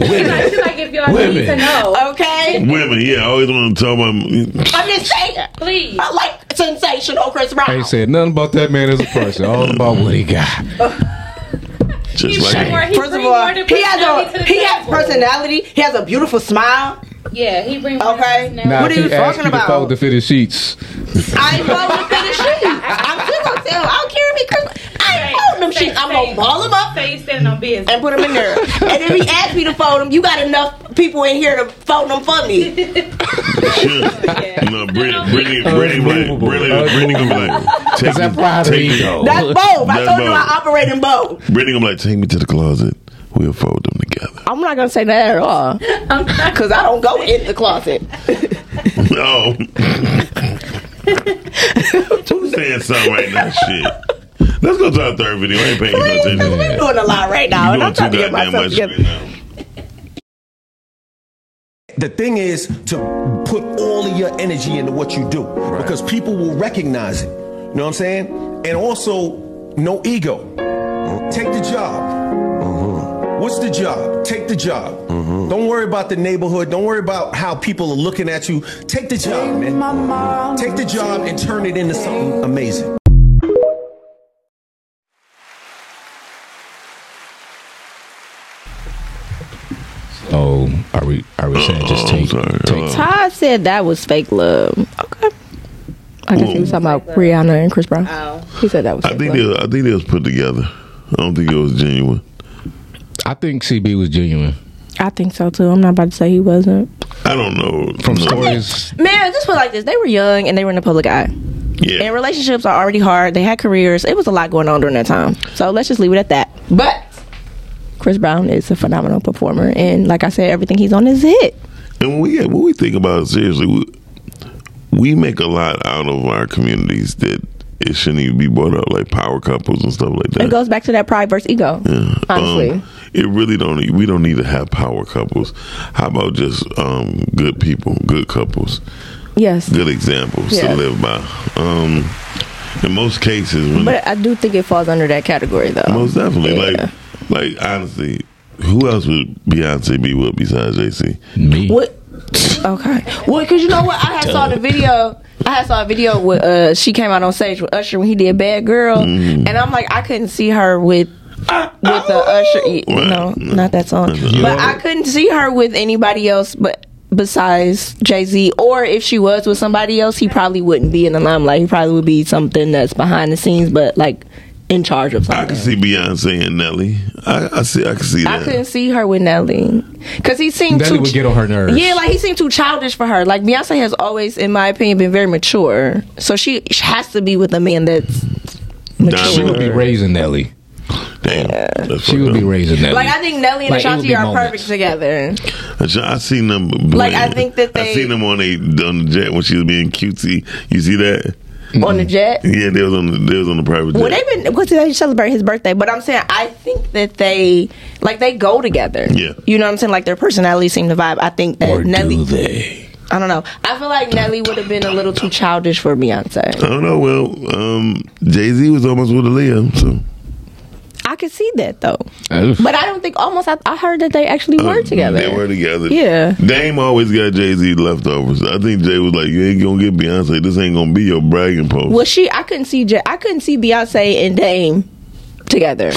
Speaker 8: It's like if y'all need to
Speaker 5: Women.
Speaker 8: know.
Speaker 6: Okay.
Speaker 5: Women, yeah, I always want to talk about.
Speaker 6: I'm just saying. Please. I like sensational Chris Brown.
Speaker 9: ain't said nothing about that man as a person. All about what he got.
Speaker 5: Just like
Speaker 8: more- he
Speaker 6: First of
Speaker 8: brings
Speaker 6: all,
Speaker 8: more to
Speaker 6: he has
Speaker 8: personality
Speaker 6: a
Speaker 8: to the
Speaker 6: he has
Speaker 8: table.
Speaker 6: personality. He has a beautiful smile.
Speaker 8: Yeah, he brings
Speaker 6: Okay.
Speaker 9: Now,
Speaker 6: what
Speaker 9: if
Speaker 6: are you
Speaker 9: he asked
Speaker 6: talking
Speaker 9: you to
Speaker 6: about?
Speaker 9: fold the fitted sheets.
Speaker 6: I ain't folding the fitted sheets. I'm still gonna tell. I don't care if he Chris. I ain't folding them sheets. I'm gonna ball them up.
Speaker 8: Say you standing on business.
Speaker 6: and put them in
Speaker 9: *laughs*
Speaker 6: there. and if he asks me to fold them, you got enough people in here to fold them for me.
Speaker 5: No, Brittany, Brittany, Brittany, Brittany, Brittany, gonna be like, take
Speaker 9: that
Speaker 5: me-
Speaker 9: pride or
Speaker 5: take me-
Speaker 9: ego?
Speaker 6: That's bold. I
Speaker 5: That's
Speaker 6: told you
Speaker 5: bold.
Speaker 6: I operate in bold.
Speaker 5: Brittany gonna be like, take me to the closet. We'll fold them together.
Speaker 6: I'm not gonna say that at *laughs* all because I don't go in the closet.
Speaker 5: *laughs*
Speaker 6: *laughs*
Speaker 5: No. I'm saying something right now. Shit. Let's go to our third video. I ain't paying no attention.
Speaker 6: I'm doing a lot right now,
Speaker 5: You
Speaker 6: and I'm
Speaker 5: doing
Speaker 6: trying to
Speaker 5: too
Speaker 6: get
Speaker 5: goddamn
Speaker 6: myself
Speaker 5: much
Speaker 6: together.
Speaker 5: right now.
Speaker 13: The thing is to put all of your energy into what you do because people will recognize it. You know what I'm saying? And also, no ego. Take the job.
Speaker 5: Mm-hmm.
Speaker 13: What's the job? Take the job. Don't worry about the neighborhood. Don't worry about how people are looking at you. Take the job, man. Take the job and turn it into something amazing.
Speaker 9: Oh, are we are we saying
Speaker 5: Oh,
Speaker 9: just take
Speaker 5: Uh.
Speaker 9: take
Speaker 6: Todd said that was fake love. Okay. I guess he was talking about Rihanna and Chris Brown. He said that was.
Speaker 5: I think it was, I think it was put together. I don't think it was genuine.
Speaker 9: I think CB was genuine.
Speaker 6: I think so too. I'm not about to say he wasn't.
Speaker 5: I don't know
Speaker 9: From
Speaker 5: No.
Speaker 9: stories,
Speaker 6: Man, just put it like this: they were young and they were in the public eye.
Speaker 5: Yeah.
Speaker 6: And relationships are already hard. They had careers. It was a lot going on during that time. So let's just leave it at that. But Chris Brown is a phenomenal performer, and like I said, everything he's on is a hit.
Speaker 5: And when we when we think about it seriously, we, we make a lot out of our communities that it shouldn't even be brought up, like power couples and stuff like that.
Speaker 6: It goes back to that pride versus ego.
Speaker 5: Yeah.
Speaker 6: Honestly.
Speaker 5: Um, it really don't. need- We don't need to have power couples. How about just um, good people, good couples,
Speaker 6: yes,
Speaker 5: good examples
Speaker 6: Yeah.
Speaker 5: to live by. Um, in most cases, when
Speaker 6: but I do think it falls under that category though.
Speaker 5: most definitely, like, like honestly, who else would Beyonce be with besides JC?
Speaker 9: Me.
Speaker 6: What? Okay. Well, because you know what, I had saw the video. I had saw a video with uh, she came out on stage with Usher when he did Bad Girl,
Speaker 5: Mhm.
Speaker 6: and I'm like, I couldn't see her with with the Usher. You know, not that song.
Speaker 5: You
Speaker 6: but
Speaker 5: know-
Speaker 6: I couldn't see her with anybody else, but besides Jay Z, or if she was with somebody else, he probably wouldn't be in the limelight. He probably would be something that's behind the scenes, but like in charge of
Speaker 5: I
Speaker 6: something.
Speaker 5: can see Beyonce and Nelly. I, I see. I can see
Speaker 6: I,
Speaker 5: that.
Speaker 6: couldn't see her with Nelly because he seemed
Speaker 9: Nelly
Speaker 6: too.
Speaker 9: would get on her nerves.
Speaker 6: Yeah, like he seemed too childish for her. Like Beyonce has always, in my opinion, been very mature. So she she has to be with a man that's
Speaker 9: she would be raising Nelly.
Speaker 5: Damn, that's
Speaker 9: she would be raising Nelly.
Speaker 6: like I think Nelly and
Speaker 9: Like, it would
Speaker 6: Ashanti
Speaker 9: be
Speaker 6: are
Speaker 9: moments.
Speaker 6: perfect together.
Speaker 5: I ju- I seen them.
Speaker 6: Like, I think that
Speaker 5: I
Speaker 6: they-
Speaker 5: seen them on a on the jet when she was being cutesy. You see that?
Speaker 6: On the jet.
Speaker 5: Yeah, they was on the they was on the private jet.
Speaker 6: Well, they've been because they celebrate his birthday. But I'm saying I think that they like they go together.
Speaker 5: Yeah.
Speaker 6: you know what I'm saying. Like their personalities seem to vibe. I think that Nelly.
Speaker 9: they?
Speaker 6: I don't know. I feel like Nelly would have been a little too childish for Beyonce.
Speaker 5: I don't know. Well, um, Jay Z was almost with Aaliyah, so
Speaker 6: I could see that though.
Speaker 5: But
Speaker 6: Oh. But I don't think almost. I, I heard that they actually were together.
Speaker 5: Uh, They were together.
Speaker 6: Yeah.
Speaker 5: Dame always got Jay Z leftovers. I think Jay was like, "You ain't gonna get Beyonce. This ain't gonna be your bragging post."
Speaker 6: Well, she. I couldn't see. J- I couldn't see Beyonce and Dame
Speaker 5: *laughs*
Speaker 6: together.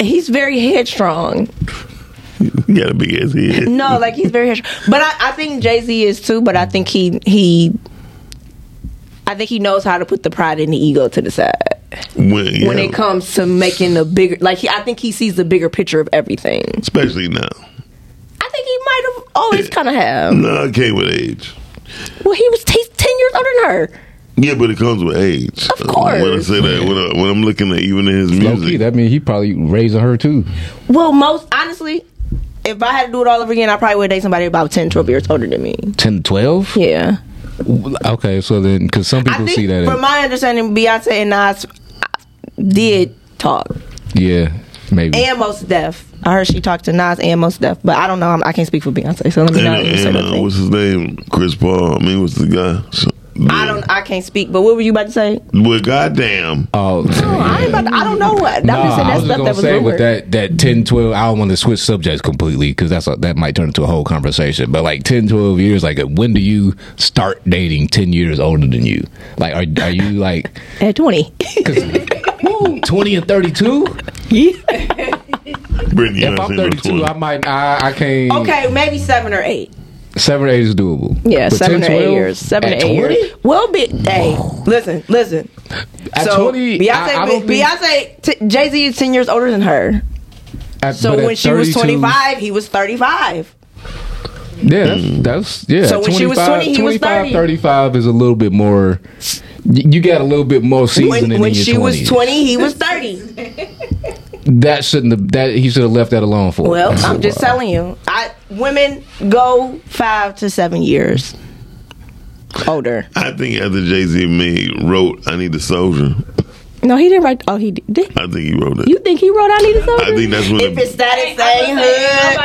Speaker 6: He's very headstrong.
Speaker 5: *laughs* You got a big ass head.
Speaker 6: No, like he's very headstrong. But I, I think Jay Z is too. But I think he he. I think he knows how to put the pride and the ego to the side
Speaker 5: When, yeah,
Speaker 6: when it comes to making the bigger. Like he, I think he sees the bigger picture of everything.
Speaker 5: especially now.
Speaker 6: I think he might have always kind of have.
Speaker 5: no, it came with age.
Speaker 6: Well, he was he's ten years older than her.
Speaker 5: Yeah, but it comes with age. Of course. When I say that, when, I, when I'm looking at even in his music,
Speaker 9: that means he probably raising her too.
Speaker 6: Well, most honestly, if I had to do it all over again, I probably would date somebody about 10, 12 years older than me.
Speaker 9: 10 12?
Speaker 6: Yeah.
Speaker 9: Okay, so then, because some people see that.
Speaker 6: From
Speaker 9: As,
Speaker 6: my understanding, Beyonce and Nas did talk,
Speaker 9: yeah, maybe.
Speaker 6: and Most Def. I heard she talked to Nas and Most Def, but I don't know. I'm, I can't speak for Beyonce, so let me
Speaker 5: and,
Speaker 6: know. what you said
Speaker 5: and
Speaker 6: about
Speaker 5: uh,
Speaker 6: that.
Speaker 5: what's his name? Chris Paul. I mean, what's the guy? So-
Speaker 6: I don't. I can't speak. But what were you about to say?
Speaker 5: Well, goddamn.
Speaker 9: Oh,
Speaker 6: I, ain't about to- I don't know
Speaker 9: *laughs*
Speaker 6: what.
Speaker 9: Nah,
Speaker 6: I'm just saying
Speaker 9: I
Speaker 6: that
Speaker 9: was just
Speaker 6: stuff
Speaker 9: gonna
Speaker 6: that was
Speaker 9: say with
Speaker 6: rumored.
Speaker 9: that that 10, 12, I don't want to switch subjects completely because that's a, that might turn into a whole conversation. But like 10, 12 years, like when do you start dating ten years older than you? Like, are are you
Speaker 6: *laughs*
Speaker 9: like
Speaker 6: At 20.
Speaker 9: twenty and thirty two?
Speaker 5: Brittany,
Speaker 9: if I'm thirty two, I might I, I can't.
Speaker 6: Okay, maybe seven or eight.
Speaker 9: seven or eight is doable.
Speaker 6: Yeah,
Speaker 9: But
Speaker 6: seven
Speaker 9: 10,
Speaker 6: or eight
Speaker 9: 12?
Speaker 6: years. Seven
Speaker 9: At
Speaker 6: to eight
Speaker 9: 20?
Speaker 6: years. Well, be, hey, listen, listen.
Speaker 9: At
Speaker 6: so
Speaker 9: 20,
Speaker 6: Beyonce,
Speaker 9: I- I don't think-
Speaker 6: Beyonce, t- Jay Z is ten years older than her.
Speaker 9: At-
Speaker 6: So
Speaker 9: but at
Speaker 6: when she was
Speaker 9: 32
Speaker 6: twenty five, he was thirty five.
Speaker 9: Yeah, that's, that's yeah.
Speaker 6: So when she was 20, he was 30.
Speaker 9: 35 is a little bit more. You you got a little bit more seasoning
Speaker 6: When, when
Speaker 9: in your
Speaker 6: she
Speaker 9: 20s.
Speaker 6: was twenty, he was thirty. *laughs*
Speaker 9: That shouldn't have. That he should have left that alone for.
Speaker 6: well,
Speaker 9: for
Speaker 6: I'm
Speaker 9: a
Speaker 6: just
Speaker 9: while.
Speaker 6: telling you, I women go five to seven years. Older.
Speaker 5: I think after Jay Z and me wrote "I Need a Soldier,"
Speaker 6: No, he didn't write. Oh, he did. did-
Speaker 5: I think he wrote it.
Speaker 6: You think he wrote "I Need a Soldier"?
Speaker 5: I think that's when
Speaker 6: If
Speaker 5: the-
Speaker 6: it's that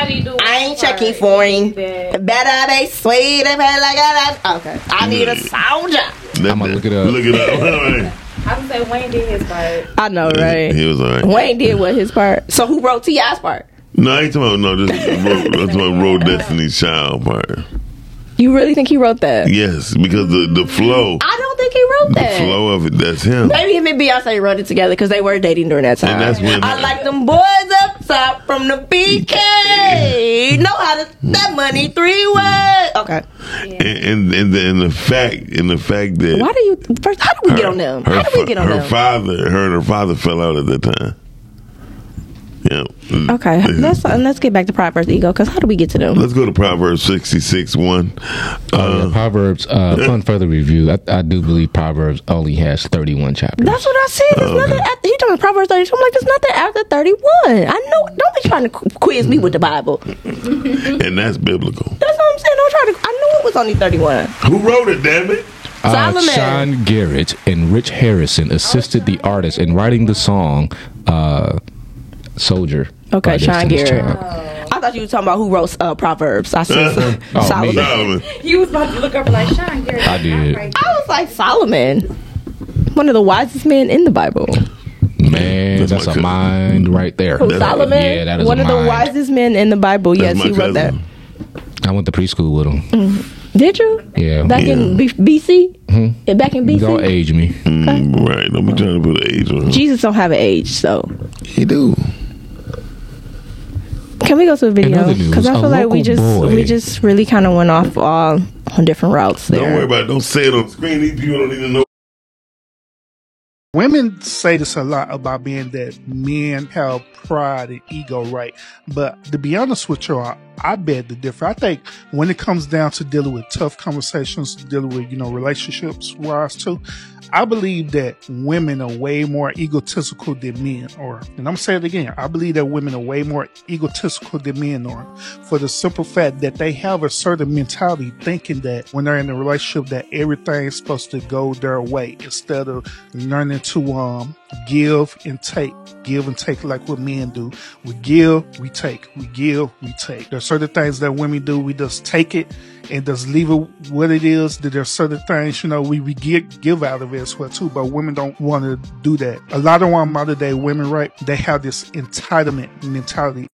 Speaker 6: insane hood, I ain't checking for him. Better they sweet if like I Okay,
Speaker 5: Mm.
Speaker 6: I need a soldier.
Speaker 5: I'm gonna look it up. Look it up. *laughs* All right.
Speaker 8: I'm say Wayne did his part.
Speaker 6: I know, right?
Speaker 5: He was all right.
Speaker 6: Wayne did what his part. So who wrote Ti's part?
Speaker 5: No, I ain't talking about no. This is road, I'm talking about road Destiny's Child part.
Speaker 6: You really think he wrote that?
Speaker 5: Yes, because the the flow,
Speaker 6: I don't think he wrote
Speaker 5: the
Speaker 6: that.
Speaker 5: flow of it. Oh. That's him.
Speaker 6: Maybe him and Beyonce wrote it together because they were dating during that time.
Speaker 5: And that's when-
Speaker 6: I like them boys up top from the BK. know how to that money three way. Okay.
Speaker 5: And and and the, and the fact and the fact that
Speaker 6: Why do you first? How did we get on them? How did we
Speaker 5: fa-
Speaker 6: get on
Speaker 5: her
Speaker 6: them?
Speaker 5: father, her and her father fell out at that time. Yeah.
Speaker 6: Okay, let's uh, let's get back to Pride versus Ego because how do we get to them?
Speaker 5: Let's go to Proverbs sixty six one.
Speaker 6: Mm-hmm.
Speaker 9: Uh, Proverbs. Uh, upon further review, I, I do believe Proverbs only has thirty-one chapters.
Speaker 6: That's what I said. There's
Speaker 9: Okay.
Speaker 6: nothing. After, he told me Proverbs 32. I'm like, there's nothing after 31. I know. Don't be trying to qu- quiz me with the Bible. That's
Speaker 5: And that's biblical.
Speaker 6: what I'm saying. Don't try to. I knew it was only 31.
Speaker 5: Who wrote it? Damn it!
Speaker 9: Uh,
Speaker 6: Solomon.
Speaker 9: Sean Garrett and Rich Harrison assisted the artist in writing the song uh, "Soldier."
Speaker 6: Okay,
Speaker 9: by
Speaker 6: Sean
Speaker 9: Destiny's
Speaker 6: Garrett.
Speaker 9: Child.
Speaker 6: I thought you were talking about who wrote uh, Proverbs. I said Sol-
Speaker 9: Oh, me.
Speaker 6: Solomon. *laughs*
Speaker 8: He was about to look up like Sean Garrett.
Speaker 9: I did.
Speaker 6: I was like Solomon, one of the wisest men in the Bible.
Speaker 9: Man, that's, a mind right there.
Speaker 6: Who, Solomon,
Speaker 9: Yeah, that is
Speaker 6: one
Speaker 9: a
Speaker 6: of the
Speaker 9: mind.
Speaker 6: wisest men in the Bible. yes,
Speaker 9: That's my
Speaker 6: he wrote that.
Speaker 9: I went to preschool with him.
Speaker 6: Mm. Did you?
Speaker 9: Yeah.
Speaker 6: Back in B- BC.
Speaker 5: Hmm?
Speaker 9: Mhm.
Speaker 6: Yeah, Back in BC.
Speaker 9: Don't age me.
Speaker 5: Mm, right. Don't be trying to put age on
Speaker 6: Jesus don't have an age, so
Speaker 5: He do.
Speaker 6: Can we go to a video?
Speaker 5: other news,
Speaker 6: Because I
Speaker 5: a
Speaker 6: feel like we
Speaker 5: local
Speaker 6: just
Speaker 5: boy-
Speaker 6: we just really kind of went off all on different routes
Speaker 5: Don't worry
Speaker 6: there.
Speaker 5: about it. Don't say it on screen. These people don't even know.
Speaker 15: Women say this a lot about being that men have pride and ego, right? But to be honest with you, I, I beg to differ. I think when it comes down to dealing with tough conversations, dealing with, you know, relationships wise too, I believe that women are way more egotistical than men are. And I'm saying it again, I believe that women are way more egotistical than men are for the simple fact that they have a certain mentality thinking that when they're in a relationship that everything's supposed to go their way instead of learning to um give and take, give and take, like what men do. We give, we take, we give, we take. There's certain things that women do, we just take it and just leave it what it is. That There's certain things, you know, we, we give, give out of it as well too, but women don't want to do that. A lot of our modern day women, right? They have this entitlement mentality.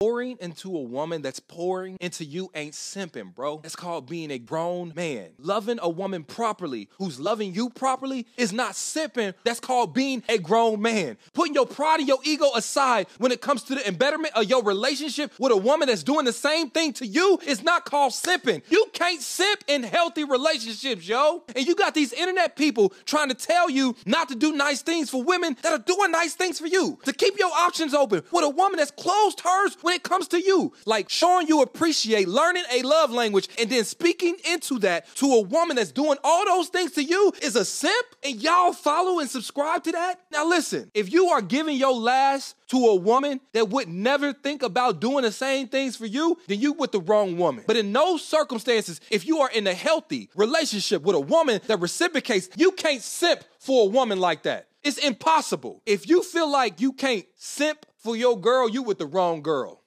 Speaker 14: Pouring into a woman that's pouring into you ain't simping, bro. It's called being a grown man. Loving a woman properly who's loving you properly is not simping. That's called being a grown man. Putting your pride and your ego aside when it comes to the embetterment of your relationship with a woman that's doing the same thing to you is not called simping. You can't simp in healthy relationships, yo. And you got these internet people trying to tell you not to do nice things for women that are doing nice things for you. To keep your options open with a woman that's closed hers when it comes to you. Like showing you appreciate, learning a love language, and then speaking into that to a woman that's doing all those things to you is a simp. And y'all follow and subscribe to that? Now listen, if you are giving your last to a woman that would never think about doing the same things for you, then you with the wrong woman. But in those circumstances, if you are in a healthy relationship with a woman that reciprocates, you can't simp for a woman like that. It's impossible. If you feel like you can't simp for your girl, you with the wrong girl.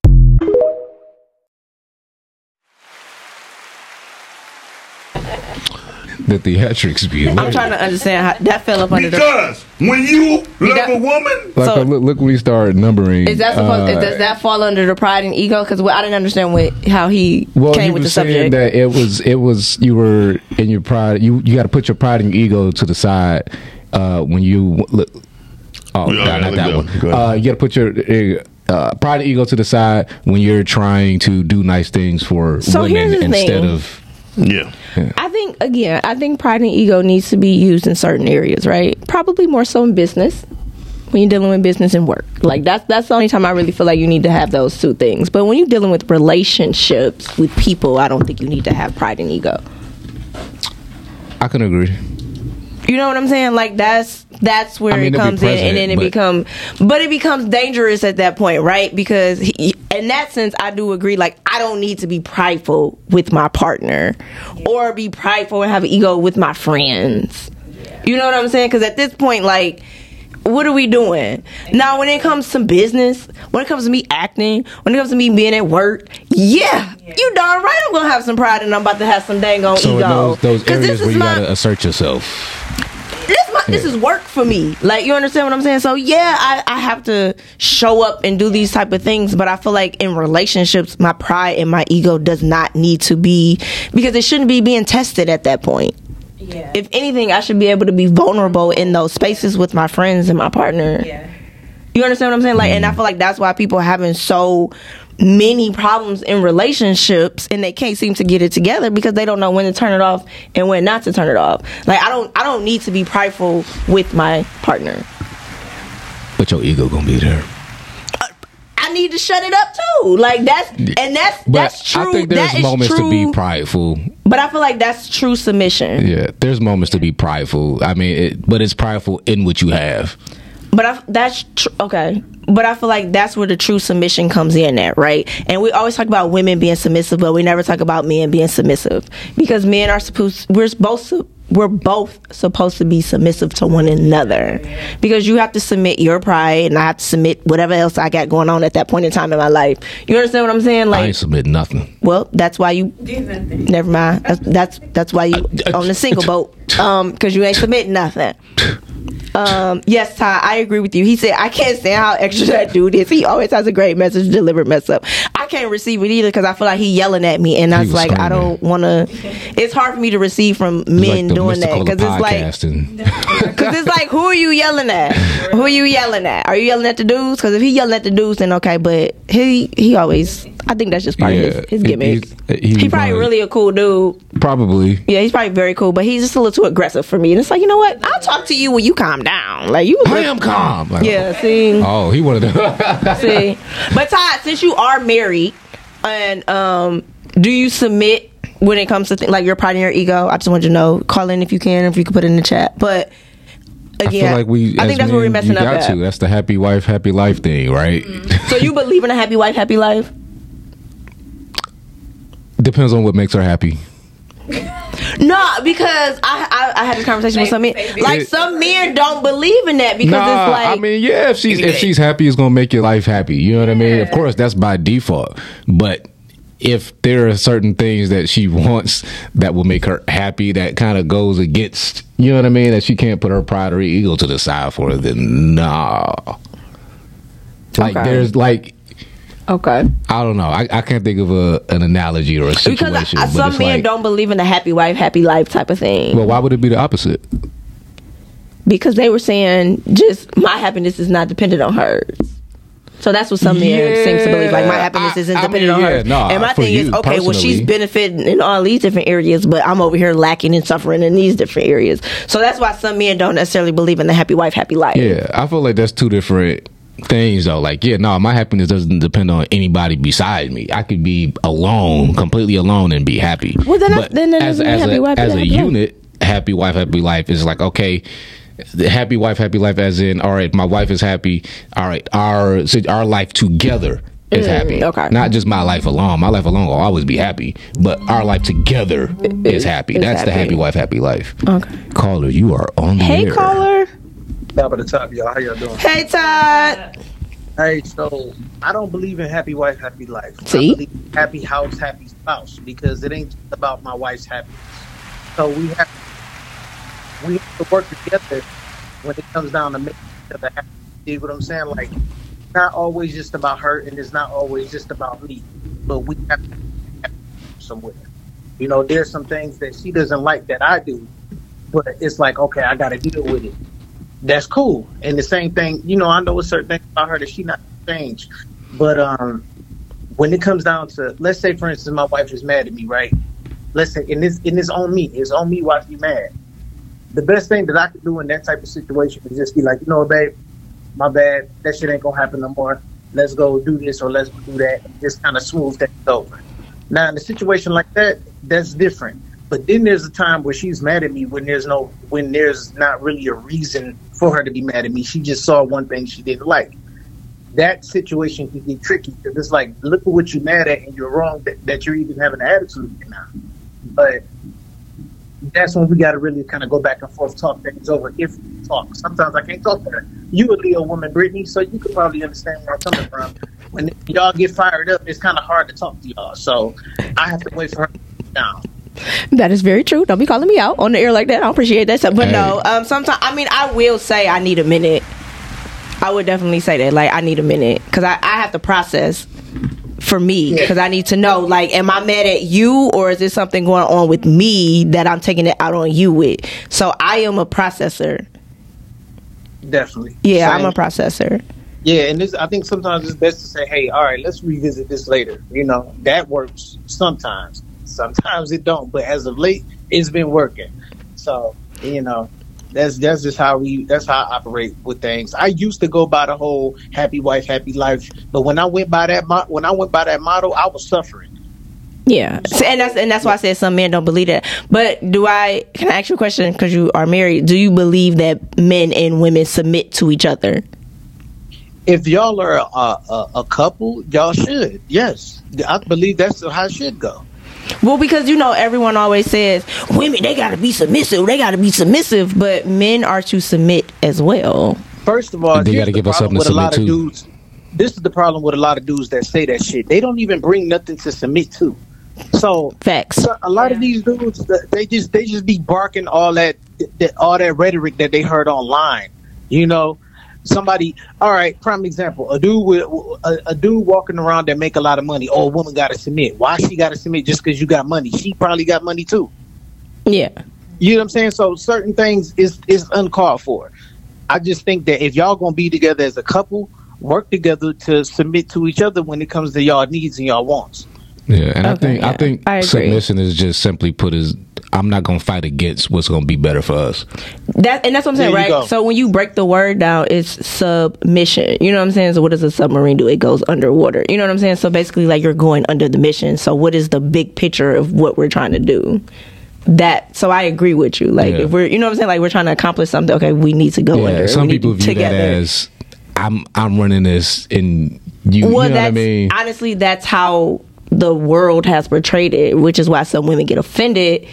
Speaker 9: The theatrics be
Speaker 6: I'm trying to understand how that fell up under
Speaker 5: Because
Speaker 6: the.
Speaker 5: when you love
Speaker 6: That-
Speaker 5: a woman,
Speaker 9: Like, uh, look, look, we start numbering.
Speaker 6: Is that supposed?
Speaker 9: uh,
Speaker 6: does that fall under the pride and ego? Because I didn't understand what how he
Speaker 9: uh, well,
Speaker 6: came
Speaker 9: you
Speaker 6: with
Speaker 9: were
Speaker 6: the
Speaker 9: saying
Speaker 6: subject.
Speaker 9: that it was it was you were in your pride. You you got to put your pride and ego to the side uh, when you look. Oh, God,
Speaker 5: Yeah, yeah,
Speaker 9: not
Speaker 5: let
Speaker 9: that
Speaker 5: go.
Speaker 9: one.
Speaker 5: Go ahead.
Speaker 9: Uh, you got to put your uh, pride and ego to the side when you're trying to do nice things for
Speaker 6: So here's
Speaker 9: women
Speaker 6: the
Speaker 9: instead
Speaker 6: thing.
Speaker 9: of
Speaker 5: yeah.
Speaker 6: I think again, I think pride and ego needs to be used in certain areas, right? Probably more so in business when you're dealing with business and work. Like that's that's the only time I really feel like you need to have those two things. But when you're dealing with relationships with people, I don't think you need to have pride and ego.
Speaker 9: I can agree.
Speaker 6: You know what I'm saying? Like that's that's where
Speaker 9: I mean,
Speaker 6: it
Speaker 9: they'll be
Speaker 6: comes in, and then
Speaker 9: president,
Speaker 6: it
Speaker 9: but-
Speaker 6: become, but it becomes dangerous at that point, right? Because he, in that sense, I do agree. Like I don't need to be prideful with my partner, or be prideful and have an ego with my friends. You know what I'm saying? Because at this point, like. What are we doing now? When it comes to business, when it comes to me acting, when it comes to me being at work, yeah, you darn right I'm gonna have some pride and I'm about to have some dang on
Speaker 9: So in
Speaker 6: ego.
Speaker 9: those, those
Speaker 6: 'Cause
Speaker 9: areas
Speaker 6: this
Speaker 9: where
Speaker 6: is
Speaker 9: you
Speaker 6: my
Speaker 9: gotta assert yourself.
Speaker 6: this my, this is work for me. Like you understand what I'm saying? So yeah, I, I have to show up and do these type of things, but I feel like in relationships, my pride and my ego does not need to be because it shouldn't be being tested at that point. Yeah. If anything, I should be able to be vulnerable in those spaces with my friends and my partner. Yeah. You understand what I'm saying? Like, and I
Speaker 9: Mm.
Speaker 6: feel like that's why people having so many problems in relationships and they can't seem to get it together because they don't know when to turn it off and when not to turn it off. Like, I don't, I don't need to be prideful with my partner.
Speaker 9: But your ego gonna be there.
Speaker 6: I need to shut it up too. Like that's and that's
Speaker 9: But
Speaker 6: that's true.
Speaker 9: I think there's
Speaker 6: That is
Speaker 9: moments
Speaker 6: true.
Speaker 9: to be prideful.
Speaker 6: But I feel like that's true submission.
Speaker 9: Yeah, there's moments to be prideful. I mean, it, but it's prideful in what you have.
Speaker 6: But I, that's tr- okay. But I feel like that's where the true submission comes in at, right? And we always talk about women being submissive, but we never talk about men being submissive because men are supposed we're both su- we're both supposed to be submissive to one another because you have to submit your pride and I have to submit whatever else I got going on at that point in time in my life. You understand what I'm saying?
Speaker 9: I
Speaker 6: Like,
Speaker 9: ain't submit nothing.
Speaker 6: well, that's why you. Never mind. That's that's, that's why you on the single boat. Um, because you ain't submit nothing. Um, yes, Ty, I agree with you. He said I can't stand how extra that dude is. He always has a great message delivered mess up. I can't receive it either because I feel like he yelling at me, and I
Speaker 9: He
Speaker 6: was
Speaker 9: was
Speaker 6: like, I
Speaker 9: screaming.
Speaker 6: don't want to. It's hard for me to receive from men
Speaker 9: Like the
Speaker 6: doing that
Speaker 9: mystical
Speaker 6: because it's like
Speaker 9: podcasting.
Speaker 6: because it's like, who are you yelling at? Who are you yelling at? Are you yelling at the dudes? Because if he yelling at the dudes, then okay. But he he always, I think that's just part of
Speaker 9: Yeah,
Speaker 6: his, his
Speaker 9: he-
Speaker 6: gimmick.
Speaker 9: he's-
Speaker 6: He,
Speaker 9: he
Speaker 6: probably
Speaker 9: probably-
Speaker 6: really a cool dude.
Speaker 9: probably.
Speaker 6: Yeah, he's probably very cool, but he's just a little too aggressive for me. And it's like, you know what? I'll talk to you when you calm down. Like you,
Speaker 9: I am calm. Like,
Speaker 6: yeah, see,
Speaker 9: Oh,
Speaker 6: *laughs*
Speaker 9: he wanted to.
Speaker 6: see. But Todd, since you are married, and um, do you submit when it comes to things like your pride and your ego? I just wanted to know. Call in if you can, if you could put it in the chat. But
Speaker 9: I
Speaker 6: again,
Speaker 9: feel like we.
Speaker 6: I think
Speaker 9: as
Speaker 6: that's where we're
Speaker 9: men,
Speaker 6: messing
Speaker 9: you
Speaker 6: up
Speaker 9: got
Speaker 6: at.
Speaker 9: To. That's the happy wife, happy life thing, right?
Speaker 6: So you believe in a happy wife, happy life?
Speaker 9: Depends on what makes her happy.
Speaker 6: No, because I, I I had this conversation with some men. Like
Speaker 9: It-
Speaker 6: some men don't believe in that because
Speaker 9: Nah,
Speaker 6: it's like
Speaker 9: I mean, yeah, if she's if she's happy, it's gonna make your life happy. You know what I mean? Of course, that's by default. But if there are certain things that she *laughs* wants that will make her happy, that kind of goes against, you know what I mean? That she can't put her pride or ego to the side for, then nah. Like
Speaker 6: Okay.
Speaker 9: there's like
Speaker 6: okay.
Speaker 9: I don't know. I, I can't think of a an analogy or a situation.
Speaker 6: Because I,
Speaker 9: but
Speaker 6: some
Speaker 9: it's
Speaker 6: men
Speaker 9: like,
Speaker 6: don't believe in the happy wife, happy life type of thing.
Speaker 9: Well, why would it be the opposite?
Speaker 6: because they were saying just my happiness is not dependent on hers. So that's what some men seem to believe. Like my
Speaker 9: Yeah,
Speaker 6: happiness
Speaker 9: I-
Speaker 6: isn't
Speaker 9: I
Speaker 6: dependent
Speaker 9: mean,
Speaker 6: on
Speaker 9: yeah,
Speaker 6: hers.
Speaker 9: nah,
Speaker 6: and my
Speaker 9: for
Speaker 6: thing is,
Speaker 9: you
Speaker 6: okay, well she's
Speaker 9: personally.
Speaker 6: benefiting in all these different areas, but I'm over here lacking and suffering in these different areas. So that's why some men don't necessarily believe in the happy wife, happy life.
Speaker 9: Yeah, I feel like that's two different things though. Like, yeah, no, my happiness doesn't depend on anybody beside me. I could be alone, completely alone, and be happy.
Speaker 6: Well, then I-
Speaker 9: But
Speaker 6: then that
Speaker 9: as,
Speaker 6: doesn't mean
Speaker 9: as
Speaker 6: happy
Speaker 9: a,
Speaker 6: wife,
Speaker 9: as a
Speaker 6: happy life.
Speaker 9: unit, happy wife, happy life is like okay. The happy wife, happy life, as in, all right, my wife is happy. All right, our si- our life together is
Speaker 6: Mm,
Speaker 9: happy. Okay, not just my life alone. My life alone will always be happy, but our life together is happy.
Speaker 6: is
Speaker 9: That's the
Speaker 6: happy.
Speaker 9: happy wife, happy life.
Speaker 6: Okay.
Speaker 9: Caller, you are on the
Speaker 6: Hey
Speaker 9: air.
Speaker 6: caller.
Speaker 16: Top of the top, y'all. How y'all doing?
Speaker 6: Hey Todd.
Speaker 16: Hey, so I don't believe in happy wife, happy life.
Speaker 6: See?
Speaker 16: I believe in happy house, happy spouse because it ain't just about my wife's happiness. So we have we have to work together when it comes down to making each other happy. See what I'm saying? Like, it's not always just about her, and it's not always just about me. But we have to have somewhere. You know, there's some things that she doesn't like that I do, but it's like, okay, I got to deal with it. That's cool. And the same thing, you know, I know a certain thing about her that she not change, but um, when it comes down to, let's say, for instance, my wife is mad at me, right? Let's say, and this and it's on me. It's on me why she mad. The best thing that I could do in that type of situation is just be like, you know, what, babe, my bad. That shit ain't gonna happen no more. Let's go do this or let's do that. Just kind of smooth things over. Now, in a situation like that, that's different. But then there's a time where she's mad at me when there's no, when there's not really a reason for her to be mad at me. She just saw one thing she didn't like. That situation can get tricky because it's like, look at what you're mad at, and you're wrong that, that you're even having an attitude right now. But that's when we got to really kind of go back and forth, talk things over. If we talk, sometimes I can't talk to her. You a Leo woman, Brittany, so you could probably understand where I'm coming from. When y'all get fired up, it's kind of hard to talk to y'all. So I have to wait for her to calm down.
Speaker 6: That is very true. Don't be calling me out on the air like that. I don't appreciate that. But no, um, sometimes I mean I will say I need a minute. I would definitely say that. Like I need a minute because I, I have to process for me because I need to know like am I mad at you or is there something going on with me that I'm taking it out on you with? So I am a processor.
Speaker 16: Definitely.
Speaker 6: Yeah,
Speaker 16: Same.
Speaker 6: I'm a processor.
Speaker 16: Yeah, and this, I think sometimes it's best to say, "Hey, all right, let's revisit this later." You know, that works sometimes. Sometimes it don't, but as of late, it's been working. So, you know, that's that's just how we that's how I operate with things. I used to go by the whole "happy wife, happy life," but when I went by that mo- when I went by that model, I was suffering.
Speaker 6: Yeah, So- and that's and that's why I said some men don't believe that. But do I? Can I ask you a question? Because you are married, do you believe that men and women submit to each other?
Speaker 16: If y'all are a, a, a couple, y'all should. Yes, I believe that's how it should go.
Speaker 6: Well, because you know, everyone always says women they gotta be submissive, they gotta be submissive, but men are to submit as well.
Speaker 16: First of all,
Speaker 6: They
Speaker 16: here's
Speaker 6: gotta
Speaker 16: the
Speaker 6: give us
Speaker 16: problem
Speaker 6: something to
Speaker 16: with a lot
Speaker 6: submit
Speaker 16: Of dudes, this is the problem with a lot of dudes that say that shit. They don't even bring nothing to submit to. So
Speaker 6: facts.
Speaker 16: a lot of these dudes, th- they just they just be barking all that, that all that rhetoric that they heard online. You know, somebody. All right, prime example: a dude with a, a dude walking around that make a lot of money. Oh, a woman got to submit. Why she got to submit? Just because you got money, she probably got money too.
Speaker 6: Yeah.
Speaker 16: You know what I'm saying? So certain things is is uncalled for. I just think that if y'all gonna be together as a couple, work together to submit to each other when it comes to y'all needs and y'all wants.
Speaker 9: Yeah, and I
Speaker 16: Okay,
Speaker 9: think
Speaker 16: yeah.
Speaker 9: I think
Speaker 16: I agree.
Speaker 9: submission is just simply put is I'm not gonna fight against what's gonna be better for us.
Speaker 6: That and that's what I'm saying,
Speaker 9: There you
Speaker 6: right?
Speaker 9: go.
Speaker 6: So when you break the word down, it's submission. You know what I'm saying? So what does a submarine do? It goes underwater. You know what I'm saying? So basically, like you're going under the mission. So what is the big picture of what we're trying to do? That so I agree with you. Like
Speaker 9: Yeah.
Speaker 6: if we're you know what I'm saying, like we're trying to accomplish something. Okay, we need to go
Speaker 9: Yeah,
Speaker 6: under.
Speaker 9: some
Speaker 6: we need
Speaker 9: people view
Speaker 6: together.
Speaker 9: that as I'm I'm running this and you, you know what I mean.
Speaker 6: honestly that's how the world has portrayed it, which is why some women get offended.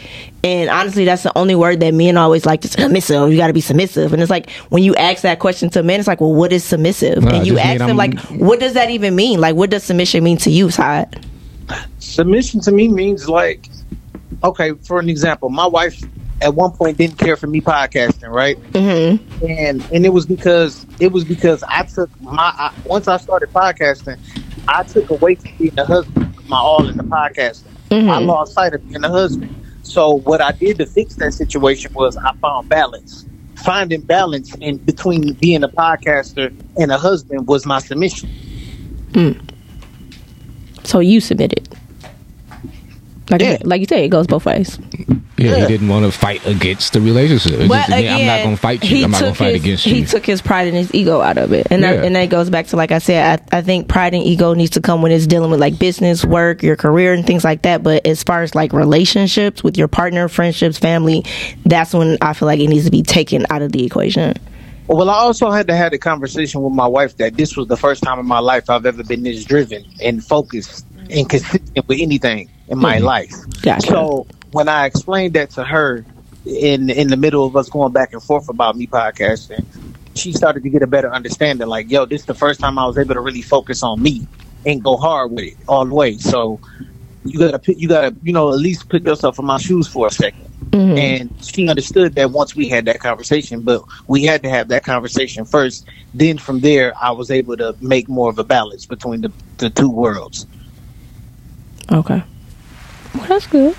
Speaker 6: And honestly, that's the only word that men always like to submissive. You got to be submissive, and it's like when you ask that question to men, it's like, well, what is submissive?
Speaker 9: Nah,
Speaker 6: and you
Speaker 9: just
Speaker 6: ask
Speaker 9: mean
Speaker 6: them
Speaker 9: I'm-
Speaker 6: like, what does that even mean? Like, what does submission mean to you, Todd?
Speaker 16: submission to me means like okay for an example my wife at one point didn't care for me podcasting right mm-hmm. and and it was because it was because i took my I, once i started podcasting i took away from being a husband my all in the podcasting i lost sight of being a husband so what i did to fix that situation was i found balance finding balance in between being a podcaster and a husband was my submission
Speaker 6: So you submitted. Like, you- like you say, it goes both ways.
Speaker 9: Yeah, he didn't want to fight against the relationship. It's just, yeah, I'm not going to fight
Speaker 6: he
Speaker 9: you. I'm not going
Speaker 6: took
Speaker 9: to fight
Speaker 6: his-
Speaker 9: against
Speaker 6: He
Speaker 9: you.
Speaker 6: took his pride and his ego out of it, and
Speaker 9: Yeah.
Speaker 6: that, and that goes back to like I said, I, I think pride and ego needs to come when it's dealing with like business, work, your career, and things like that. But as far as like relationships with your partner, friendships, family, that's when I feel like it needs to be taken out of the equation.
Speaker 16: Well, I also had to have a conversation with my wife that this was the first time in my life I've ever been this driven and focused and consistent with anything in my
Speaker 6: Mhm.
Speaker 16: life.
Speaker 6: Gotcha.
Speaker 16: So when I explained that to her in in the middle of us going back and forth about me podcasting, she started to get a better understanding. Like, yo, this is the first time I was able to really focus on me and go hard with it all the way. So you gotta put, you gotta you know at least put yourself in my shoes for a 2nd
Speaker 6: Mhm.
Speaker 16: And she understood that once we had that conversation, but we had to have that conversation first. Then from there, I was able to make more of a balance between the, the two worlds.
Speaker 6: Okay. Well, that's good.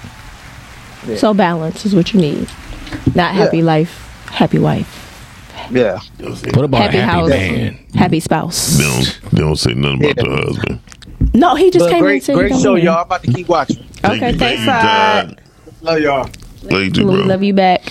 Speaker 16: Yeah.
Speaker 6: So balance is what you need. Not happy life, happy wife,
Speaker 16: Yeah.
Speaker 9: What about
Speaker 6: happy,
Speaker 5: happy
Speaker 6: house,
Speaker 5: man?
Speaker 6: happy spouse.
Speaker 5: They don't, they don't say nothing about the husband.
Speaker 6: No, he just
Speaker 16: But
Speaker 6: came in
Speaker 16: great,
Speaker 6: and said he
Speaker 16: great
Speaker 6: don't
Speaker 16: show,
Speaker 6: win.
Speaker 16: y'all. I'm about to keep watching.
Speaker 6: Okay, thanks, Todd.
Speaker 16: Love y'all.
Speaker 5: Love
Speaker 6: Lo- Love you back.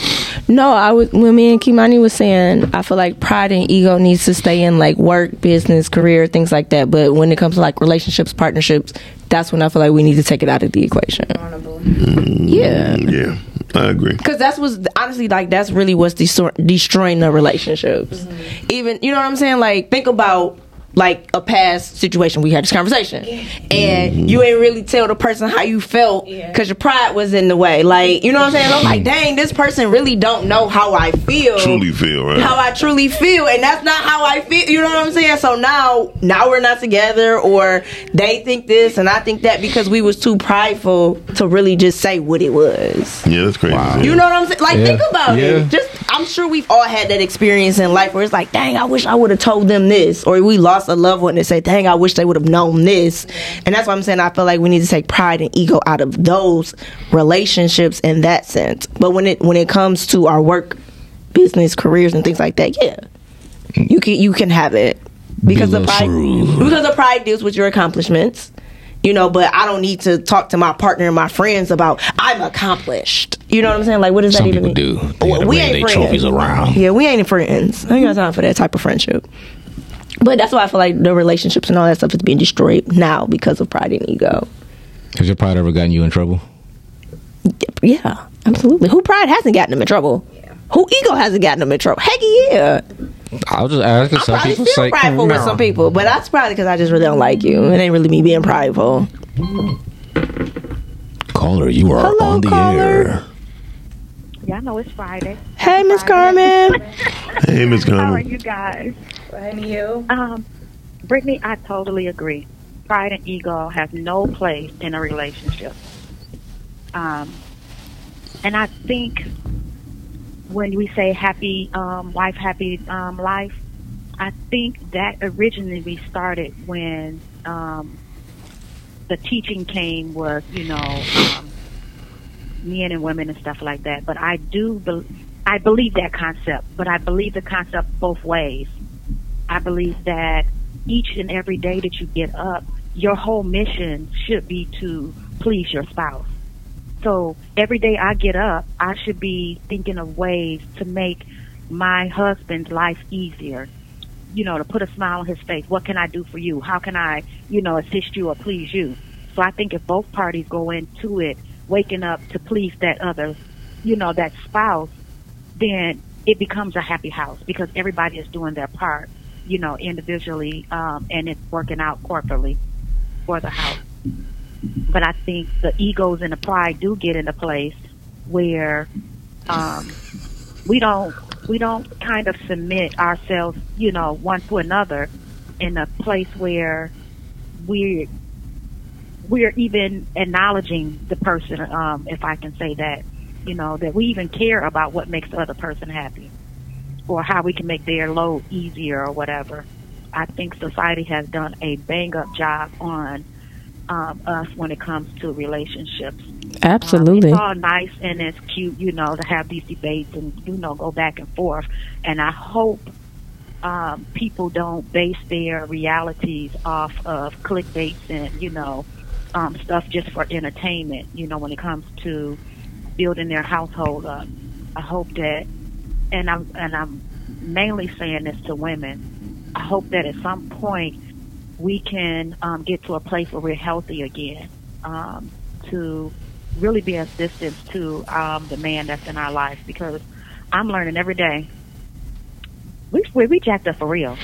Speaker 6: No, I was when me and Kimani was saying, I feel like pride and ego needs to stay in like work, business, career, things like that. But when it comes to like relationships, partnerships, that's when I feel like we need to take it out of the equation. Yeah.
Speaker 5: Mm, Yeah, I agree.
Speaker 6: Because that's what's honestly like. That's really what's destroy, destroying the relationships. Even you know what I'm saying. Like think about like a past situation. We had this conversation, and
Speaker 5: Mm-hmm.
Speaker 6: you ain't really tell the person how you felt because your pride was in the way. Like you know what I'm saying. I'm like, dang, this person really don't know how I feel.
Speaker 5: Truly feel, right?
Speaker 6: How I truly feel, and that's not how I feel. You know what I'm saying? So now, now we're not together, or they think this and I think that because we was too prideful to really just say what it was.
Speaker 5: Yeah, that's crazy.
Speaker 6: You know what I'm saying? Like,
Speaker 5: Yeah.
Speaker 6: think about
Speaker 5: Yeah.
Speaker 6: it. Just, I'm sure we've all had that experience in life where it's like, dang, I wish I would have told them this, or we lost a loved one and say, dang, I wish they would have known this. And that's why I'm saying I feel like we need to take pride and ego out of those relationships in that sense. But when it when it comes to our work, business, careers, and things like that, yeah, you can you can have it because the pride because the pride deals with your accomplishments. You know, but I don't need to talk to my partner and my friends about I'm accomplished. You know what I'm saying? Like, what does that even mean?
Speaker 9: do. They
Speaker 6: Well,
Speaker 9: gotta
Speaker 6: we
Speaker 9: wave
Speaker 6: ain't
Speaker 9: their
Speaker 6: friends.
Speaker 9: trophies around.
Speaker 6: Yeah, we ain't friends. I ain't got time for that type of friendship. But that's why I feel like the relationships and all that stuff is being destroyed now because of pride and ego.
Speaker 9: Has your pride ever gotten you in trouble?
Speaker 6: Yeah, absolutely. Who pride hasn't gotten them in trouble? Who ego hasn't gotten them in trouble? Heck yeah.
Speaker 9: I was just asking
Speaker 6: I'm probably still prideful with some people, but that's probably because I just really don't like you. It ain't really me being prideful.
Speaker 9: Caller, you are on the air.
Speaker 8: Y'all know it's Friday.
Speaker 6: Hey, Miss Carmen.
Speaker 5: Hey, Miss
Speaker 8: How are
Speaker 5: Carmen.
Speaker 8: you guys? Anywho. Um, Brittany, I totally agree. Pride and ego have no place in a relationship. Um, and I think when we say happy um, wife, happy um, life, I think that originally started when um, the teaching came was, you know, um, men and women and stuff like that. But I do, bel I believe that concept, but I believe the concept both ways. I believe that each and every day that you get up, your whole mission should be to please your spouse. So every day I get up, I should be thinking of ways to make my husband's life easier. You know, to put a smile on his face. What can I do for you? How can I, you know, assist you or please you? So I think if both parties go into it waking up to please that other, you know, that spouse, then it becomes a happy house because everybody is doing their part, you know, individually, um, and it's working out corporately for the house. but I think the egos and the pride do get in a place where um, we don't we don't kind of submit ourselves, you know, one to another in a place where we we're even acknowledging the person, um, if I can say that, you know, that we even care about what makes the other person happy or how we can make their load easier or whatever. I think society has done a bang up job on um, us when it comes to relationships.
Speaker 6: Absolutely.
Speaker 8: It's all nice and it's cute, you know, to have these debates and, you know, go back and forth. And I hope um, people don't base their realities off of clickbaits and, you know, um, stuff just for entertainment, you know, when it comes to building their household up. I hope that, and I'm, and I'm mainly saying this to women, I hope that at some point we can um, get to a place where we're healthy again um, to really be of assistance to um, the man that's in our life because I'm learning every day. We, we, we jacked up for real.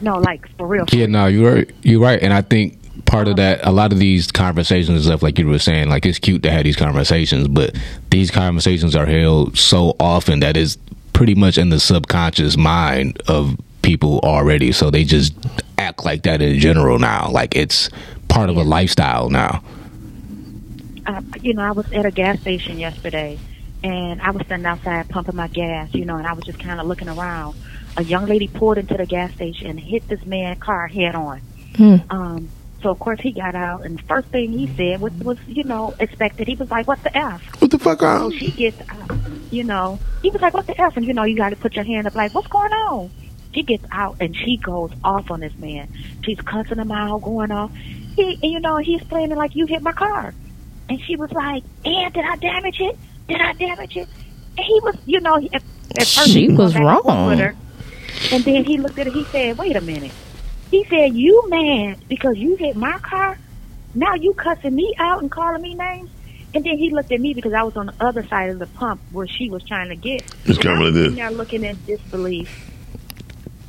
Speaker 8: No, like for real.
Speaker 9: Yeah, no, you're you're right, and I think part of that, a lot of these conversations and stuff, like you were saying, like it's cute to have these conversations, but these conversations are held so often that is pretty much in the subconscious mind of people already, so they just act like that in general now. Like it's part of a lifestyle now.
Speaker 8: uh, you know, I was at a gas station yesterday, and I was standing outside pumping my gas, you know, and I was just kind of looking around. A young lady pulled into the gas station and hit this man's car head on.
Speaker 6: Hmm.
Speaker 8: Um, so of course he got out, and the first thing he said was, was you know, expected. He was like, "What the f?"
Speaker 5: What the fuck?
Speaker 8: So she gets out, you know. He was like, "What the f?" And you know, you got to put your hand up, like, "What's going on?" She gets out and she goes off on this man. She's cussing him out, going off. He, and you know, he's playing it like, "You hit my car," and she was like, "And did I damage it? Did I damage it?" And he was, you know, at, at first
Speaker 6: She
Speaker 8: he
Speaker 6: was
Speaker 8: back and forth
Speaker 6: wrong.
Speaker 8: with her. And then he looked at her. He said, "Wait a minute." He said, "You mad because you hit my car? Now you cussing me out and calling me names?" And then he looked at me because I was on the other side of the pump where she was trying to get.
Speaker 5: It's kind of like
Speaker 8: I'm
Speaker 5: this.
Speaker 8: sitting there looking in disbelief,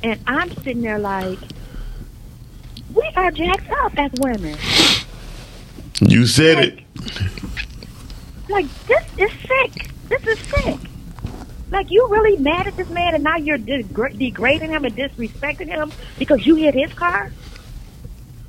Speaker 8: and I'm sitting there like, "We are jacked up as women.
Speaker 5: You said it.
Speaker 8: Like this is sick. This is sick." Like you really mad at this man, and now you're degr degrading him and disrespecting him because you hit his car.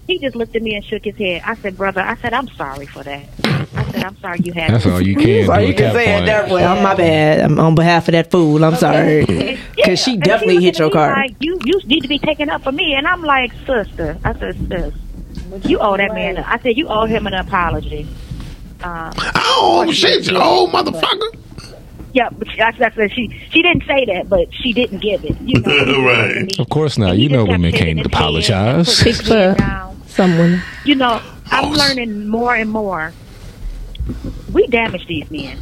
Speaker 8: He just looked at me and shook his head. I said, "Brother, I said I'm sorry for that. I said I'm sorry you had."
Speaker 9: That's all you can
Speaker 6: That's all
Speaker 9: do
Speaker 6: you
Speaker 9: at
Speaker 6: can
Speaker 9: that
Speaker 6: say at
Speaker 9: point.
Speaker 6: that point. I'm my bad. I'm on behalf of that fool. I'm sorry.
Speaker 8: *laughs* Yeah,
Speaker 6: Because she
Speaker 8: and
Speaker 6: definitely
Speaker 8: was
Speaker 6: hit your
Speaker 8: looking at me
Speaker 6: car.
Speaker 8: Like, you you need to be taking up for me, and I'm like, sister. I said, sis, you owe that man. A, I said you owe him an apology. Um,
Speaker 5: I
Speaker 9: Oh,
Speaker 5: owe him Oh, shit, you old motherfucker.
Speaker 8: Yeah, but she, that's that's what she she didn't say that, but she didn't give it. You
Speaker 5: *laughs*
Speaker 8: know,
Speaker 5: right.
Speaker 9: Of course not. You know women can't apologize.
Speaker 6: Speak for someone.
Speaker 8: you know, I'm learning more and more. We damage these men.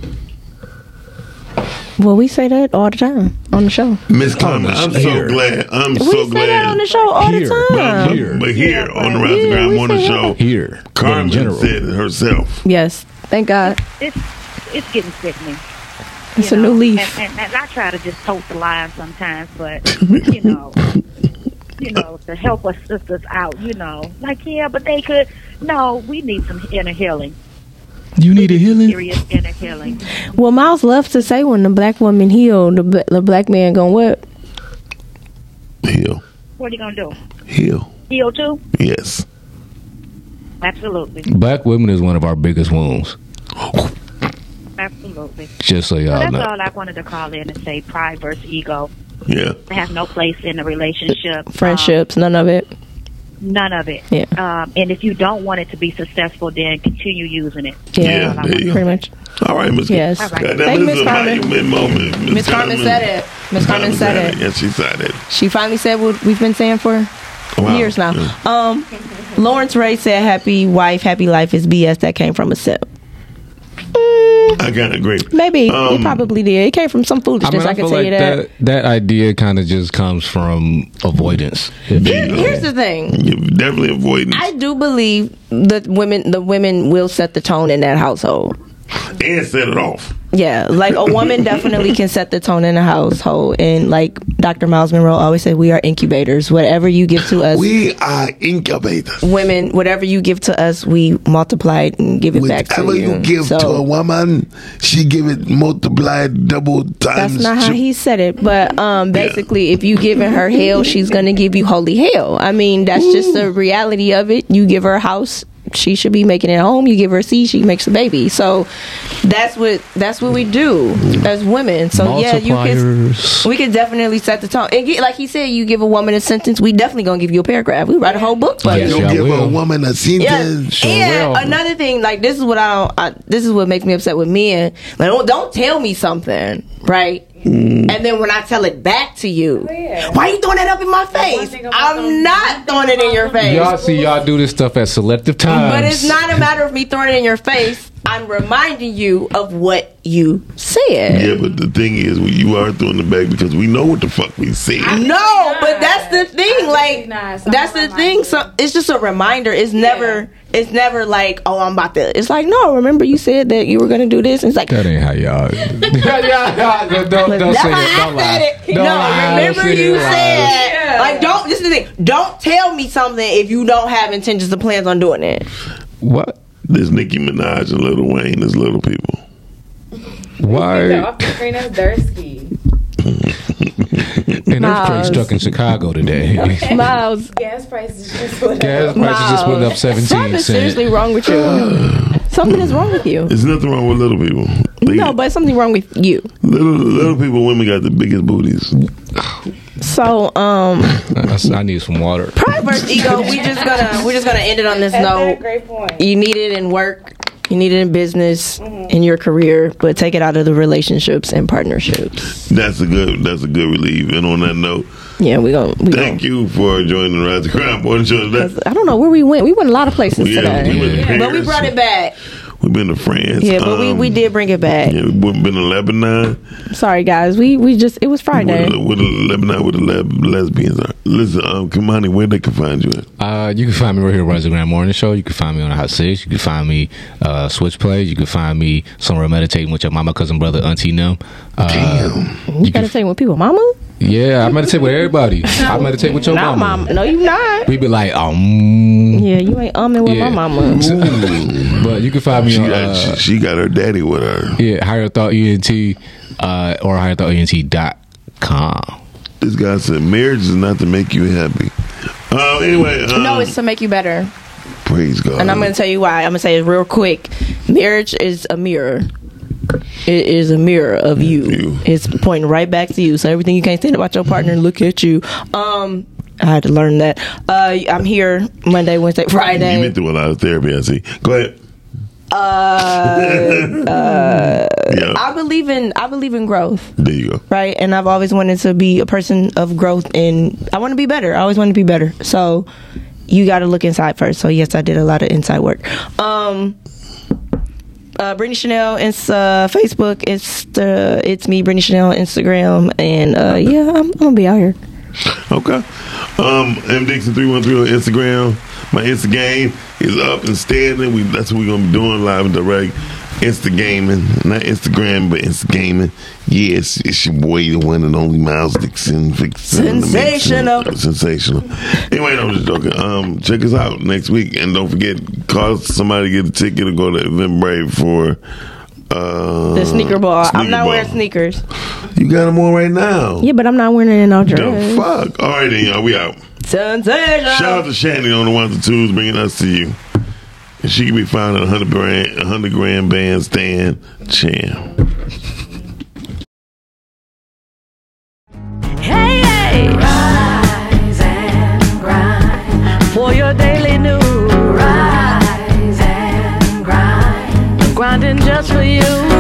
Speaker 6: Well, we say that all the time on the show.
Speaker 5: Miss Clement, I'm so glad. I'm
Speaker 6: We
Speaker 5: so
Speaker 6: say
Speaker 5: glad.
Speaker 6: that on the show all the
Speaker 5: Here.
Speaker 6: time.
Speaker 5: But, but, but here on the Rise Ground Morning Show,
Speaker 9: here,
Speaker 5: Carmen said it herself.
Speaker 6: Yes. Thank God.
Speaker 8: It's it's getting sickening.
Speaker 6: It's
Speaker 8: you
Speaker 6: a new
Speaker 8: know,
Speaker 6: leaf.
Speaker 8: And, and, and I try to just tote the line sometimes, but you
Speaker 6: *laughs*
Speaker 8: know, you know, to help us sisters out, you know, like yeah, but they could. No, we need some inner healing,
Speaker 9: You need a healing.
Speaker 8: serious inner healing.
Speaker 6: Well, Miles loves to say when the black woman healed, the, bl- the black man going what?
Speaker 5: Heal.
Speaker 8: What are you gonna do?
Speaker 5: Heal.
Speaker 8: Heal too?
Speaker 5: Yes.
Speaker 8: Absolutely,
Speaker 9: Black women is one of our biggest wounds.
Speaker 8: absolutely.
Speaker 9: Just so
Speaker 8: So
Speaker 9: y'all
Speaker 8: that's
Speaker 9: know.
Speaker 8: all I wanted to call in and say: pride versus ego.
Speaker 5: Yeah.
Speaker 8: They have no place in a relationship.
Speaker 6: Friendships, none of it.
Speaker 8: None of it.
Speaker 6: Yeah.
Speaker 8: Um, and if you don't want it to be successful, then continue using it.
Speaker 6: Yeah,
Speaker 5: there you go.
Speaker 6: pretty much.
Speaker 5: All right, Miss
Speaker 6: Yes.
Speaker 5: God,
Speaker 6: All right.
Speaker 5: that
Speaker 6: Thank
Speaker 5: was
Speaker 6: Miss
Speaker 5: a
Speaker 6: Carmen.
Speaker 5: monument moment.
Speaker 6: Miss Carmen said it. Miss Carmen said it.
Speaker 5: Yes, she said it.
Speaker 6: She finally said what we've been saying for
Speaker 5: Wow.
Speaker 6: years now.
Speaker 5: Yeah.
Speaker 6: Um, Lawrence Ray said, "Happy wife, happy life is BS that came from a sip."
Speaker 5: I kind of agree.
Speaker 6: Maybe it
Speaker 5: Um,
Speaker 6: probably did. It came from some
Speaker 9: I
Speaker 6: foolishness. I,
Speaker 9: mean, I
Speaker 6: can
Speaker 9: feel
Speaker 6: tell
Speaker 9: like
Speaker 6: you that.
Speaker 9: that that idea kind of just comes from avoidance.
Speaker 5: There you go.
Speaker 6: Here's the thing.
Speaker 5: You're definitely avoiding.
Speaker 6: I do believe that women, the women will set the tone in that household.
Speaker 5: and set it off.
Speaker 6: Yeah, like
Speaker 5: *laughs*
Speaker 6: a woman definitely can set the tone in a household, and like Dr. Miles Monroe always said, we are incubators. Whatever you give to us,
Speaker 5: we are incubators.
Speaker 6: Women, whatever you give to us, we multiply it and give it back to
Speaker 5: Whatever
Speaker 6: you.
Speaker 5: you, give
Speaker 6: So,
Speaker 5: to a woman, she give it multiplied double
Speaker 6: that's
Speaker 5: times.
Speaker 6: not how
Speaker 5: tri-
Speaker 6: he said it, but um, basically, if you giving her hell, she's gonna give you holy hell. I mean, that's just the reality of it. You give her a house, she should be making it home. You give her a seed, she makes a baby. So that's what that's what we do as women. So yeah, you can We could definitely set the tone. And get, like he said, you give a woman a sentence, we definitely gonna give you a paragraph. We write a whole book for
Speaker 5: you
Speaker 6: you.
Speaker 5: don't give a woman a
Speaker 6: Yeah.
Speaker 5: sentence.
Speaker 6: and another thing, like this is what I don't. I, this is what makes me upset with men. Like, don't, don't tell me something, right?
Speaker 9: Mm.
Speaker 6: And then when I tell it back to you, why you throwing that up in my face? I'm not throwing it in your face.
Speaker 9: Y'all see y'all do this stuff at selective times. *laughs*
Speaker 6: But *laughs* it's not a matter of me throwing it in your face. I'm reminding you of what you said.
Speaker 5: Yeah, but the thing is, we- you are throwing it back because we know what the fuck we said.
Speaker 6: No, but that's the thing. Like that's the thing. So it's just a reminder. It's never. It's never like, oh, I'm about to. It's like, no, remember you said that you were gonna do this. It's like
Speaker 9: That ain't how
Speaker 6: *laughs*
Speaker 9: y'all. yeah, yeah, yeah. Don't, don't
Speaker 6: That's
Speaker 9: say
Speaker 6: how
Speaker 9: it.
Speaker 6: I
Speaker 9: Don't lie.
Speaker 6: said it. no,
Speaker 9: Don't lie.
Speaker 6: remember
Speaker 9: Don't say
Speaker 6: you
Speaker 9: it. Lie.
Speaker 6: said like don't. This is the thing. Don't tell me something if you don't have intentions or plans on doing it.
Speaker 9: What?
Speaker 5: There's Nicki Minaj and Little Wayne. There's little people.
Speaker 9: Why?
Speaker 17: off the screen is
Speaker 9: *laughs*
Speaker 17: Dursky.
Speaker 6: *laughs*
Speaker 9: And earthquake
Speaker 17: Miles.
Speaker 9: stuck in Chicago today.
Speaker 6: Miles.
Speaker 17: Gas prices just went
Speaker 9: Gas
Speaker 17: up.
Speaker 9: prices just went up
Speaker 6: Something's
Speaker 9: 17 cents.
Speaker 6: seriously wrong
Speaker 9: *sighs*
Speaker 6: with you. something is wrong with you.
Speaker 5: There's nothing wrong with little people.
Speaker 6: No, but something wrong with you.
Speaker 5: Little little people, women got the biggest booties.
Speaker 6: So,
Speaker 9: *laughs*
Speaker 6: um,
Speaker 9: I, I need some water.
Speaker 6: pride versus ego. We just gonna we're just gonna end it on this
Speaker 17: That's a
Speaker 6: note.
Speaker 17: great point.
Speaker 6: You need it in work. You need it in business, in your career, but take it out of the relationships and partnerships.
Speaker 5: That's a good. That's a good relief. And on that note,
Speaker 6: yeah, we going
Speaker 5: Thank you for joining the Rise to Crime Morning Show. That,
Speaker 6: I don't know where we went. We went a lot of places
Speaker 5: Yeah,
Speaker 6: today,
Speaker 5: we went to
Speaker 6: but we
Speaker 5: Paris.
Speaker 6: brought it back.
Speaker 5: we've been to France.
Speaker 6: Yeah, but we,
Speaker 5: um,
Speaker 6: we did bring it back.
Speaker 5: Yeah, we've been to Lebanon.
Speaker 6: Sorry, guys. We we just it was Friday.
Speaker 5: With the Lebanon, with the leb- lesbians are. Listen, um, Kamani, where they can find you at?
Speaker 9: *laughs* Uh, you can find me right here at Rise of the Grand Morning Show. You can find me on the Hot Six. You can find me uh, Switch Play. You can find me somewhere meditating with your mama, cousin, brother, auntie, them. Uh,
Speaker 6: You, gotta tell you what people, mama.
Speaker 9: Yeah, I meditate with
Speaker 6: *laughs*
Speaker 9: everybody. I meditate with your
Speaker 6: Nah,
Speaker 9: mama.
Speaker 6: mom. No, you not.
Speaker 9: We be like, um,
Speaker 6: Yeah, you ain't umming with
Speaker 9: yeah.
Speaker 6: my mama.
Speaker 9: *laughs* but you can find me
Speaker 5: She
Speaker 9: on.
Speaker 5: got-
Speaker 9: uh,
Speaker 5: she, she got her daddy with her.
Speaker 9: Yeah, higher thought ent uh, or higher thought ent dot com.
Speaker 5: This guy said marriage is not to make you happy. Uh, anyway, um,
Speaker 6: no, it's to make you better.
Speaker 5: praise God.
Speaker 6: And I'm going to tell you why. I'm going to say it real quick. Marriage is a mirror. It is a mirror of you. It's pointing right back to you. So everything you can't stand about your partner, look at you. Um, I had to learn that. Uh, I'm here Monday, Wednesday,
Speaker 5: You've
Speaker 6: Friday.
Speaker 5: been through a lot of therapy, I see. Go ahead.
Speaker 6: Uh, uh,
Speaker 5: Yeah.
Speaker 6: I believe in I believe in growth.
Speaker 5: There you go.
Speaker 6: Right, and I've always wanted to be a person of growth, and I want to be better. I always want to be better. So you got to look inside first. So yes, I did a lot of inside work. Um, uh, Brittany Chanel, it's uh, Facebook, it's the it's me, Brittany Chanel, on Instagram, and uh, yeah, I'm, I'm gonna be out here.
Speaker 5: Okay. Um, M Dixon three one three on Instagram. My Insta game is up and standing. We that's what we're gonna be doing live and direct. Insta gaming, not Instagram, but Insta gaming. Yes, it's your boy, the one and only Miles Dixon. Fixin' the mixin'.
Speaker 6: Sensational.
Speaker 5: sensational. Anyway, no, I'm just joking. Um, check us out next week, and don't forget, call somebody to get a ticket or go to Eventbrite for uh,
Speaker 6: The sneaker ball. I'm
Speaker 5: sneaker
Speaker 6: not
Speaker 5: ball.
Speaker 6: wearing sneakers.
Speaker 5: You got them on right now.
Speaker 6: Yeah, but I'm not wearing it in all dress.
Speaker 5: The fuck. All right, then, y'all. We out.
Speaker 6: Sensational.
Speaker 5: Shout out to Shannon on the ones and twos bringing us to you. And she can be found at 100 grand, 100 grand bandstand champ.
Speaker 4: Hey, hey. Rise and grind for your daily news. Rise and grind. I'm grinding just for you.